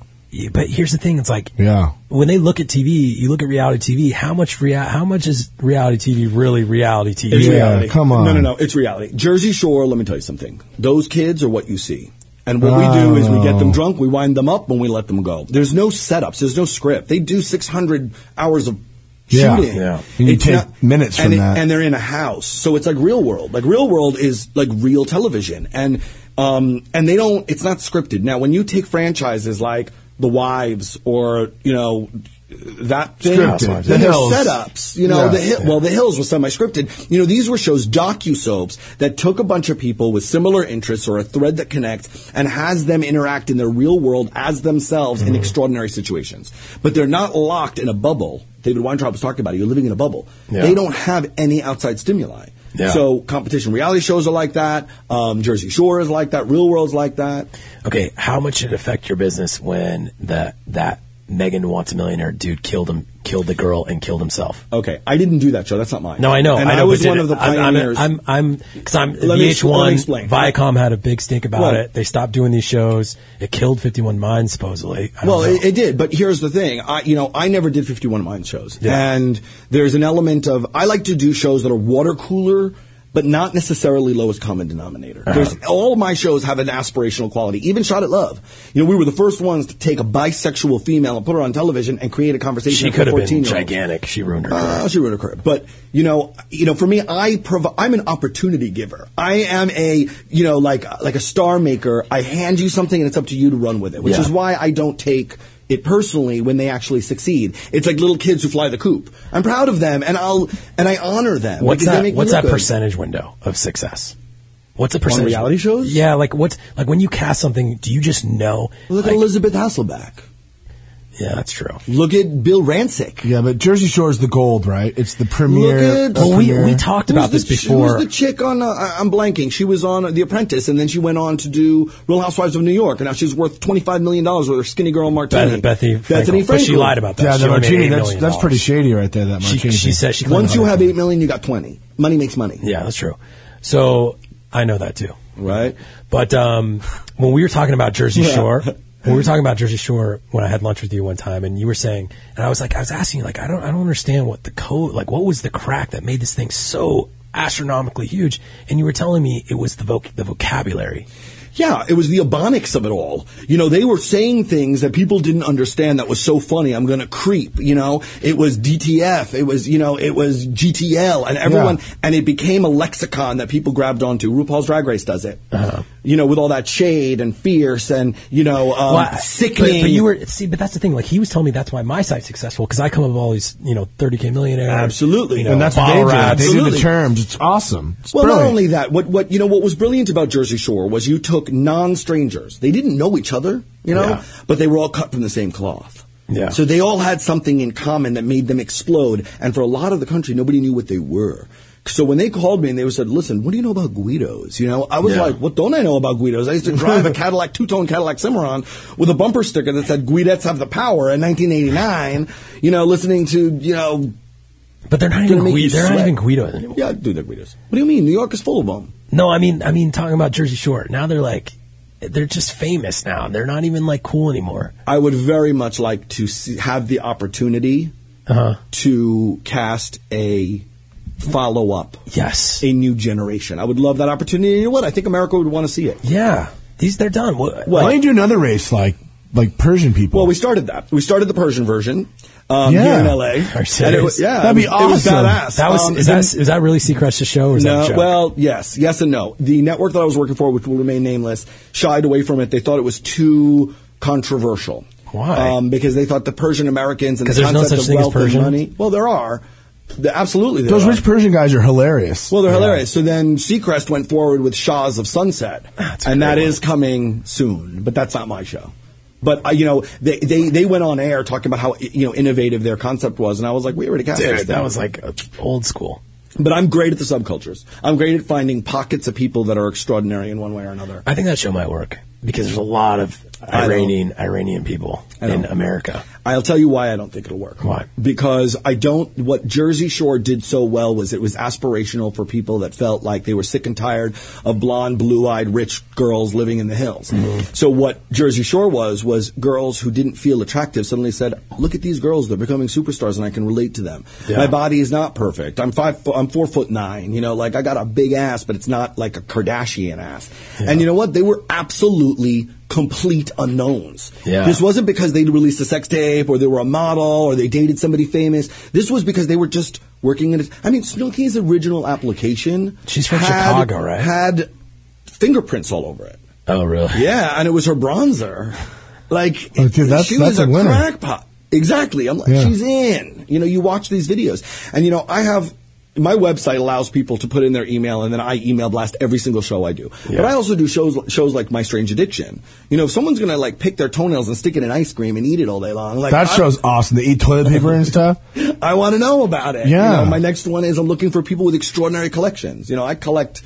Speaker 3: But here's the thing: it's like
Speaker 5: Yeah.
Speaker 3: when they look at TV, you look at reality TV. How much rea- How much is reality TV really reality TV?
Speaker 18: It's reality. No, no, no. It's reality. Jersey Shore, let me tell you something. Those kids are what you see. And what we do is we get them
Speaker 5: Oh.
Speaker 18: drunk, we wind them up, and we let them go. There's no setups, there's no script. They do 600 hours of
Speaker 5: Yeah.
Speaker 18: shooting.
Speaker 5: Yeah. And you take minutes
Speaker 18: and
Speaker 5: from that.
Speaker 18: And they're in a house. So it's like real world. Like real world is like real television. And, um, and they don't, it's not scripted. Now, when you take franchises like The Wives or, you know, that thing,
Speaker 5: Scripted.
Speaker 18: then
Speaker 5: The
Speaker 18: they're
Speaker 5: Hills.
Speaker 18: setups. You know,
Speaker 5: Yeah.
Speaker 18: the hi- well, The Hills was semi-scripted. You know, these were shows, docu-soaps, that took a bunch of people with similar interests or a thread that connects and has them interact in the real world as themselves
Speaker 3: Mm-hmm.
Speaker 18: in extraordinary situations. But they're not locked in a bubble. David Weintraub was talking about it. You're living in a bubble.
Speaker 3: Yeah.
Speaker 18: They don't have any outside stimuli.
Speaker 3: Yeah.
Speaker 18: So competition reality shows are like that. Um, Jersey Shore is like that. Real World's like that.
Speaker 3: Okay, how much did it affect your business when the that Megan wants a millionaire dude killed him, killed the girl, and killed himself?
Speaker 18: Okay, I didn't do that show. That's not mine.
Speaker 3: No, I know.
Speaker 18: And
Speaker 3: I know.
Speaker 18: was
Speaker 3: but
Speaker 18: one
Speaker 3: did
Speaker 18: of
Speaker 3: it-
Speaker 18: the
Speaker 3: I'm- I'm-
Speaker 18: pioneers.
Speaker 3: I'm, I'm, because I'm
Speaker 18: Let me- let me
Speaker 3: VH1.
Speaker 18: explain.
Speaker 3: Viacom had a big stink about
Speaker 18: Right.
Speaker 3: it. They stopped doing these shows. It killed 51 Minds supposedly. I don't
Speaker 18: Well,
Speaker 3: know.
Speaker 18: it, it did, but here's the thing. I, you know, I never did 51 Mind shows,
Speaker 3: Yeah.
Speaker 18: and there's an element of I like to do shows that are water cooler, but not necessarily lowest common denominator.
Speaker 3: Uh-huh.
Speaker 18: There's all my shows have an aspirational quality. Even Shot at Love, you know, we were the first ones to take a bisexual female and put her on television and create a conversation.
Speaker 3: she
Speaker 18: for
Speaker 3: could have been
Speaker 18: 14-year-olds.
Speaker 3: gigantic. She ruined her.
Speaker 18: Uh, she ruined her career. But you know, you know, for me, I provi- I'm an opportunity giver. I am a you know like like a star maker. I hand you something, and it's up to you to run with it. Which
Speaker 15: Yeah.
Speaker 18: is why I don't take it personally when they actually succeed. It's like little kids who fly the coop. I'm proud of them, and I'll and I honor them.
Speaker 3: What's
Speaker 18: because they
Speaker 3: that?
Speaker 18: make me
Speaker 3: What's
Speaker 18: look
Speaker 3: that
Speaker 18: good.
Speaker 3: percentage window of success? What's a
Speaker 18: On
Speaker 3: percentage?
Speaker 18: reality
Speaker 3: shows? Yeah, like what's like when you cast something, do you just know?
Speaker 18: Look at Elizabeth Hasselbeck.
Speaker 3: Yeah, that's true.
Speaker 18: Look at Bill Rancic.
Speaker 5: Yeah, but Jersey Shore is the gold, right? It's the premier.
Speaker 18: Look at,
Speaker 5: uh, premier.
Speaker 18: Who's the ch- Who's the chick on? Uh, I- I'm blanking. She was on The Apprentice, and then she went on to do Real Housewives of New York, and now she's worth 25 million dollars with her Skinny Girl Martini.
Speaker 3: Beth- Bethany
Speaker 18: Bethany
Speaker 3: Frankel. But she
Speaker 18: Frankel.
Speaker 3: lied about that.
Speaker 5: Yeah,
Speaker 3: She
Speaker 5: the
Speaker 3: only made
Speaker 5: martini.
Speaker 3: $8
Speaker 5: That's
Speaker 3: million
Speaker 5: that's pretty shady right there. That martini.
Speaker 3: she said she
Speaker 18: Once
Speaker 3: claimed
Speaker 18: you have eight million, you got 20. Money makes money.
Speaker 3: Yeah, that's true. So I know that too.
Speaker 18: Right.
Speaker 3: But um, when we were talking about Jersey
Speaker 18: Yeah.
Speaker 3: Shore, when we were talking about Jersey Shore, when I had lunch with you one time, and you were saying, and I was like, I was asking you, like, I don't, I don't understand what the code, like, what was the crack that made this thing so astronomically huge? And you were telling me it was the voc- the vocabulary.
Speaker 18: Yeah, it was the ebonics of it all. You know, they were saying things that people didn't understand that was so funny. I'm going to creep, you know. It was DTF, it was, you know, it was GTL and everyone and it became a lexicon that people grabbed onto. RuPaul's Drag Race does it.
Speaker 3: Uh-huh.
Speaker 18: You know, with all that shade and fierce and, you know, um,
Speaker 3: Well, I-
Speaker 18: sickening.
Speaker 3: But, but you were see, but that's the thing. Like he was telling me that's why my site's successful because I come up with all these, you know, 30k millionaires.
Speaker 18: Absolutely.
Speaker 3: you know,
Speaker 18: And that's what
Speaker 3: bottle
Speaker 18: they do.
Speaker 3: rats.
Speaker 18: They do the Absolutely.
Speaker 5: terms. It's awesome. It's
Speaker 18: well,
Speaker 5: brilliant.
Speaker 18: not only that, what what you know what was brilliant about Jersey Shore was you took non-strangers. They didn't know each other, you know,
Speaker 5: Yeah.
Speaker 18: but they were all cut from the same cloth.
Speaker 5: Yeah.
Speaker 18: So they all had something in common that made them explode, and for a lot of the country, nobody knew what they were. So when they called me and they said, "Listen, what do you know about Guidos?" You know, I was
Speaker 5: Yeah.
Speaker 18: like, "What don't I know about Guidos?" I used to drive a Cadillac two-tone Cadillac Cimarron with a bumper sticker that said "Guidettes have the power" in 1989. You know, listening to you know,
Speaker 3: but they're not even Guido- they're not even Guidos anymore.
Speaker 18: Yeah, dude, they're Guidos. What do you mean? New York is full of them.
Speaker 3: No, I mean, I mean, talking about Jersey Shore. Now they're like, they're just famous now. They're not even like cool anymore.
Speaker 18: I would very much like to see, have the opportunity Uh-huh. to cast a follow up.
Speaker 3: Yes.
Speaker 18: A new generation. I would love that opportunity. You know what? I think America would want to see it.
Speaker 3: Yeah. These they're done. What,
Speaker 18: Well-
Speaker 5: Why don't you do another race like like Persian people?
Speaker 18: Well, we started that. We started the Persian version um,
Speaker 5: Yeah.
Speaker 18: here in LA.
Speaker 5: Are you
Speaker 18: And it wa-
Speaker 5: serious?
Speaker 18: yeah,
Speaker 5: That'd be
Speaker 18: it was- It
Speaker 5: awesome.
Speaker 18: was badass.
Speaker 3: That was
Speaker 18: Um,
Speaker 3: is
Speaker 18: the-
Speaker 3: that is that really Seacrest's show? Or is that a
Speaker 18: No,
Speaker 3: joke?
Speaker 18: well, yes, yes and no. The network that I was working for, which will remain nameless, shied away from it. They thought it was too controversial.
Speaker 3: Why?
Speaker 18: Um, because they thought the Persian Americans and
Speaker 3: 'Cause
Speaker 18: the
Speaker 3: there's no
Speaker 18: concept of
Speaker 3: such thing as
Speaker 18: wealth and
Speaker 3: Persian?
Speaker 18: money. Well, there are. The- absolutely, there
Speaker 5: Those
Speaker 18: are.
Speaker 5: rich Persian guys are hilarious.
Speaker 18: Well, they're hilarious. So then Seacrest went forward with Shahs of Sunset,
Speaker 3: Ah,
Speaker 18: and that is coming soon. But that's not my show. But uh, you know, they, they they went on air talking about how you know innovative their concept was, and I was like, we already cast
Speaker 3: Dude,
Speaker 18: this
Speaker 3: that
Speaker 18: thing.
Speaker 3: was like uh, old school.
Speaker 18: But I'm great at the subcultures. I'm great at finding pockets of people that are extraordinary in one way or another.
Speaker 3: I think that show might work because there's a lot of
Speaker 18: I don't-
Speaker 3: Iranian Iranian people
Speaker 18: I don't.
Speaker 3: in America.
Speaker 18: I'll tell you why I don't think it'll work.
Speaker 3: Why?
Speaker 18: Because I don't. What Jersey Shore did so well was it was aspirational for people that felt like they were sick and tired of blonde, blue-eyed, rich girls living in the hills. So what Jersey Shore was was girls who didn't feel attractive suddenly said, "Look at these girls; they're becoming superstars, and I can relate to them.
Speaker 5: Yeah.
Speaker 18: My body is not perfect. I'm five. Fo- I'm four foot nine. You know, like I got a big ass, but it's not like a Kardashian ass. And you know what? They were absolutely." Complete unknowns.
Speaker 3: Yeah.
Speaker 18: This wasn't because they released a sex tape or they were a model or they dated somebody famous. This was because they were just working in it. I mean, Snooki's original application.
Speaker 3: She's from
Speaker 18: had-
Speaker 3: Chicago, right?
Speaker 18: Had fingerprints all over it.
Speaker 3: Oh, really?
Speaker 18: Yeah, and it was her bronzer. Like,
Speaker 5: Oh, dude, that's-
Speaker 18: she
Speaker 5: that's
Speaker 18: was
Speaker 5: a
Speaker 18: a,
Speaker 5: winner.
Speaker 18: crackpot. Exactly. I'm like,
Speaker 5: Yeah.
Speaker 18: she's in. You know, you watch these videos. And, you know, I have. My website allows people to put in their email, and then I email blast every single show I do. But I also do shows shows like My Strange Addiction. You know, if someone's gonna like pick their toenails and stick it in ice cream and eat it all day long, like
Speaker 5: that
Speaker 18: I-
Speaker 5: show's awesome. They eat toilet paper and stuff.
Speaker 18: want I want to know about it.
Speaker 5: Yeah.
Speaker 18: You know, my next one is I'm looking for people with extraordinary collections. You know, I collect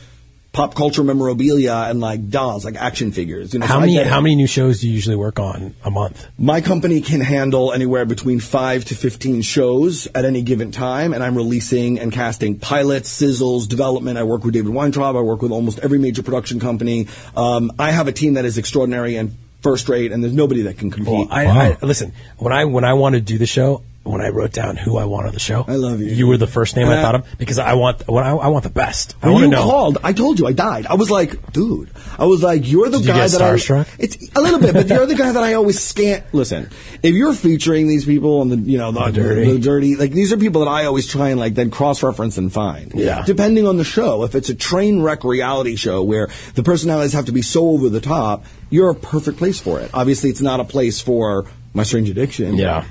Speaker 18: pop culture memorabilia and like dolls, like action figures. You know,
Speaker 3: How
Speaker 18: so I
Speaker 3: many
Speaker 18: get-
Speaker 3: how many new shows do you usually work on a month?
Speaker 18: my company can handle anywhere between five to 15 shows at any given time, and I'm releasing and casting pilots, sizzles, development. I work with David Weintraub. I work with almost every major production company. Um, I have a team that is extraordinary and first rate, and there's nobody that can compete.
Speaker 3: I, I listen when I when I want to do the show. When I wrote down who I want on the show, I love you. You were the first name I,
Speaker 18: And I-
Speaker 3: thought of because I want what I, I want the best. I
Speaker 18: when
Speaker 3: want to
Speaker 18: you
Speaker 3: know.
Speaker 18: called, I told you I died. I was like, dude. I was like, you're the
Speaker 3: Did you
Speaker 18: guy
Speaker 3: get
Speaker 18: that I-
Speaker 3: starstruck?
Speaker 18: It's a little bit, but you're the guy that I always scan. Listen, if you're featuring these people on the you know the, the dirty, like these are people that I always try and like then cross reference and find.
Speaker 3: Yeah.
Speaker 18: Depending on the show, if it's a train wreck reality show where the personalities have to be so over the top, you're a perfect place for it. Obviously, it's not a place for my strange addiction.
Speaker 3: Yeah.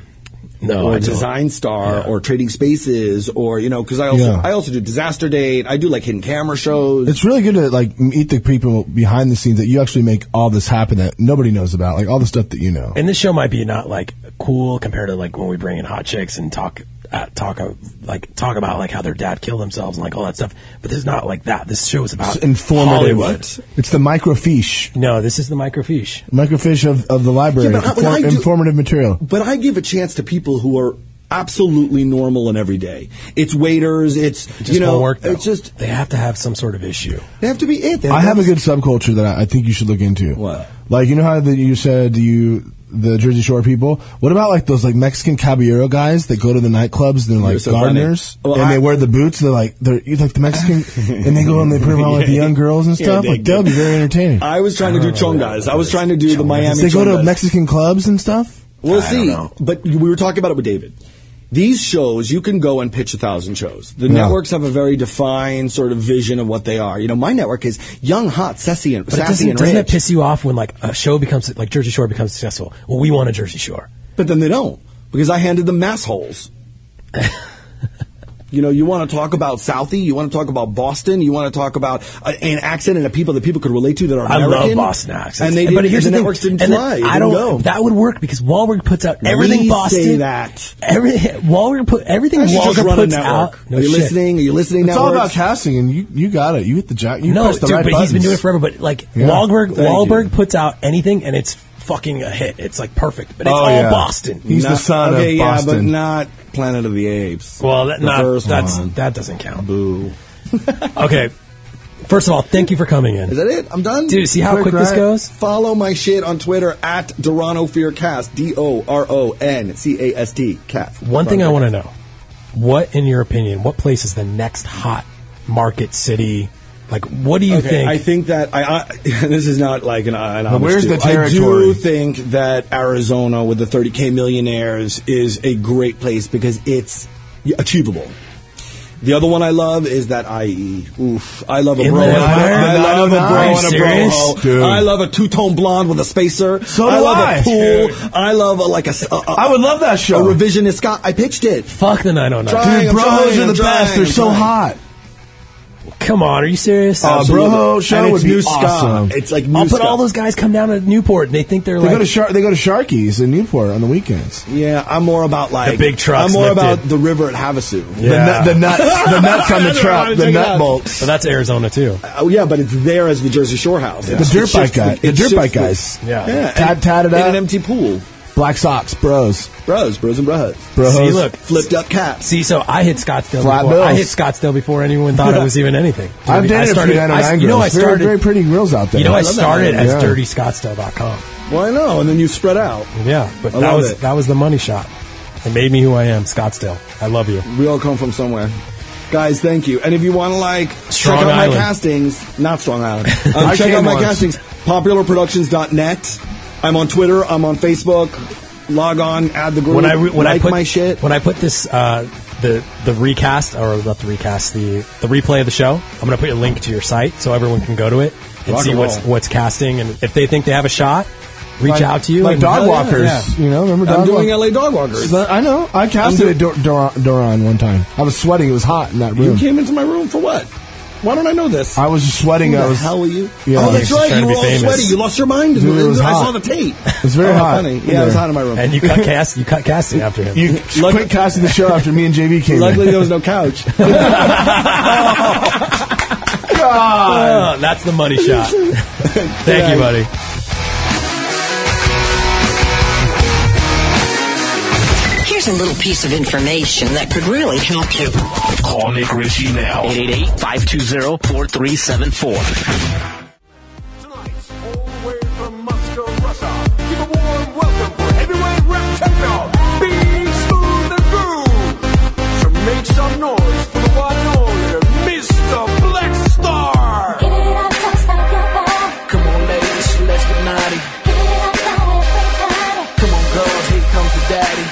Speaker 3: No,
Speaker 18: or
Speaker 3: I don't.
Speaker 18: Design Star or Trading Spaces or you know because I also
Speaker 5: Yeah.
Speaker 18: I also do Disaster Date. I do like hidden camera shows.
Speaker 5: It's really good to like meet the people behind the scenes that you actually make all this happen that nobody knows about, like all the stuff that you know.
Speaker 3: And this show might be not like cool compared to like when we bring in hot chicks and talk uh, talk uh, like talk about like how their dad killed themselves and like all that stuff. But this is not like that. This show is about
Speaker 5: It's informative.
Speaker 3: Hollywood.
Speaker 5: It's the microfiche,
Speaker 3: No, this is the microfiche.
Speaker 5: microfiche of, of the library,
Speaker 18: Yeah, but I-
Speaker 5: Inform-
Speaker 18: I do-
Speaker 5: informative material.
Speaker 18: but I give a chance to people who are absolutely normal and everyday. It's waiters. It's
Speaker 3: just
Speaker 18: you know
Speaker 3: won't work, though.
Speaker 18: it's just
Speaker 3: They have to have some sort of issue.
Speaker 18: they have to be it. They
Speaker 5: I have a good subculture that I, I think you should look into. What? Like you know how that you said you the Jersey Shore people. What about like those like Mexican caballero guys that go to the nightclubs? and They're
Speaker 18: They're
Speaker 5: like
Speaker 18: so
Speaker 5: gardeners
Speaker 18: funny. Well,
Speaker 5: and
Speaker 18: I-
Speaker 5: they wear the boots. They're like they're you like the Mexican and they go and they put around with the young girls and
Speaker 18: Yeah,
Speaker 5: stuff.
Speaker 18: they
Speaker 5: like that would be very entertaining.
Speaker 18: I was trying to do chongas. I was trying to do the Miami.
Speaker 5: they go to
Speaker 18: chongas.
Speaker 5: Mexican clubs and stuff.
Speaker 18: We'll see. But we were talking about it with David. These shows, you can go and pitch a thousand shows. The
Speaker 5: Yeah.
Speaker 18: networks have a very defined sort of vision of what they are. You know, my network is young, hot, sassy, and
Speaker 3: But it
Speaker 18: sassy
Speaker 3: doesn't,
Speaker 18: and
Speaker 3: doesn't it
Speaker 18: rich.
Speaker 3: piss you off when like a show becomes like Jersey Shore becomes successful? Well, we want a Jersey Shore.
Speaker 18: But then they don't because I handed them mass holes. you know, you want to talk about Southie, you want to talk about Boston, you want to talk about uh an accent and a people that people could relate to that are
Speaker 3: I
Speaker 18: American.
Speaker 3: love Boston accents.
Speaker 18: And they
Speaker 3: but
Speaker 18: didn't-
Speaker 3: here's
Speaker 18: the,
Speaker 3: the,
Speaker 18: networks
Speaker 3: thing.
Speaker 18: didn't
Speaker 3: and
Speaker 18: fly.
Speaker 3: I don't. That would work because Wahlberg puts out everything
Speaker 18: We
Speaker 3: Boston.
Speaker 18: say that.
Speaker 3: Every, Wahlberg put everything
Speaker 18: I should just
Speaker 3: Wahlberg
Speaker 18: run a
Speaker 3: puts
Speaker 18: network.
Speaker 3: out. No
Speaker 18: Are you
Speaker 3: shit.
Speaker 18: listening? Are you listening?
Speaker 5: It's all
Speaker 18: networks?
Speaker 5: about casting, and you you got it. You hit the jack. You
Speaker 3: no,
Speaker 5: pressed the
Speaker 3: dude,
Speaker 5: right
Speaker 3: but he's been
Speaker 5: buttons.
Speaker 3: doing it forever. But like
Speaker 5: Yeah.
Speaker 3: Wahlberg,
Speaker 5: Thank you.
Speaker 3: Wahlberg puts out anything, and it's fucking a hit. It's like perfect, but it's
Speaker 18: Oh,
Speaker 3: all
Speaker 18: yeah.
Speaker 3: Boston.
Speaker 18: He's the Not- son of okay, yeah, but Boston. not Planet of the Apes.
Speaker 3: Well, that,
Speaker 18: The
Speaker 3: not,
Speaker 18: first
Speaker 3: that's
Speaker 18: one.
Speaker 3: that doesn't count.
Speaker 18: Boo.
Speaker 3: okay, first of all, thank you for coming in.
Speaker 18: Is that it? I'm done.
Speaker 3: Dude, see how quick this goes?
Speaker 18: Follow my shit on Twitter at Dorano Fearcast. D O R O N C A S T. Cast.
Speaker 3: One thing I want to know: what, in your opinion, what place is the next hot market city? Like, what do you
Speaker 18: okay,
Speaker 3: think?
Speaker 18: I think that I, I this is not like an, an
Speaker 3: But where's
Speaker 18: Amish
Speaker 3: the
Speaker 18: do. I do
Speaker 3: territory?
Speaker 18: think that Arizona with the 30k millionaires is a great place because it's achievable. The other one I love is that IE. Oof, I love a bro.
Speaker 5: Inland
Speaker 18: I,
Speaker 5: Empire?
Speaker 18: I love a
Speaker 5: No,
Speaker 18: bro
Speaker 5: no,
Speaker 18: and a
Speaker 5: serious?
Speaker 18: broho.
Speaker 5: Dude.
Speaker 18: I love a two-tone blonde with a spacer.
Speaker 5: So
Speaker 18: I
Speaker 5: do
Speaker 18: love
Speaker 5: I.
Speaker 18: a pool. I love a, like a, s- a- a-
Speaker 5: I would love that show.
Speaker 18: A revisionist Scott. I pitched it.
Speaker 3: Fuck the 909.
Speaker 18: Trying,
Speaker 5: Dude,
Speaker 18: I'm
Speaker 5: bros
Speaker 18: trying,
Speaker 5: are
Speaker 18: I'm
Speaker 5: the
Speaker 18: trying,
Speaker 5: best. They're
Speaker 18: I'm
Speaker 5: so
Speaker 18: trying.
Speaker 5: hot.
Speaker 3: Come on, are you serious?
Speaker 5: Uh,
Speaker 18: Absolutely.
Speaker 5: Broho show
Speaker 18: And it's
Speaker 5: would be
Speaker 18: new ska.
Speaker 5: awesome.
Speaker 18: It's like new
Speaker 3: I'll put
Speaker 18: ska.
Speaker 3: all those guys come down to Newport, and they think they're
Speaker 5: They
Speaker 3: like
Speaker 5: go to Shar- they go to Sharkies in Newport on the weekends.
Speaker 18: Yeah, I'm more about like
Speaker 5: big trucks
Speaker 18: I'm more
Speaker 5: lifted.
Speaker 18: about the river at Havasu.
Speaker 5: Yeah. The nu- the nuts- the nuts on the
Speaker 18: I don't
Speaker 5: truck,
Speaker 18: know,
Speaker 5: the
Speaker 18: check it
Speaker 5: nut
Speaker 18: out.
Speaker 5: bolts.
Speaker 3: But that's Arizona too.
Speaker 18: Oh yeah, but it's there as the Jersey Shore house.
Speaker 5: The
Speaker 18: It's-
Speaker 5: dirt
Speaker 18: it's
Speaker 5: bike
Speaker 18: just-
Speaker 5: guy- the
Speaker 18: it's
Speaker 5: dirt
Speaker 18: just
Speaker 5: bike
Speaker 18: the-
Speaker 5: guys.
Speaker 18: Yeah,
Speaker 5: Yeah. Tad- tatted
Speaker 18: in
Speaker 5: up.
Speaker 18: an empty pool.
Speaker 5: Black socks, bros.
Speaker 18: Bros, bros and bros.
Speaker 5: Bros.
Speaker 3: See, look,
Speaker 18: flipped up caps.
Speaker 3: See, so I hit Scottsdale.
Speaker 5: Flat
Speaker 3: before. I hit
Speaker 5: bills.
Speaker 3: Scottsdale before anyone thought it was even anything.
Speaker 5: I've
Speaker 3: Dude, I
Speaker 5: dated
Speaker 3: started-
Speaker 5: a few 909
Speaker 3: I-
Speaker 5: girls.
Speaker 3: You know, I
Speaker 5: Very-
Speaker 3: started.
Speaker 5: very pretty girls out there.
Speaker 3: You know, I,
Speaker 5: love that
Speaker 3: started
Speaker 5: movie.
Speaker 3: as
Speaker 5: Yeah.
Speaker 3: dirtyscottsdale.com.
Speaker 18: Well, I know, and then you spread out.
Speaker 3: Yeah, but
Speaker 18: I
Speaker 3: that
Speaker 18: love
Speaker 3: was
Speaker 18: it.
Speaker 3: that was the money shot. It made me who I am, Scottsdale. I love you.
Speaker 18: We all come from somewhere. Guys, thank you. And if you want to like
Speaker 3: Strong
Speaker 18: check out
Speaker 3: Island.
Speaker 18: my castings, not Strong Island.
Speaker 5: I
Speaker 18: Um, check
Speaker 5: came
Speaker 18: out my
Speaker 5: once.
Speaker 18: castings, popularproductions.net. I'm on Twitter. I'm on Facebook. Log on, add the group.
Speaker 3: When I re- when
Speaker 18: like
Speaker 3: I put
Speaker 18: my shit.
Speaker 3: when I put this uh, the the recast or not the recast the the replay of the show, I'm gonna put a link to your site so everyone can go to it and
Speaker 5: Rock
Speaker 3: see
Speaker 5: and
Speaker 3: what's
Speaker 5: roll.
Speaker 3: what's casting and if they think they have a shot, reach
Speaker 5: Like-
Speaker 3: out to you
Speaker 5: like
Speaker 3: and-
Speaker 5: dog
Speaker 3: Hell yeah,
Speaker 5: walkers.
Speaker 3: yeah.
Speaker 5: You know, remember
Speaker 18: I'm
Speaker 5: dog
Speaker 18: doing
Speaker 5: walk-
Speaker 18: LA Dog Walkers.
Speaker 5: So, I know. I
Speaker 18: I'm
Speaker 5: casted
Speaker 18: do-
Speaker 5: at Dor- Dor- Doron one time. I was sweating. It was hot in that
Speaker 18: You
Speaker 5: room.
Speaker 18: came into my room for what? Why don't I know this?
Speaker 5: I was sweating.
Speaker 18: Who
Speaker 5: I
Speaker 18: the
Speaker 5: was,
Speaker 18: hell are you?
Speaker 5: Yeah.
Speaker 18: Oh, that's right. You were all sweaty. You lost your mind.
Speaker 5: Dude, it was
Speaker 18: I
Speaker 5: hot.
Speaker 18: saw the tape.
Speaker 5: It was very
Speaker 18: Oh,
Speaker 5: hot.
Speaker 18: Funny. Yeah, I was hot in my room.
Speaker 3: And you cut cast, you cut casting after him.
Speaker 5: You quit casting the show after me and JV came.
Speaker 18: Luckily,
Speaker 5: in.
Speaker 18: there was no couch.
Speaker 3: God, Oh, that's the money shot. Thank you, buddy.
Speaker 13: Here's a little piece of information that could really help you.
Speaker 20: Call Nick Ritchie now. 888-520-4374.
Speaker 14: Make some noise for the one and only Mr. Black Star. Come on, ladies, let's get naughty. Come on, girls, here comes the daddy.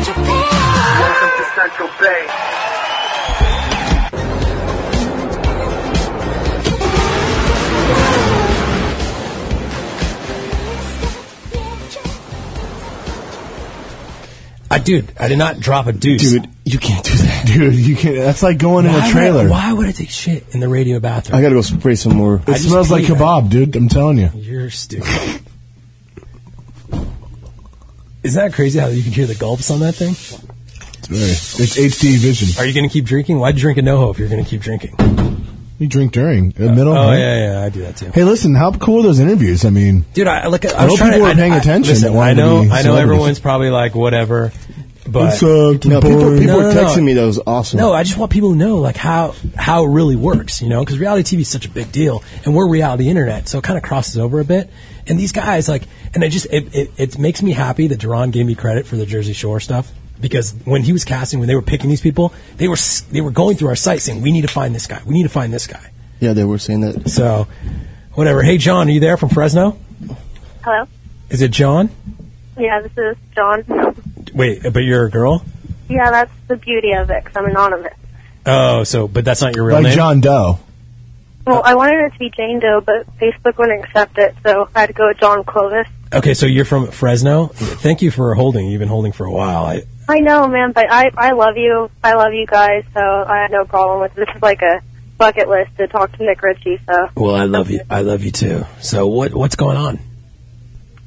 Speaker 14: Welcome to Central Bay.
Speaker 3: I, dude, I did not drop a deuce. Dude,
Speaker 5: you can't do that. Dude, you can't. That's like going in a trailer.
Speaker 3: why would I take shit in the radio bathroom?
Speaker 5: I gotta go spray some more.
Speaker 3: I
Speaker 5: It
Speaker 3: just
Speaker 5: smells like
Speaker 3: peed,
Speaker 5: kebab, dude. I'm telling you.
Speaker 3: You're stupid. Isn't that crazy how you can hear the gulps on that thing?
Speaker 5: It's, very, it's HD vision.
Speaker 3: Are you going to keep drinking? Why drink a NoHo if you're going to keep drinking?
Speaker 5: You drink during in the middle.
Speaker 3: oh,
Speaker 5: right?
Speaker 3: yeah, yeah, I do that too.
Speaker 5: Hey, listen, how cool are those interviews? I mean,
Speaker 3: Dude, I look. at- I
Speaker 5: I
Speaker 3: was
Speaker 5: hope
Speaker 3: trying
Speaker 5: people
Speaker 3: to,
Speaker 5: are paying
Speaker 3: I, I,
Speaker 5: attention
Speaker 3: Listen,
Speaker 5: that wanted
Speaker 3: I
Speaker 5: to
Speaker 3: know.
Speaker 5: be
Speaker 3: I know
Speaker 5: celebrities.
Speaker 3: everyone's probably like whatever, but
Speaker 5: It sucked,
Speaker 3: no, people,
Speaker 5: boring. No,
Speaker 3: people
Speaker 5: no,
Speaker 3: were
Speaker 5: no.
Speaker 3: texting me
Speaker 4: that was awesome.
Speaker 3: No, I just want people to know like how how it really works, you know, because reality TV is such a big deal, and we're reality internet, so it kind of crosses over a bit. And these guys like, and it just it, it it makes me happy that Duran gave me credit for the Jersey Shore stuff. Because when he was casting, when they were picking these people, they were s- they were going through our site saying, "We need to find this guy. We need to find this guy."
Speaker 4: Yeah, they were saying that.
Speaker 3: So, whatever. Hey, John, are you there from Fresno?
Speaker 11: Hello.
Speaker 3: Is it John?
Speaker 11: Yeah, this is John.
Speaker 3: Wait, but you're a girl?
Speaker 11: Yeah, that's the beauty of it 'cause I'm anonymous.
Speaker 3: Oh, so but that's not your real
Speaker 5: like
Speaker 3: name.
Speaker 5: John Doe.
Speaker 11: Well, I wanted it to be Jane Doe, but Facebook wouldn't accept it, so I had to go with John Clovis.
Speaker 3: Okay, so you're from Fresno. Thank you for holding. You've been holding for a while. I,
Speaker 11: I know, man, but I I love you. I love you guys, so I had no problem with it. This is like a bucket list to talk to Nick Ritchie, so.
Speaker 3: well, I love you. I love you too. So what what's going on?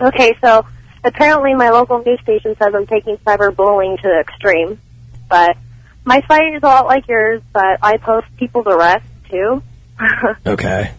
Speaker 11: Okay, so apparently my local news station says I'm taking cyberbullying to the extreme, but my site is a lot like yours, but I post people to rest too.
Speaker 3: Okay.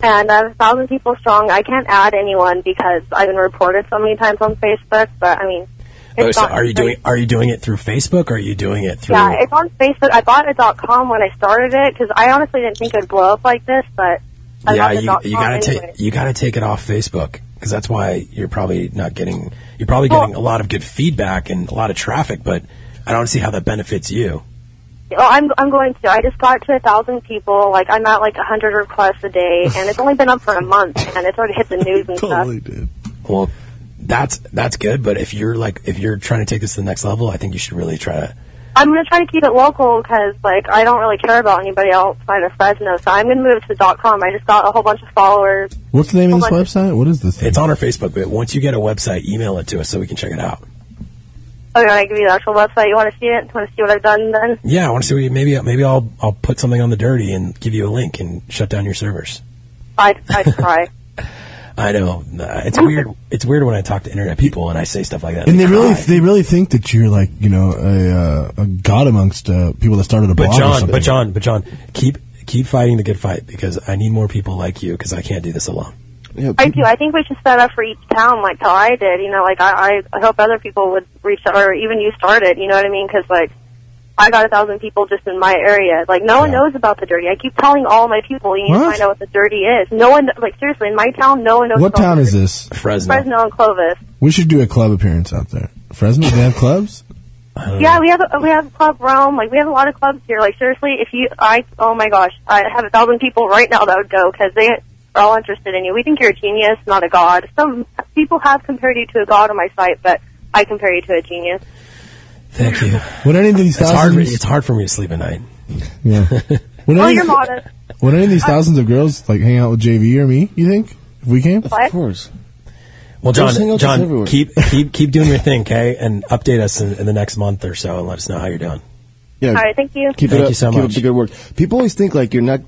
Speaker 11: and I'm a thousand people strong. I can't add anyone because I've been reported so many times on Facebook, but I mean,
Speaker 3: Oh, so
Speaker 11: not-
Speaker 3: are you doing are you doing it through Facebook? Or are you doing it through?
Speaker 11: Yeah, it's on Facebook. I bought a dot com when I started it because I honestly didn't think it'd blow up like this, but I
Speaker 3: Yeah,
Speaker 11: bought the
Speaker 3: you,
Speaker 11: dot
Speaker 3: you
Speaker 11: com
Speaker 3: gotta
Speaker 11: anyway.
Speaker 3: take you gotta take it off Facebook because that's why you're probably not getting you're probably getting a lot of good feedback and a lot of traffic, but I don't see how that benefits you.
Speaker 11: Oh, I'm I'm going to. I just got to a thousand people. Like I'm at like a hundred requests a day, and it's only been up for a month, and it's already hit the news and stuff.
Speaker 3: Well, that's that's good, but if you're like if you're trying to take this to the next level, I think you should really try to
Speaker 11: I'm gonna try to keep it local because like I don't really care about anybody outside of Fresno, so I'm gonna move to dot .com. I just got a whole bunch of followers.
Speaker 5: What's the name
Speaker 11: Oh
Speaker 5: of this website? What is this?
Speaker 3: It's on our Facebook, but once you get a website, email it to us so we can check it out.
Speaker 11: Okay, Oh, I give you the actual website. You want to see it? Want to see what I've done then?
Speaker 3: Yeah, I want to see what you, maybe maybe I'll I'll put something on the dirty and give you a link and shut down your servers.
Speaker 11: I I try.
Speaker 3: I know uh, it's weird. It's weird when I talk to internet people and I say stuff like that.
Speaker 5: And they really,
Speaker 3: cry.
Speaker 5: they really think that you're like, you know, a, uh, a god amongst uh, people that started a
Speaker 3: but
Speaker 5: blog or
Speaker 3: John,
Speaker 5: something.
Speaker 3: but John, but John, keep keep fighting the good fight because I need more people like you because I can't do this alone.
Speaker 11: I do. I think we should set up for each town, like how I did. You know, like I, I I hope other people would reach out, or even you started. You know what I mean? Because like I got a thousand people just in my area. Like no one knows about the dirty. I keep telling all my people, you need to
Speaker 5: What?
Speaker 11: find out what the dirty is. No one, like seriously, in my town, no one knows.
Speaker 5: what
Speaker 11: about
Speaker 5: town
Speaker 11: the
Speaker 5: is this?
Speaker 3: Fresno.
Speaker 11: Fresno and Clovis.
Speaker 5: We should do a club appearance out there. Fresno, do they have clubs?
Speaker 3: Oh.
Speaker 21: Yeah, we have a, we have Club Rome. Like we have a lot of clubs here. Like seriously, if you, I, oh my gosh, I have a thousand people right now that would go because they are all interested in you. We think you're a genius, not a god. Some people have compared you to a god on my site, but I compare you to a genius.
Speaker 3: Thank you.
Speaker 5: Would any of these
Speaker 3: it's hard,
Speaker 5: thousands-
Speaker 3: it's hard for me to sleep at night.
Speaker 5: Yeah. Would,
Speaker 21: Well,
Speaker 5: any,
Speaker 21: Oh, you're modest.
Speaker 5: would any of these thousands of girls like hang out with JV or me? You think if we came?
Speaker 21: What? Of
Speaker 5: course.
Speaker 3: Well,
Speaker 5: Those
Speaker 3: John,
Speaker 5: hangouts is
Speaker 3: John,
Speaker 5: everywhere.
Speaker 3: keep keep keep doing your thing, okay? And update us in, in the next month or so, and let us know how you're doing.
Speaker 4: Yeah.
Speaker 21: All right, thank you.
Speaker 4: Keep
Speaker 3: Thank
Speaker 4: it up.
Speaker 3: you so
Speaker 4: keep
Speaker 3: much.
Speaker 4: up the good work. People always think like you're not,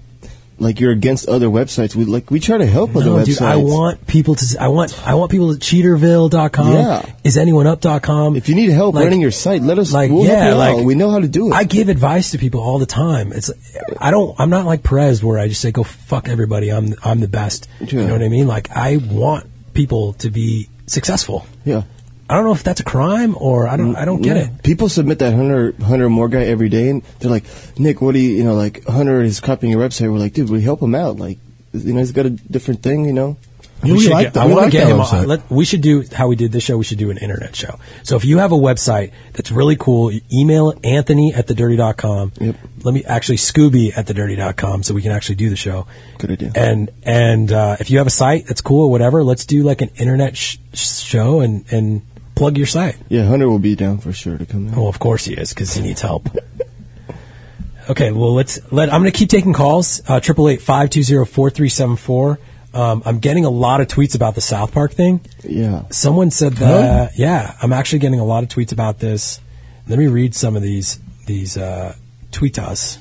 Speaker 4: like you're against other websites. We like we try to help other
Speaker 3: No,
Speaker 4: websites.
Speaker 3: dude, I want people to. I want. I want people to cheaterville.com.
Speaker 4: Yeah.
Speaker 3: Is anyoneup.com. If
Speaker 4: you need help running your site, let us.
Speaker 3: Like,
Speaker 4: we'll help
Speaker 3: yeah,
Speaker 4: you out.
Speaker 3: like
Speaker 4: We know how to do it.
Speaker 3: I give advice to people all the time. It's. I don't. I'm not like Perez where I just say go fuck everybody. I'm. I'm the best. You know what I mean? Like I want people to be successful.
Speaker 4: Yeah.
Speaker 3: I don't know if that's a crime or I don't. I don't get
Speaker 4: Yeah.
Speaker 3: it.
Speaker 4: People submit that Hunter Hunter Moore guy every day, and they're like, Nick, what do you, you know, like Hunter is copying your website. We're like, dude, we help him out. Like, you know, he's got a different thing. You know,
Speaker 3: we should get, I wanna get him on- let- we should do how we did this show. We should do an internet show. So if you have a website that's really cool, you email Anthony at thedirty.com. Yep. Let me actually Scooby at thedirty.com so we can actually do the show.
Speaker 4: Good idea.
Speaker 3: And and uh, if you have a site that's cool or whatever, let's do like an internet sh- sh- show and and plug your site.
Speaker 4: Yeah, Hunter will be down for sure to come in.
Speaker 3: Well, Oh, of course he is because he needs help. Okay, well let's let. I'm going to keep taking calls. uh, Triple eight five two zero four three seven four. Um, I'm getting a lot of tweets about the South Park thing.
Speaker 4: Yeah.
Speaker 3: Someone said
Speaker 4: Huh?
Speaker 3: that. Yeah, I'm actually getting a lot of tweets about this. Let me read some of these these uh, tweetas.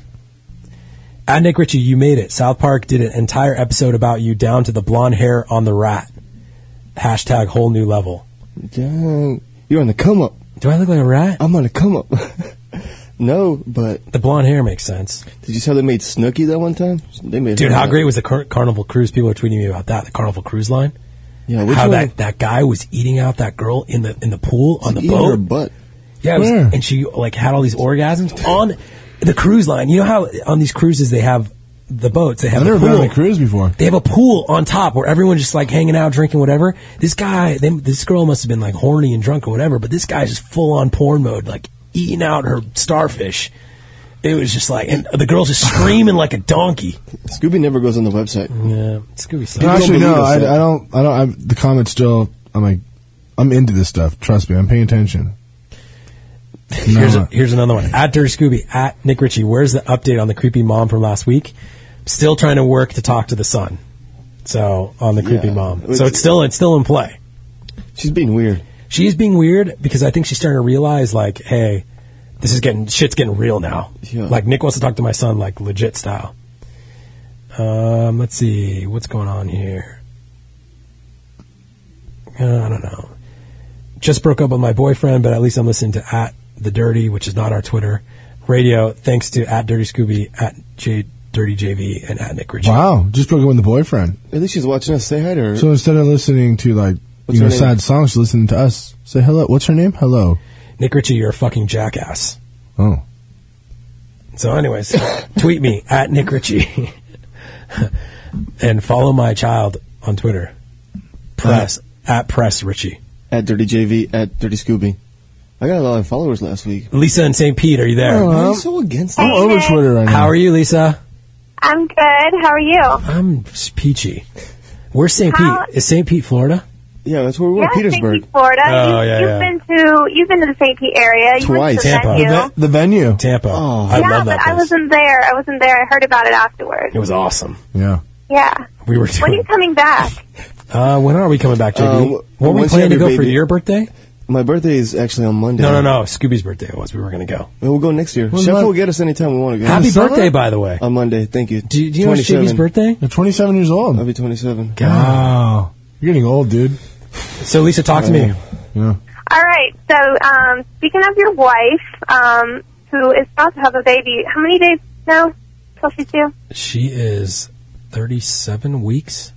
Speaker 3: At Nick Ritchie, you made it. South Park did an entire episode about you, down to the blonde hair on the rat. Hashtag whole new level.
Speaker 4: Dang, you're on the come up.
Speaker 3: Do I look like a rat?
Speaker 4: I'm on the come up. no, but
Speaker 3: the blonde hair makes sense.
Speaker 4: Did you see how they made Snooki that one time? They made
Speaker 3: Dude,
Speaker 4: her
Speaker 3: how
Speaker 4: that.
Speaker 3: great was the car- Carnival Cruise? People are tweeting me about that. The Carnival Cruise line.
Speaker 4: Yeah, which
Speaker 3: how
Speaker 4: one?
Speaker 3: that that guy was eating out that girl in the in the pool on the
Speaker 4: Eating
Speaker 3: boat.
Speaker 4: her butt.
Speaker 3: Yeah, it was-
Speaker 4: Where?
Speaker 3: and she like had all these orgasms on the cruise line. You know how on these cruises they have the boats. They have
Speaker 5: I've
Speaker 3: the
Speaker 5: never been
Speaker 3: pool.
Speaker 5: on a cruise before.
Speaker 3: They have a pool on top where everyone's just like hanging out, drinking whatever. This guy, they, this girl must have been like horny and drunk or whatever, but this guy's just full on porn mode, like eating out her starfish. It was just like, and the girl's just screaming like a donkey.
Speaker 4: Scooby never goes on the website.
Speaker 3: Yeah, Scooby. sucks.
Speaker 5: No, actually, no. I, I don't. I don't. I'm, the comments still. I'm like, I'm into this stuff. Trust me, I'm paying attention.
Speaker 3: Here's, a, here's another one. At Dirty Scooby, at Nick Ritchie, where's the update on the creepy mom from last week? Still trying to work to talk to the son. So, on the creepy
Speaker 4: Yeah.
Speaker 3: mom. So it's still, it's still in play.
Speaker 4: She's being weird.
Speaker 3: She is being weird because I think she's starting to realize like, hey, this is getting, shit's getting real now.
Speaker 4: Yeah.
Speaker 3: Like Nick wants to talk to my son like legit style. Um, let's see. What's going on here? Uh, I don't know. Just broke up with my boyfriend, but at least I'm listening to at the dirty, which is not our Twitter radio. Thanks to at dirty Scooby, at J dirty JV, and at Nick Ritchie.
Speaker 5: Wow, just broke up with the boyfriend.
Speaker 4: At least she's watching us. Say hi to
Speaker 3: Er-
Speaker 4: her.
Speaker 5: So instead of listening to like
Speaker 4: What's
Speaker 5: you know
Speaker 4: her name?
Speaker 5: sad songs, she's listening to us. Say hello. What's her name? Hello.
Speaker 3: Nick Ritchie, you're a fucking jackass.
Speaker 5: Oh,
Speaker 3: So, anyways, tweet me at Nick Ritchie and follow my child on Twitter. Press at Press Ritchie.
Speaker 4: at Dirty JV at Dirty Scooby. I got a lot of followers last week.
Speaker 3: Lisa and St. Pete, are you there?
Speaker 4: Why are you so against
Speaker 3: I'm
Speaker 4: that?
Speaker 3: over Twitter right now. How are you, Lisa?
Speaker 13: I'm good. How are you?
Speaker 3: I'm s- peachy. Where's St.
Speaker 13: How-
Speaker 3: Pete? Is St. Pete Florida?
Speaker 4: Yeah, that's where we
Speaker 13: yeah, St. Pete, Florida.
Speaker 3: Oh,
Speaker 13: you,
Speaker 3: yeah,
Speaker 13: you've
Speaker 3: yeah.
Speaker 13: been to you've been to the St. Pete area. You went to the
Speaker 3: Tampa.
Speaker 13: venue.
Speaker 5: the venue.
Speaker 3: Tampa. Oh, I
Speaker 13: yeah,
Speaker 3: love
Speaker 13: but
Speaker 3: that
Speaker 13: I
Speaker 3: place.
Speaker 13: wasn't there. I wasn't there. I heard about it afterwards.
Speaker 3: It was awesome.
Speaker 4: Uh,
Speaker 5: Yeah.
Speaker 13: Yeah.
Speaker 3: We were
Speaker 13: When are you
Speaker 3: doing.
Speaker 13: coming back?
Speaker 3: Uh, when are we coming back,
Speaker 4: Um,
Speaker 3: JB? Were we
Speaker 4: once you
Speaker 3: planning
Speaker 4: have
Speaker 3: to go
Speaker 4: your
Speaker 3: for
Speaker 4: baby-
Speaker 3: your birthday?
Speaker 4: My birthday is actually on Monday.
Speaker 3: No, no, no. Scooby's birthday it was. We were going to go.
Speaker 4: And we'll go next year.
Speaker 3: Well,
Speaker 4: Chef
Speaker 3: no.
Speaker 4: will get us anytime we want to go.
Speaker 3: Happy birthday, by the way.
Speaker 4: On Monday. Thank you.
Speaker 3: Do, do you know it's JB's birthday?
Speaker 5: You're 27 years old.
Speaker 4: I'll be 27.
Speaker 5: Wow, you're getting old, dude. Oh.
Speaker 3: So Lisa, talk to
Speaker 4: Uh,
Speaker 3: me.
Speaker 5: Yeah.
Speaker 13: All right. So, um, speaking of your wife, um, who is about to have a baby, how many days now till she's due?
Speaker 3: She is 37 weeks.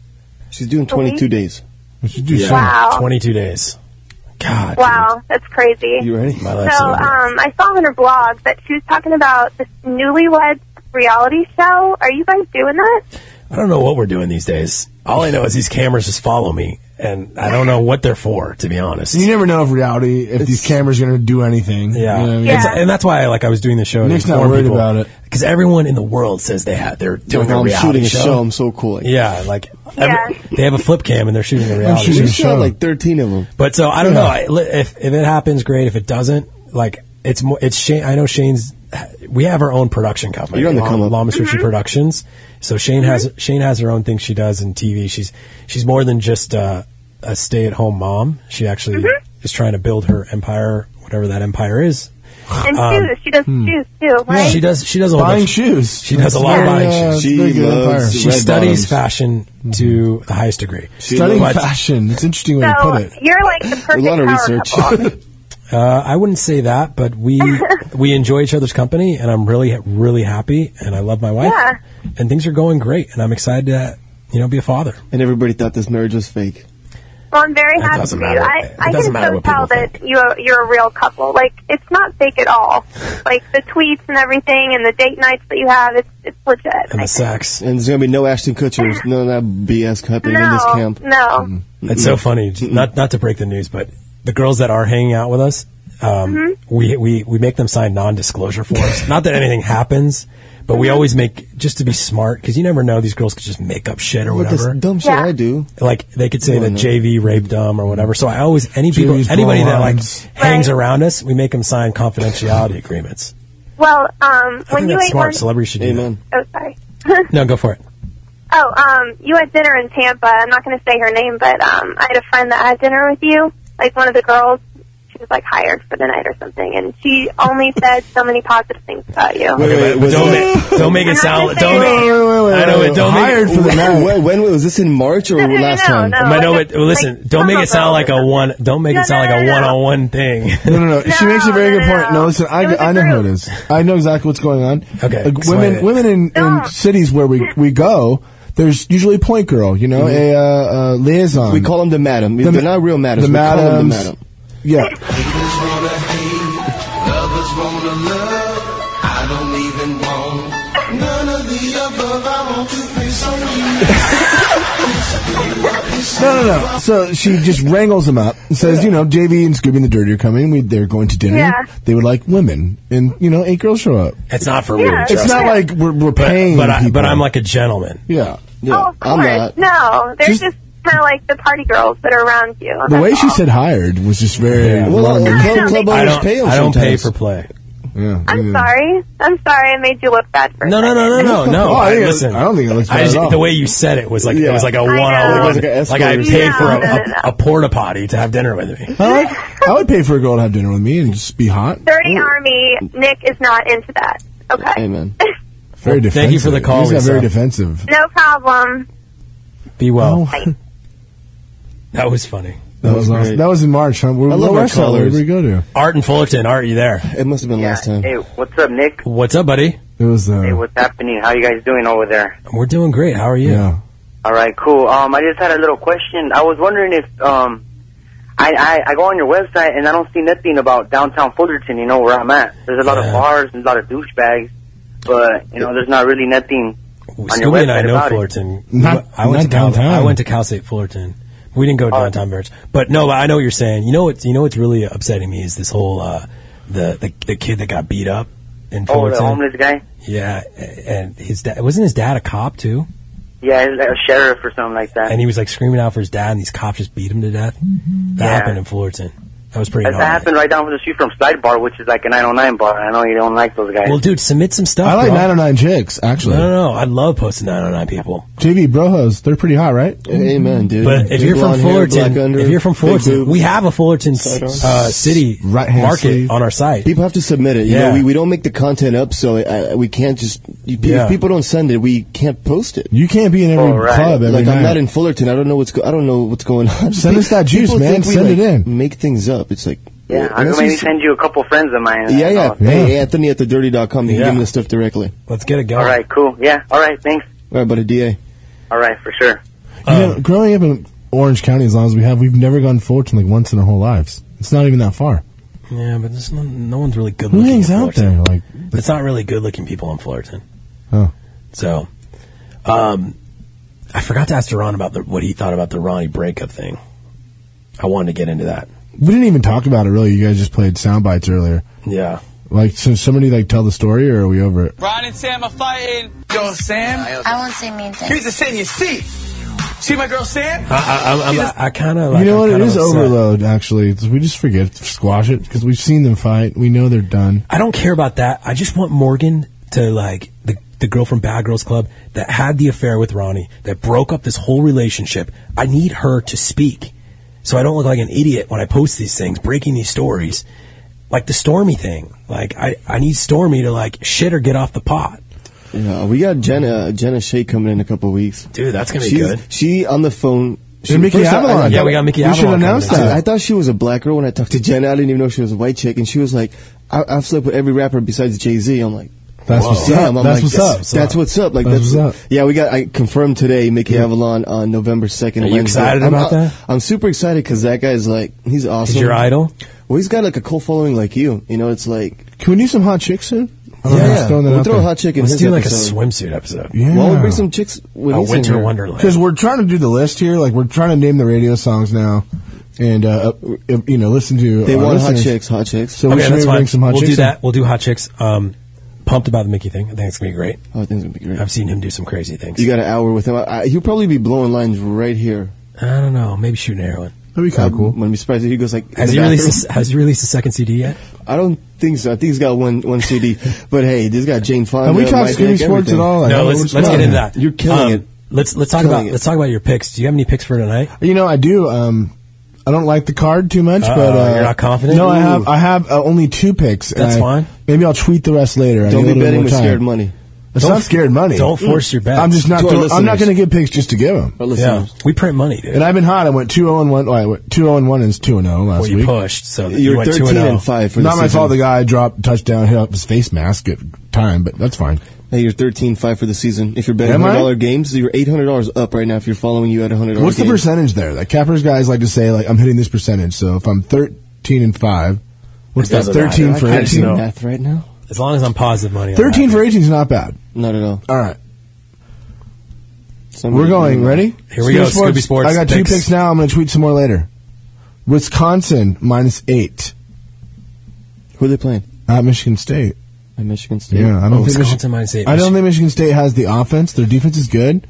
Speaker 4: She's doing
Speaker 13: 22 week?
Speaker 4: days.
Speaker 5: She's doing
Speaker 13: Wow.
Speaker 3: 22 days. God.
Speaker 13: Wow, that's crazy.
Speaker 3: You ready? My
Speaker 13: so,
Speaker 3: life's over.
Speaker 13: um, I saw on her blog that she was talking about this newlywed reality show. Are you guys doing that?
Speaker 3: I don't know what we're doing these days. All I know is these cameras just follow me and I don't know what they're for, to be honest.
Speaker 5: You never know if reality, if these cameras are going to do anything.
Speaker 3: Yeah,
Speaker 5: You know what I mean?
Speaker 3: It's- and that's why like I was doing the show.
Speaker 5: Nick's not worried about it.
Speaker 3: because everyone in the world says they have they're doing
Speaker 4: Like,
Speaker 3: a
Speaker 4: I'm
Speaker 3: reality
Speaker 4: shooting a
Speaker 3: show.
Speaker 4: show, I'm so cool. Oh,
Speaker 3: Yeah, like every- they have a flip cam and they're shooting a reality
Speaker 4: shooting a
Speaker 3: show.
Speaker 4: show. like 13 of them.
Speaker 3: But so I don't
Speaker 4: Yeah.
Speaker 3: know I, li- if if it happens, great. If it doesn't, like it's more. It's Shane. I know Shane's. We have our own production company.
Speaker 4: You're on the come up.
Speaker 3: Lama
Speaker 13: Mm-hmm.
Speaker 3: Productions. So Shane has Shane has her own thing she does in TV. She's she's more than just uh, a stay at home mom. She actually
Speaker 13: Mm-hmm.
Speaker 3: is trying to build her empire, whatever that empire is.
Speaker 13: And
Speaker 3: Um,
Speaker 13: shoes. She does shoes too, right?
Speaker 3: She does. She does a lot
Speaker 5: hmm. Buying
Speaker 3: of,
Speaker 5: shoes.
Speaker 3: She does a lot of
Speaker 5: Yeah,
Speaker 3: buying
Speaker 5: yeah,
Speaker 3: shoes.
Speaker 5: She big loves empire.
Speaker 3: She
Speaker 5: red
Speaker 3: studies
Speaker 5: bottoms.
Speaker 3: fashion to the highest degree.
Speaker 5: Studying
Speaker 3: But-
Speaker 5: fashion. It's an interesting way to
Speaker 13: So
Speaker 5: put it.
Speaker 13: you're like the perfect power couple.
Speaker 3: uh, I wouldn't say that, but we we enjoy each other's company, and I'm really really happy, and I love my wife,
Speaker 13: Yeah.
Speaker 3: and things are going great, and I'm excited to you know be a father.
Speaker 4: And everybody thought this marriage was fake.
Speaker 13: Well, I'm very
Speaker 4: It
Speaker 13: happy
Speaker 4: doesn't
Speaker 13: for you.
Speaker 4: matter what
Speaker 13: I,
Speaker 4: they- it
Speaker 13: I
Speaker 4: doesn't
Speaker 13: can
Speaker 4: matter
Speaker 13: so
Speaker 4: what
Speaker 13: tell that you are, you're a real couple. Like it's not fake at all. Like the tweets and everything, and the date nights that you have, it's it's legit.
Speaker 4: And
Speaker 13: I-
Speaker 4: the
Speaker 3: sex.
Speaker 4: And there's going to be no Ashton Kutcher. None of that BS happening in this
Speaker 13: no,
Speaker 4: camp.
Speaker 13: no.
Speaker 3: It's so funny, j- not not to break the news, but the girls that are hanging out with us, um,
Speaker 13: Mhm.
Speaker 3: we, we we make them sign non-disclosure forms. not that anything happens, but
Speaker 13: Mm-hmm.
Speaker 3: we always make just to be smart because you never know these girls could just make up shit or
Speaker 4: Look at
Speaker 3: whatever.
Speaker 4: this dumb shit I do.
Speaker 3: like they could say
Speaker 4: Come
Speaker 3: that
Speaker 5: Mm-hmm.
Speaker 4: on now.
Speaker 3: JV raped them or whatever. So I always any people
Speaker 4: JV's
Speaker 3: anybody
Speaker 4: bra
Speaker 3: that like
Speaker 4: lines.
Speaker 3: hangs around us, we make them sign confidentiality agreements.
Speaker 13: Well, um,
Speaker 3: I
Speaker 13: when
Speaker 3: think
Speaker 13: you
Speaker 3: that's
Speaker 13: ate
Speaker 3: smart.
Speaker 13: lunch,
Speaker 3: Celebrities should do Amen.
Speaker 13: oh sorry.
Speaker 3: No, go for it.
Speaker 13: Oh, um, you had dinner in Tampa. I'm not going to say her name, but um, I had a friend that had dinner with you. Like one of the girls, she was like hired for the night or something, and she only said so many positive things about you.
Speaker 3: Okay, but don't make don't make it sound don't make I know it don't make it,
Speaker 4: When, when was this in March or last time?
Speaker 3: I know it. well, Listen, don't make it sound like a one. Don't make it sound like a one-on-one thing.
Speaker 5: No, no, no. She makes a very good point. No, listen, I, I know who it is. I know exactly what's going on.
Speaker 3: Okay,
Speaker 5: Like,
Speaker 3: explain
Speaker 5: women,
Speaker 3: it.
Speaker 5: women in, in cities where we, we go, there's usually a point girl, you know, a
Speaker 3: Mm-hmm.
Speaker 5: uh, uh, liaison.
Speaker 4: We call them the madam.
Speaker 5: The
Speaker 4: They're
Speaker 5: ma-
Speaker 4: not real madams.
Speaker 5: The
Speaker 4: we call them the
Speaker 5: madams.
Speaker 4: madam.
Speaker 5: Yeah.
Speaker 14: Haters wanna hate, lovers wanna love. I don't even want none of the above. I want to piss on you.
Speaker 5: No, no, no. So she just wrangles them up and says, you know, JV and Scooby and the Dirty are coming. We, they're going to dinner.
Speaker 3: Yeah.
Speaker 5: They would like women. And, you know, eight girls show up.
Speaker 3: It's not for
Speaker 5: Yeah,
Speaker 3: me.
Speaker 5: it's not like we're- we're paying
Speaker 3: But, I,
Speaker 5: people.
Speaker 3: but I'm like a gentleman.
Speaker 5: Yeah.
Speaker 13: Oh, of course. No, they're just, kind of like the party girls that are around you.
Speaker 5: The
Speaker 13: That's
Speaker 5: way she
Speaker 13: all.
Speaker 5: said hired was just very.
Speaker 3: Yeah. Well,
Speaker 5: alarming.
Speaker 3: uh, club- club I owners don't- pay 'em I don't pay sometimes. for play.
Speaker 5: Yeah.
Speaker 13: I'm sorry. I'm sorry. I made you look bad for
Speaker 3: No, no, no, no, no, no.
Speaker 5: Oh, I think it-
Speaker 3: listen,
Speaker 5: I don't think it looks bad
Speaker 3: I just-
Speaker 5: at all.
Speaker 3: The way you said it was like it
Speaker 5: Yeah.
Speaker 3: was like a
Speaker 5: I know.
Speaker 3: one-on-one.
Speaker 5: It was like an
Speaker 3: Like I
Speaker 5: escort.
Speaker 3: paid for
Speaker 5: No, no,
Speaker 3: a, a, a porta potty to have dinner with me.
Speaker 5: I, like, I would pay for a girl to have dinner with me and just be hot.
Speaker 13: Dirty Army. Nick is not into that. Okay.
Speaker 5: Amen. Very defensive.
Speaker 3: Thank you for the call,
Speaker 5: He's not very
Speaker 3: Lisa.
Speaker 5: defensive.
Speaker 13: No problem.
Speaker 3: Be well. That was funny.
Speaker 5: That was awesome. that was in March. Huh? Where,
Speaker 3: I love
Speaker 5: where
Speaker 3: our
Speaker 5: was that? Where did
Speaker 3: colors.
Speaker 5: we go to?
Speaker 3: Art and Fullerton. Art, you there? It
Speaker 4: must have been last time.
Speaker 22: Hey, what's up, Nick?
Speaker 3: What's up, buddy?
Speaker 5: It was. Uh,
Speaker 3: Mm.
Speaker 22: Hey, what's happening? How you guys doing over there?
Speaker 3: We're doing great. How are you? Yeah.
Speaker 22: All right, cool. Um, I just had a little question. I was wondering if um, I, I I go on your website and I don't see nothing about downtown Fullerton. You know where I'm at. There's a lot of bars and a lot of douchebags, but you know there's not really nothing on your
Speaker 3: Scooby
Speaker 22: website
Speaker 3: and I know
Speaker 22: about it.
Speaker 3: Fullerton.
Speaker 5: Not-
Speaker 3: I went
Speaker 5: not
Speaker 3: to Cal,
Speaker 5: downtown.
Speaker 3: I went to Cal State Fullerton. We didn't
Speaker 22: Oh.
Speaker 3: go downtown Marriage, but no. But I know what you're saying. You know what's you know what's really upsetting me is this whole uh, the, the the kid that got beat up in
Speaker 22: Oh, the
Speaker 3: Fullerton.
Speaker 22: homeless guy.
Speaker 3: Yeah, a- and his dad wasn't his dad a cop too,
Speaker 22: Yeah, he's like a sheriff or something like that.
Speaker 3: and he was like screaming out for his dad, and these cops just beat him to death. That
Speaker 22: Yeah.
Speaker 3: happened in Fullerton. That was pretty.
Speaker 22: that
Speaker 3: gnarly.
Speaker 22: happened right down the street from Slide Bar, which is like a 909 bar. I know you don't like those guys.
Speaker 3: Well, dude, submit some stuff.
Speaker 5: I like
Speaker 3: bro.
Speaker 5: 909 chicks,
Speaker 3: No,
Speaker 5: actually.
Speaker 3: no, no. I love posting 909 people.
Speaker 5: JV Brohos, they're pretty hot, right?
Speaker 4: Amen, dude.
Speaker 3: But if
Speaker 4: Big
Speaker 3: you're from
Speaker 4: blonde hair,
Speaker 3: Fullerton,
Speaker 4: black under,
Speaker 3: if you're from
Speaker 4: big
Speaker 3: Fullerton,
Speaker 4: boobs.
Speaker 3: we have a Fullerton uh, city
Speaker 4: Right-hand
Speaker 3: market
Speaker 4: sleeve.
Speaker 3: on our site.
Speaker 4: People have to submit it. You
Speaker 3: Yeah.
Speaker 4: know, we, we don't make the content up, so I, I, we can't just. You, pe-
Speaker 3: Yeah.
Speaker 4: If people don't send it, we can't post it.
Speaker 5: You can't be in every club every
Speaker 4: like
Speaker 5: night.
Speaker 4: I'm not in Fullerton. I don't know what's. Go- I don't know what's going on.
Speaker 5: Send us that juice,
Speaker 4: People
Speaker 5: man.
Speaker 4: think we,
Speaker 5: Send it
Speaker 4: like, Make things up. It's like
Speaker 22: yeah, I'm
Speaker 4: unless
Speaker 22: gonna maybe
Speaker 4: you s-
Speaker 22: send you a couple friends of mine.
Speaker 4: yeah, yeah.
Speaker 22: Oh,
Speaker 4: Hey, Anthony at the dirty.com. You can
Speaker 22: Yeah.
Speaker 4: give him the stuff directly.
Speaker 3: Let's get it going.
Speaker 22: All right, cool. Yeah. All right, thanks.
Speaker 4: All right, buddy. Da.
Speaker 22: All right, for sure.
Speaker 5: You
Speaker 3: uh,
Speaker 5: know, growing up in Orange County as long as we have, we've never gone to Fullerton like once in our whole lives. It's not even that far.
Speaker 3: Yeah, but there's no, no one's really good
Speaker 5: Who
Speaker 3: looking.
Speaker 5: hangs
Speaker 3: in
Speaker 5: out
Speaker 3: Fullerton.
Speaker 5: there? Like,
Speaker 3: it's not really good looking people in Fullerton.
Speaker 5: Oh.
Speaker 3: So, um, I forgot to ask Duran about the, what he thought about the Ronnie breakup thing. I wanted to get into that.
Speaker 5: We didn't even talk about it really. You guys just played sound bites earlier.
Speaker 3: Yeah.
Speaker 5: Like, so somebody like tell the story, or are we over it?
Speaker 8: Brian and Sam are fighting. Girl Sam. I won't say mean things. Here's the sin you see. See my girl Sam?
Speaker 3: I, I, I, I kind of.
Speaker 5: you know what?
Speaker 3: I'm
Speaker 5: It
Speaker 3: kinda
Speaker 5: is
Speaker 3: upset.
Speaker 5: overload. Actually, It's- we just forget to squash it because we've seen them fight. We know they're done.
Speaker 3: I don't care about that. I just want Morgan to like the the girl from Bad Girls Club that had the affair with Ronnie that broke up this whole relationship. I need her to speak, so I don't look like an idiot when I post these things, breaking these stories, like the Stormy thing. Like I I need Stormy to like shit or get off the pot.
Speaker 4: Yeah, we got Jenna Jenna Shea coming in a couple weeks.
Speaker 3: Dude, that's gonna be
Speaker 4: She's-
Speaker 3: good.
Speaker 4: She on the phone. She,
Speaker 3: And Mickey
Speaker 4: first, I-
Speaker 3: Avalon.
Speaker 4: I-
Speaker 3: Yeah, we got Mickey
Speaker 4: we should
Speaker 3: Avalon
Speaker 4: announce
Speaker 3: coming in.
Speaker 4: that. I thought she was a black girl when I talked to Jenna. I didn't even know she was a white chick, and she was like, I, "I've slept with every rapper besides Jay Z." I'm like.
Speaker 5: That's
Speaker 4: "Whoa."
Speaker 5: what's
Speaker 4: Damn,
Speaker 5: up.
Speaker 4: I'm
Speaker 5: That's
Speaker 4: like,
Speaker 5: what's up.
Speaker 4: that's, that's what's up. Like
Speaker 5: That's
Speaker 4: that's,
Speaker 5: what's
Speaker 4: yeah. We got I confirmed today, Mickey Avalon on November second.
Speaker 3: Are you excited about that?
Speaker 4: I'm super excited because that guy's like he's awesome.
Speaker 3: your idol?
Speaker 4: Well, he's got like a cool following like you. You know, it's like
Speaker 5: Can we do some hot chicks soon? I don't know,
Speaker 4: yeah,
Speaker 5: just throwing that
Speaker 4: we'll
Speaker 5: out
Speaker 4: throw
Speaker 5: there.
Speaker 4: a hot chick in
Speaker 5: Let's
Speaker 4: his
Speaker 5: do, like, a
Speaker 4: episode.
Speaker 3: swimsuit episode.
Speaker 5: Yeah.
Speaker 4: Well, we'll bring some chicks. When
Speaker 3: A
Speaker 4: he's in
Speaker 3: winter
Speaker 4: here.
Speaker 3: wonderland.
Speaker 5: Because we're trying to do the list here. Like we're trying to name the radio songs now, and uh, uh, you know, listen to.
Speaker 4: They
Speaker 5: our
Speaker 4: want hot
Speaker 5: listeners.
Speaker 4: chicks, hot chicks.
Speaker 5: So we
Speaker 3: Okay,
Speaker 5: should
Speaker 3: that's
Speaker 5: maybe
Speaker 3: fine.
Speaker 5: bring some hot
Speaker 3: we'll
Speaker 5: chicks.
Speaker 3: do that. We'll do hot chicks. Um, pumped about the Mickey thing. I think it's gonna be great.
Speaker 4: Oh, I think it's gonna be great.
Speaker 3: I've seen him do some crazy things.
Speaker 4: You got an hour with him. I, I, he'll probably be blowing lines right here.
Speaker 3: I don't know. Maybe shooting heroin.
Speaker 5: That'd be kind
Speaker 4: of cool. I'm gonna be surprised if he goes like.
Speaker 3: Has
Speaker 4: in
Speaker 3: he
Speaker 4: the
Speaker 3: released?
Speaker 4: bathroom.
Speaker 3: A, has he released a second CD yet?
Speaker 4: I don't think so. I think he's got one one CD. but hey, this got Jane Fonda.
Speaker 5: Have Uh, we talked
Speaker 4: Mike
Speaker 5: Scooby
Speaker 4: Nick,
Speaker 5: Sports
Speaker 4: everything.
Speaker 5: at all?
Speaker 3: no, let's, let's get into that.
Speaker 4: You're killing
Speaker 3: Um,
Speaker 4: it.
Speaker 3: Let's let's talk
Speaker 4: Killing
Speaker 3: about
Speaker 4: it.
Speaker 3: let's talk about your picks. Do you have any picks for tonight?
Speaker 5: You know, I do. Um, I don't like the card too much, but
Speaker 3: Uh-oh,
Speaker 5: uh,
Speaker 3: you're not confident?
Speaker 5: No, I
Speaker 3: Ooh.
Speaker 5: have. I have uh, only two picks. and
Speaker 3: That's
Speaker 5: I-
Speaker 3: fine.
Speaker 5: Maybe I'll tweet the rest later. I
Speaker 4: Don't
Speaker 5: need a
Speaker 4: be
Speaker 5: little
Speaker 4: betting
Speaker 5: more
Speaker 4: with
Speaker 5: time.
Speaker 4: scared money.
Speaker 5: It's
Speaker 3: Don't-
Speaker 5: not scared money.
Speaker 3: don't force your bets.
Speaker 5: I'm just not.
Speaker 3: To our
Speaker 5: Doing, I'm not
Speaker 3: listeners.
Speaker 5: going to give picks just to give them.
Speaker 3: Yeah, we print money, dude.
Speaker 5: And I've been hot. I went two zero and one. Well, I went two zero and one is two and zero last
Speaker 3: Well, you
Speaker 5: week.
Speaker 3: pushed, so you went two and, oh.
Speaker 5: Not my fault. The guy dropped touchdown, hit up his face mask at time, but that's fine.
Speaker 4: Hey, you're 13 5 for the season. If you're betting
Speaker 5: Am I?
Speaker 4: $100 games, you're $800 up right now if you're following you at $100.
Speaker 5: What's the
Speaker 4: games.
Speaker 5: percentage there? Like cappers guys like to say, like I'm hitting this percentage. So if I'm thirteen and five, what's
Speaker 4: It
Speaker 5: that?
Speaker 4: doesn't
Speaker 5: Thirteen
Speaker 4: matter.
Speaker 5: for
Speaker 4: I can't do
Speaker 5: eighteen.
Speaker 4: math right now.
Speaker 3: As long as I'm positive money. on
Speaker 5: Thirteen for eighteen is not bad.
Speaker 4: Not at all.
Speaker 5: All right,
Speaker 4: Somebody-
Speaker 5: we're going. Ready?
Speaker 3: Here we go, Scooby Sports
Speaker 5: I got two
Speaker 3: picks.
Speaker 5: picks now. I'm going to tweet some more later. Wisconsin minus eight
Speaker 4: Who are they playing?
Speaker 5: at Michigan State.
Speaker 4: At Michigan State.
Speaker 5: Yeah, I don't
Speaker 3: Oh,
Speaker 5: think
Speaker 3: Wisconsin
Speaker 5: Michi-
Speaker 3: minus eight.
Speaker 5: I don't think Michigan State has the offense. Their defense is good.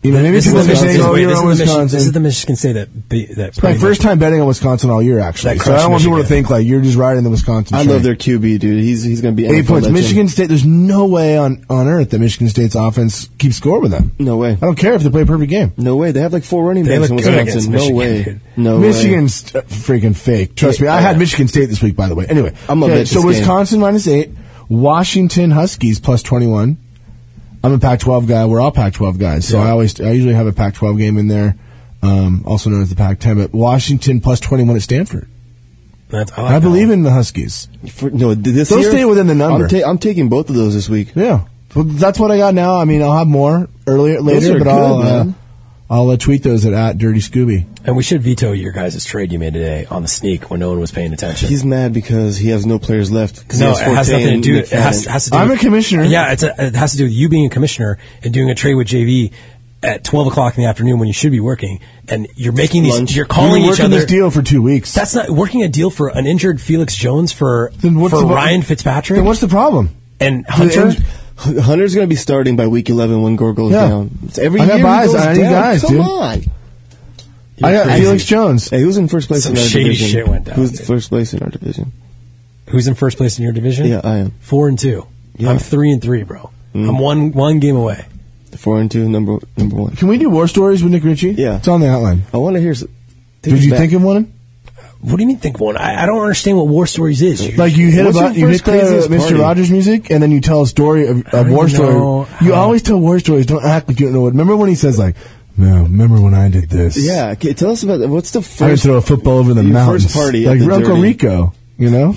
Speaker 5: You know, maybe
Speaker 3: This is
Speaker 5: people
Speaker 3: the
Speaker 5: are saying,
Speaker 3: Michigan-
Speaker 5: "Oh,
Speaker 3: wait,
Speaker 5: you're
Speaker 3: this
Speaker 5: on
Speaker 3: is the Michigan-
Speaker 5: Wisconsin."
Speaker 3: this is the Michigan State that be, that.
Speaker 5: It's my
Speaker 3: pretty
Speaker 5: first time betting on Wisconsin all year, actually.
Speaker 3: That
Speaker 5: So I don't want
Speaker 3: crushed
Speaker 5: people to
Speaker 3: Michigan.
Speaker 5: think like you're just riding the Wisconsin.
Speaker 4: I
Speaker 5: train.
Speaker 4: love their QB, dude. He's he's going to be
Speaker 5: eight
Speaker 4: NFL
Speaker 5: points.
Speaker 4: legend.
Speaker 5: Michigan State. There's no way on on earth that Michigan State's offense keeps score with them.
Speaker 4: No way.
Speaker 5: I don't care if they play a perfect game.
Speaker 4: No way. They have like four running
Speaker 3: They
Speaker 4: backs in
Speaker 3: look good
Speaker 4: Wisconsin.
Speaker 3: against
Speaker 4: No
Speaker 3: Michigan,
Speaker 4: way.
Speaker 3: dude.
Speaker 4: No way.
Speaker 5: Michigan's uh, freaking fake. Trust me. I had Michigan State this week, by the way. Anyway,
Speaker 4: I'm gonna
Speaker 5: okay,
Speaker 4: bet
Speaker 5: so
Speaker 4: this game.
Speaker 5: Wisconsin minus eight, Washington Huskies plus twenty one. I'm a Pac-12 guy. We're all Pac-12 guys, so I always I usually have a Pac-12 game in there, um, also known as the Pac-10. But Washington plus twenty one at Stanford.
Speaker 3: That's, I, like
Speaker 5: I,
Speaker 3: that
Speaker 5: believe in the Huskies.
Speaker 4: Oh, For- no, th- this
Speaker 5: They'll
Speaker 4: year,
Speaker 5: stay within the number.
Speaker 4: I'm, ta- I'm taking both of those this week.
Speaker 5: Yeah, well, that's what I got now. I mean, I'll have more earlier later,
Speaker 4: are
Speaker 5: but
Speaker 4: good,
Speaker 5: I'll uh,
Speaker 4: man.
Speaker 5: I'll uh, tweet those at, at Dirty Scooby.
Speaker 3: one. And we should veto your guys' trade you made today on the sneak when no one was paying attention.
Speaker 4: He's mad because he has no players left. 'cause he
Speaker 3: no, it has
Speaker 4: Forte
Speaker 3: nothing to
Speaker 4: and
Speaker 3: do.
Speaker 4: Nick
Speaker 3: It has,
Speaker 4: Fannin.
Speaker 3: has to do.
Speaker 5: I'm
Speaker 3: with-
Speaker 5: a commissioner.
Speaker 3: Yeah, it's a, it has to do with you being a commissioner and doing a trade with JV at twelve o'clock in the afternoon when you should be working, and you're making these.
Speaker 4: Lunch.
Speaker 3: You're
Speaker 5: We've
Speaker 3: calling
Speaker 5: been
Speaker 3: each
Speaker 5: working
Speaker 3: other.
Speaker 5: this deal for two weeks.
Speaker 3: That's not working a deal for an injured Felix Jones for
Speaker 5: Then what's
Speaker 3: for
Speaker 5: the-
Speaker 3: Ryan Fitzpatrick
Speaker 5: Then what's the problem?
Speaker 3: and Hunter.
Speaker 5: And-
Speaker 4: Uh, H- Hunter's going to be starting by week 11 when Gore goes
Speaker 5: Yeah.
Speaker 4: down. It's every
Speaker 5: I got
Speaker 4: year he
Speaker 5: buys.
Speaker 4: goes
Speaker 5: I need
Speaker 4: down.
Speaker 5: guys,
Speaker 4: Come
Speaker 5: dude.
Speaker 4: on.
Speaker 5: I got
Speaker 4: Crazy.
Speaker 5: Felix Jones.
Speaker 4: Hey, who's in first place
Speaker 3: Some
Speaker 4: in our
Speaker 3: shady
Speaker 4: division?
Speaker 3: shit went down,
Speaker 4: Who's
Speaker 3: dude.
Speaker 4: first place in our division?
Speaker 3: Who's in first place in your division?
Speaker 4: Yeah, I am.
Speaker 3: four and two.
Speaker 4: Yeah. Mm.
Speaker 3: I'm three and three, bro. I'm one one game away.
Speaker 4: Four and two, number number one.
Speaker 5: Can we do war stories with Nick Ritchie?
Speaker 4: Yeah.
Speaker 5: it's on the outline.
Speaker 4: I want to hear. s-
Speaker 5: Did
Speaker 4: us
Speaker 5: you
Speaker 4: back.
Speaker 5: think of one?
Speaker 3: What do you mean think one? I, I don't understand what war stories is. You-
Speaker 5: Like you hit
Speaker 4: What's
Speaker 5: about you
Speaker 4: your
Speaker 5: hit
Speaker 4: first
Speaker 5: the
Speaker 4: craziest
Speaker 5: Mr.
Speaker 4: party?
Speaker 5: Rogers music, and then you tell a story of a
Speaker 3: don't
Speaker 5: war
Speaker 3: even
Speaker 5: story.
Speaker 3: know
Speaker 5: You
Speaker 3: how-
Speaker 5: always tell war stories. Don't act like you don't know what. Remember when he says like, "No, remember when I did this?
Speaker 4: Yeah, okay, tell us about what's the
Speaker 5: I would
Speaker 4: first
Speaker 5: throw a football over the
Speaker 4: your
Speaker 5: mountains.
Speaker 4: first party at
Speaker 5: like
Speaker 4: the
Speaker 5: Uncle
Speaker 4: Dirty.
Speaker 5: Rico. You know?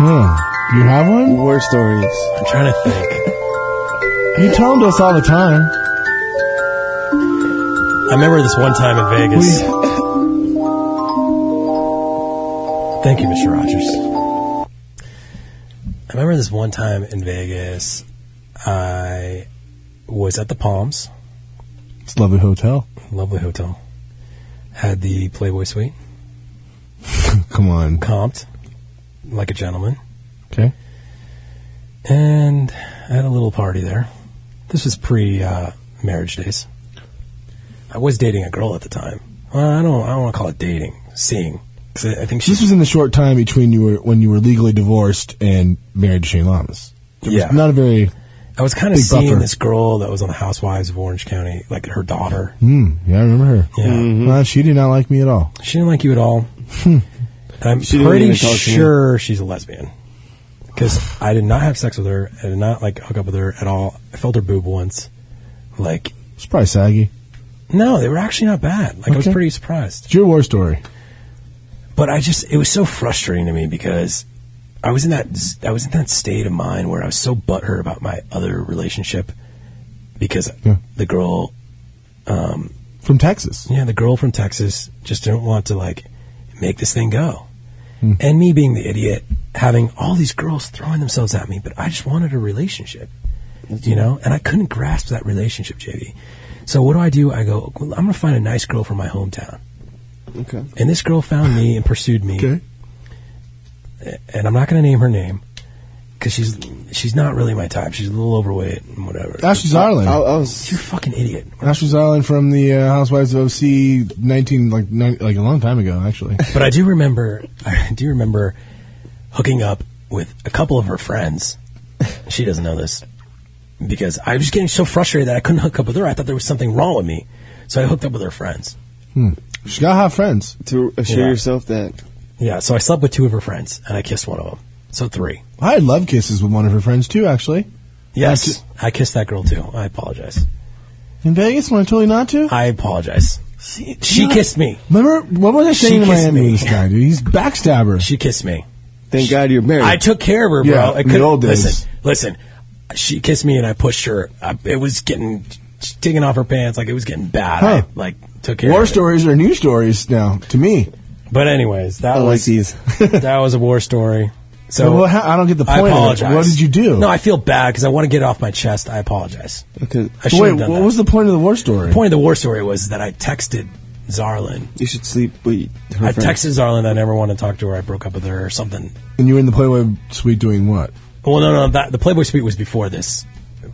Speaker 5: Yeah. You have one?
Speaker 4: war stories.
Speaker 3: I'm trying to think.
Speaker 5: You told us all the time.
Speaker 3: I remember this one time in Vegas. Thank you, Mr. Rogers. I remember this one time in Vegas. I was at the Palms,
Speaker 5: It's a lovely hotel.
Speaker 3: lovely hotel, had the Playboy Suite.
Speaker 5: Come on.
Speaker 3: Comped like a gentleman.
Speaker 5: Okay.
Speaker 3: And I had a little party there. This was pre uh, marriage days. I was dating a girl at the time. Well, I don't. I don't want to call it dating. Seeing. 'Cause I I think she
Speaker 5: This was in the short time between you were when you were legally divorced and married to Shane Lamas. It was
Speaker 3: Yeah.
Speaker 5: not a very.
Speaker 3: I was kind of
Speaker 5: big
Speaker 3: seeing
Speaker 5: buffer.
Speaker 3: this girl that was on the Housewives of Orange County, like her daughter.
Speaker 5: Mm, yeah, I remember her.
Speaker 3: Yeah. Mhm.
Speaker 5: Well, she did not like me at all. Hmm.
Speaker 3: She didn't like you at all. and I'm
Speaker 5: She didn't
Speaker 3: pretty
Speaker 5: even talk to you.
Speaker 3: sure she's a lesbian because I did not have sex with her. I did not like hook up with her at all. I felt her boob once. Like
Speaker 5: It's probably saggy.
Speaker 3: no, they were actually not bad. Like I was
Speaker 5: Okay.
Speaker 3: pretty surprised.
Speaker 5: It's your war story.
Speaker 3: But I just it was so frustrating to me because I was in that I was in that state of mind where I was so butthurt about my other relationship because the girl um,
Speaker 5: from Texas.
Speaker 3: Yeah, the girl from Texas just didn't want to like make this thing go. And me being the idiot, having all these girls throwing themselves at me, but I just wanted a relationship, you know, and I couldn't grasp that relationship, JD. So what do I do? I go, well, I'm going to find a nice girl from my hometown.
Speaker 5: Okay.
Speaker 3: And this girl found me and pursued me. Okay. And I'm not going to name her name because she's she's not really my type. She's a little overweight and whatever.
Speaker 5: Ashley Zarlin.
Speaker 3: You're a fucking idiot.
Speaker 5: Ashley Zarlin from the uh, Housewives of OC, nineteen like nine, like a long time ago, actually.
Speaker 3: But I do remember, I do remember hooking up with a couple of her friends. She doesn't know this because I was getting so frustrated that I couldn't hook up with her. I thought there was something wrong with me, so I hooked up with her friends.
Speaker 5: Hmm. She got hot friends.
Speaker 4: To assure
Speaker 3: Yeah.
Speaker 4: yourself that
Speaker 3: Yeah, so I slept with two of her friends and I kissed one of them. So three.
Speaker 5: I had love kisses with one of her friends too, actually.
Speaker 3: Yes, I kissed that girl too. I apologize.
Speaker 5: In Vegas, when I told you not to.
Speaker 3: I apologize. She kissed me.
Speaker 5: Remember what was I
Speaker 3: She
Speaker 5: saying in
Speaker 3: kissed
Speaker 5: Miami
Speaker 3: me.
Speaker 5: with this guy, dude? He's a backstabber.
Speaker 3: She kissed me.
Speaker 4: Thank God you're married.
Speaker 3: I took care of her, bro.
Speaker 5: Yeah,
Speaker 3: I
Speaker 5: in the
Speaker 3: couldn't-
Speaker 5: old days.
Speaker 3: Listen, listen. She kissed me and I pushed her. I, it was getting she taking off her pants, like it was getting bad.
Speaker 5: Huh.
Speaker 3: I like took care.
Speaker 5: War
Speaker 3: of it.
Speaker 5: stories are new stories now to me.
Speaker 3: But anyways, that
Speaker 5: I like
Speaker 3: was
Speaker 5: these.
Speaker 3: that was a war story. So
Speaker 5: Well, how- I don't get the
Speaker 3: I
Speaker 5: point of it.
Speaker 3: apologize.
Speaker 5: What did you do?
Speaker 3: No, I feel bad because I want to get it off my chest. I apologize.
Speaker 4: Okay.
Speaker 3: I
Speaker 5: Wait,
Speaker 3: should have done
Speaker 5: what
Speaker 3: that.
Speaker 5: was the point of the war story?
Speaker 3: The point of the war story was that I texted Zarlin.
Speaker 4: you should sleep with her
Speaker 3: I
Speaker 4: friend.
Speaker 3: texted Zarlin. I never wanted to talk to her. I broke up with her or something.
Speaker 5: And you were in the Playboy suite doing what?
Speaker 3: Well, no, no, that, the Playboy Suite was before this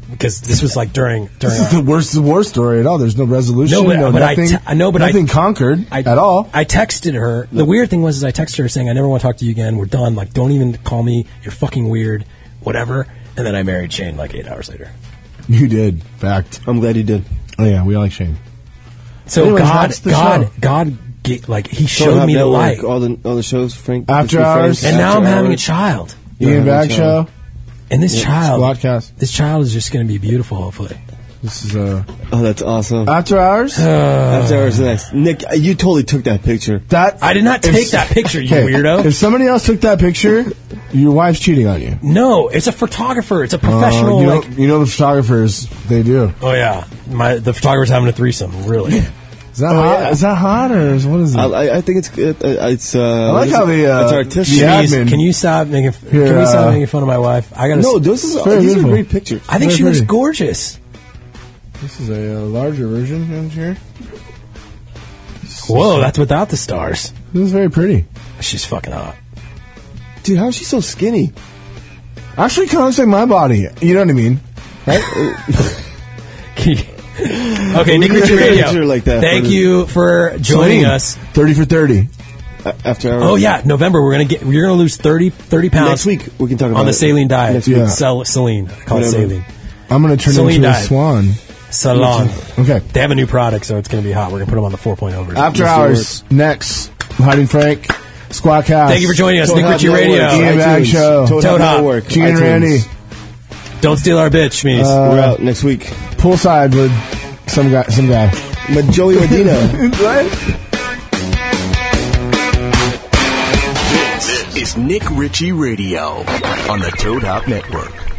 Speaker 3: because this was like during during.
Speaker 5: This is the worst war story at all. There's no resolution.
Speaker 3: No,
Speaker 5: No,
Speaker 3: but- but I
Speaker 5: nothing.
Speaker 3: te- I know, but I-
Speaker 5: nothing conquered
Speaker 3: I-
Speaker 5: at all.
Speaker 3: I texted her. The weird thing was, is I texted her saying, "I never want to talk to you again. We're done. Like, don't even call me. You're fucking weird. Whatever." And then I married Shane like eight hours later.
Speaker 5: You did. Fact.
Speaker 4: I'm glad you did.
Speaker 5: Oh yeah, we like Shane.
Speaker 3: So
Speaker 5: Anyways,
Speaker 3: God,
Speaker 5: that's the
Speaker 3: God,
Speaker 5: show.
Speaker 3: God, ga- like He
Speaker 4: Told
Speaker 3: showed
Speaker 4: Hot
Speaker 3: me the
Speaker 4: Network,
Speaker 3: light,
Speaker 4: All the all the shows, Frank.
Speaker 5: After
Speaker 4: Mr. Frank's,
Speaker 5: Hours.
Speaker 3: and now I'm
Speaker 4: After
Speaker 3: having a
Speaker 4: Hours.
Speaker 3: child.
Speaker 4: You're
Speaker 5: Ian
Speaker 4: having a
Speaker 5: Bag Show.
Speaker 4: child.
Speaker 3: And this
Speaker 4: Yeah,
Speaker 3: child,
Speaker 5: Squadcast.
Speaker 3: this child is just going to be beautiful. Hopefully,
Speaker 5: This is uh,
Speaker 4: Oh, that's awesome.
Speaker 5: after hours.
Speaker 3: Uh.
Speaker 4: After Hours is next. Nick, uh, you totally took that picture.
Speaker 5: that
Speaker 3: I did not
Speaker 5: if-
Speaker 3: take that picture, you
Speaker 5: Okay,
Speaker 3: weirdo.
Speaker 5: If somebody else took that picture, your wife's cheating on you.
Speaker 3: no, it's a photographer. It's a
Speaker 5: Uh,
Speaker 3: professional.
Speaker 5: you, know,
Speaker 3: like,
Speaker 5: you know the photographers, they do.
Speaker 3: oh yeah, my the photographer's having a threesome. Really.
Speaker 5: Is
Speaker 3: Oh,
Speaker 5: that hot? Is that hot or is, what is it?
Speaker 4: I, I- I think it's good. Uh, it's. Uh, I
Speaker 5: like how the, uh,
Speaker 4: it's artistic.
Speaker 5: the
Speaker 3: Please,
Speaker 5: admin-
Speaker 3: can you stop making?
Speaker 5: Here,
Speaker 3: can we
Speaker 5: uh,
Speaker 3: stop making fun of my wife? I gotta.
Speaker 4: No,
Speaker 3: s-
Speaker 4: this is
Speaker 5: Very
Speaker 4: these are
Speaker 5: beautiful.
Speaker 4: great pictures.
Speaker 3: I think
Speaker 5: very
Speaker 3: she looks
Speaker 5: pretty.
Speaker 3: gorgeous.
Speaker 5: This is a uh, larger version in here.
Speaker 3: Whoa, that's without the stars.
Speaker 5: This is very pretty.
Speaker 3: She's fucking hot.
Speaker 4: Dude, how's she so skinny?
Speaker 5: Actually, kind of looks like my body. You know what I mean?
Speaker 3: okay, Nick
Speaker 4: We need
Speaker 3: Ritchie
Speaker 4: a
Speaker 3: Radio.
Speaker 4: picture like that
Speaker 3: Thank
Speaker 4: for the-
Speaker 3: you for joining us.
Speaker 5: Thirty for thirty.
Speaker 4: A- After Hours.
Speaker 3: Oh yeah, November we're gonna get you're gonna lose 30, 30 pounds
Speaker 4: Next week we can talk about
Speaker 3: on the
Speaker 4: it.
Speaker 3: saline diet.
Speaker 4: Next week.
Speaker 5: Yeah.
Speaker 3: Sal- saline, I call it
Speaker 4: Whatever.
Speaker 3: saline.
Speaker 5: I'm gonna turn
Speaker 3: Celine
Speaker 5: into
Speaker 3: died.
Speaker 5: a swan.
Speaker 3: Salon.
Speaker 5: Okay.
Speaker 3: They have a new product, so it's gonna be hot. We're gonna put them on the 4.0 version.
Speaker 5: After hours next. Hiding Frank. Squawk House.
Speaker 3: Thank you for joining us,
Speaker 5: Toad
Speaker 3: Nick
Speaker 5: Hop
Speaker 3: Ritchie
Speaker 5: Network,
Speaker 3: Radio.
Speaker 5: Ian Bag
Speaker 4: iTunes,
Speaker 5: Show.
Speaker 4: Toad
Speaker 3: Toad Hop.
Speaker 4: Hop Network.
Speaker 5: Gene and
Speaker 4: iTunes.
Speaker 5: Randy.
Speaker 3: Don't steal our bitch, Mies.
Speaker 5: Uh,
Speaker 4: We're out next week.
Speaker 5: Poolside with some guy. Some guy.
Speaker 4: But Joey Medina.
Speaker 16: This is Nick Ritchie Radio on the Toad Hop Network.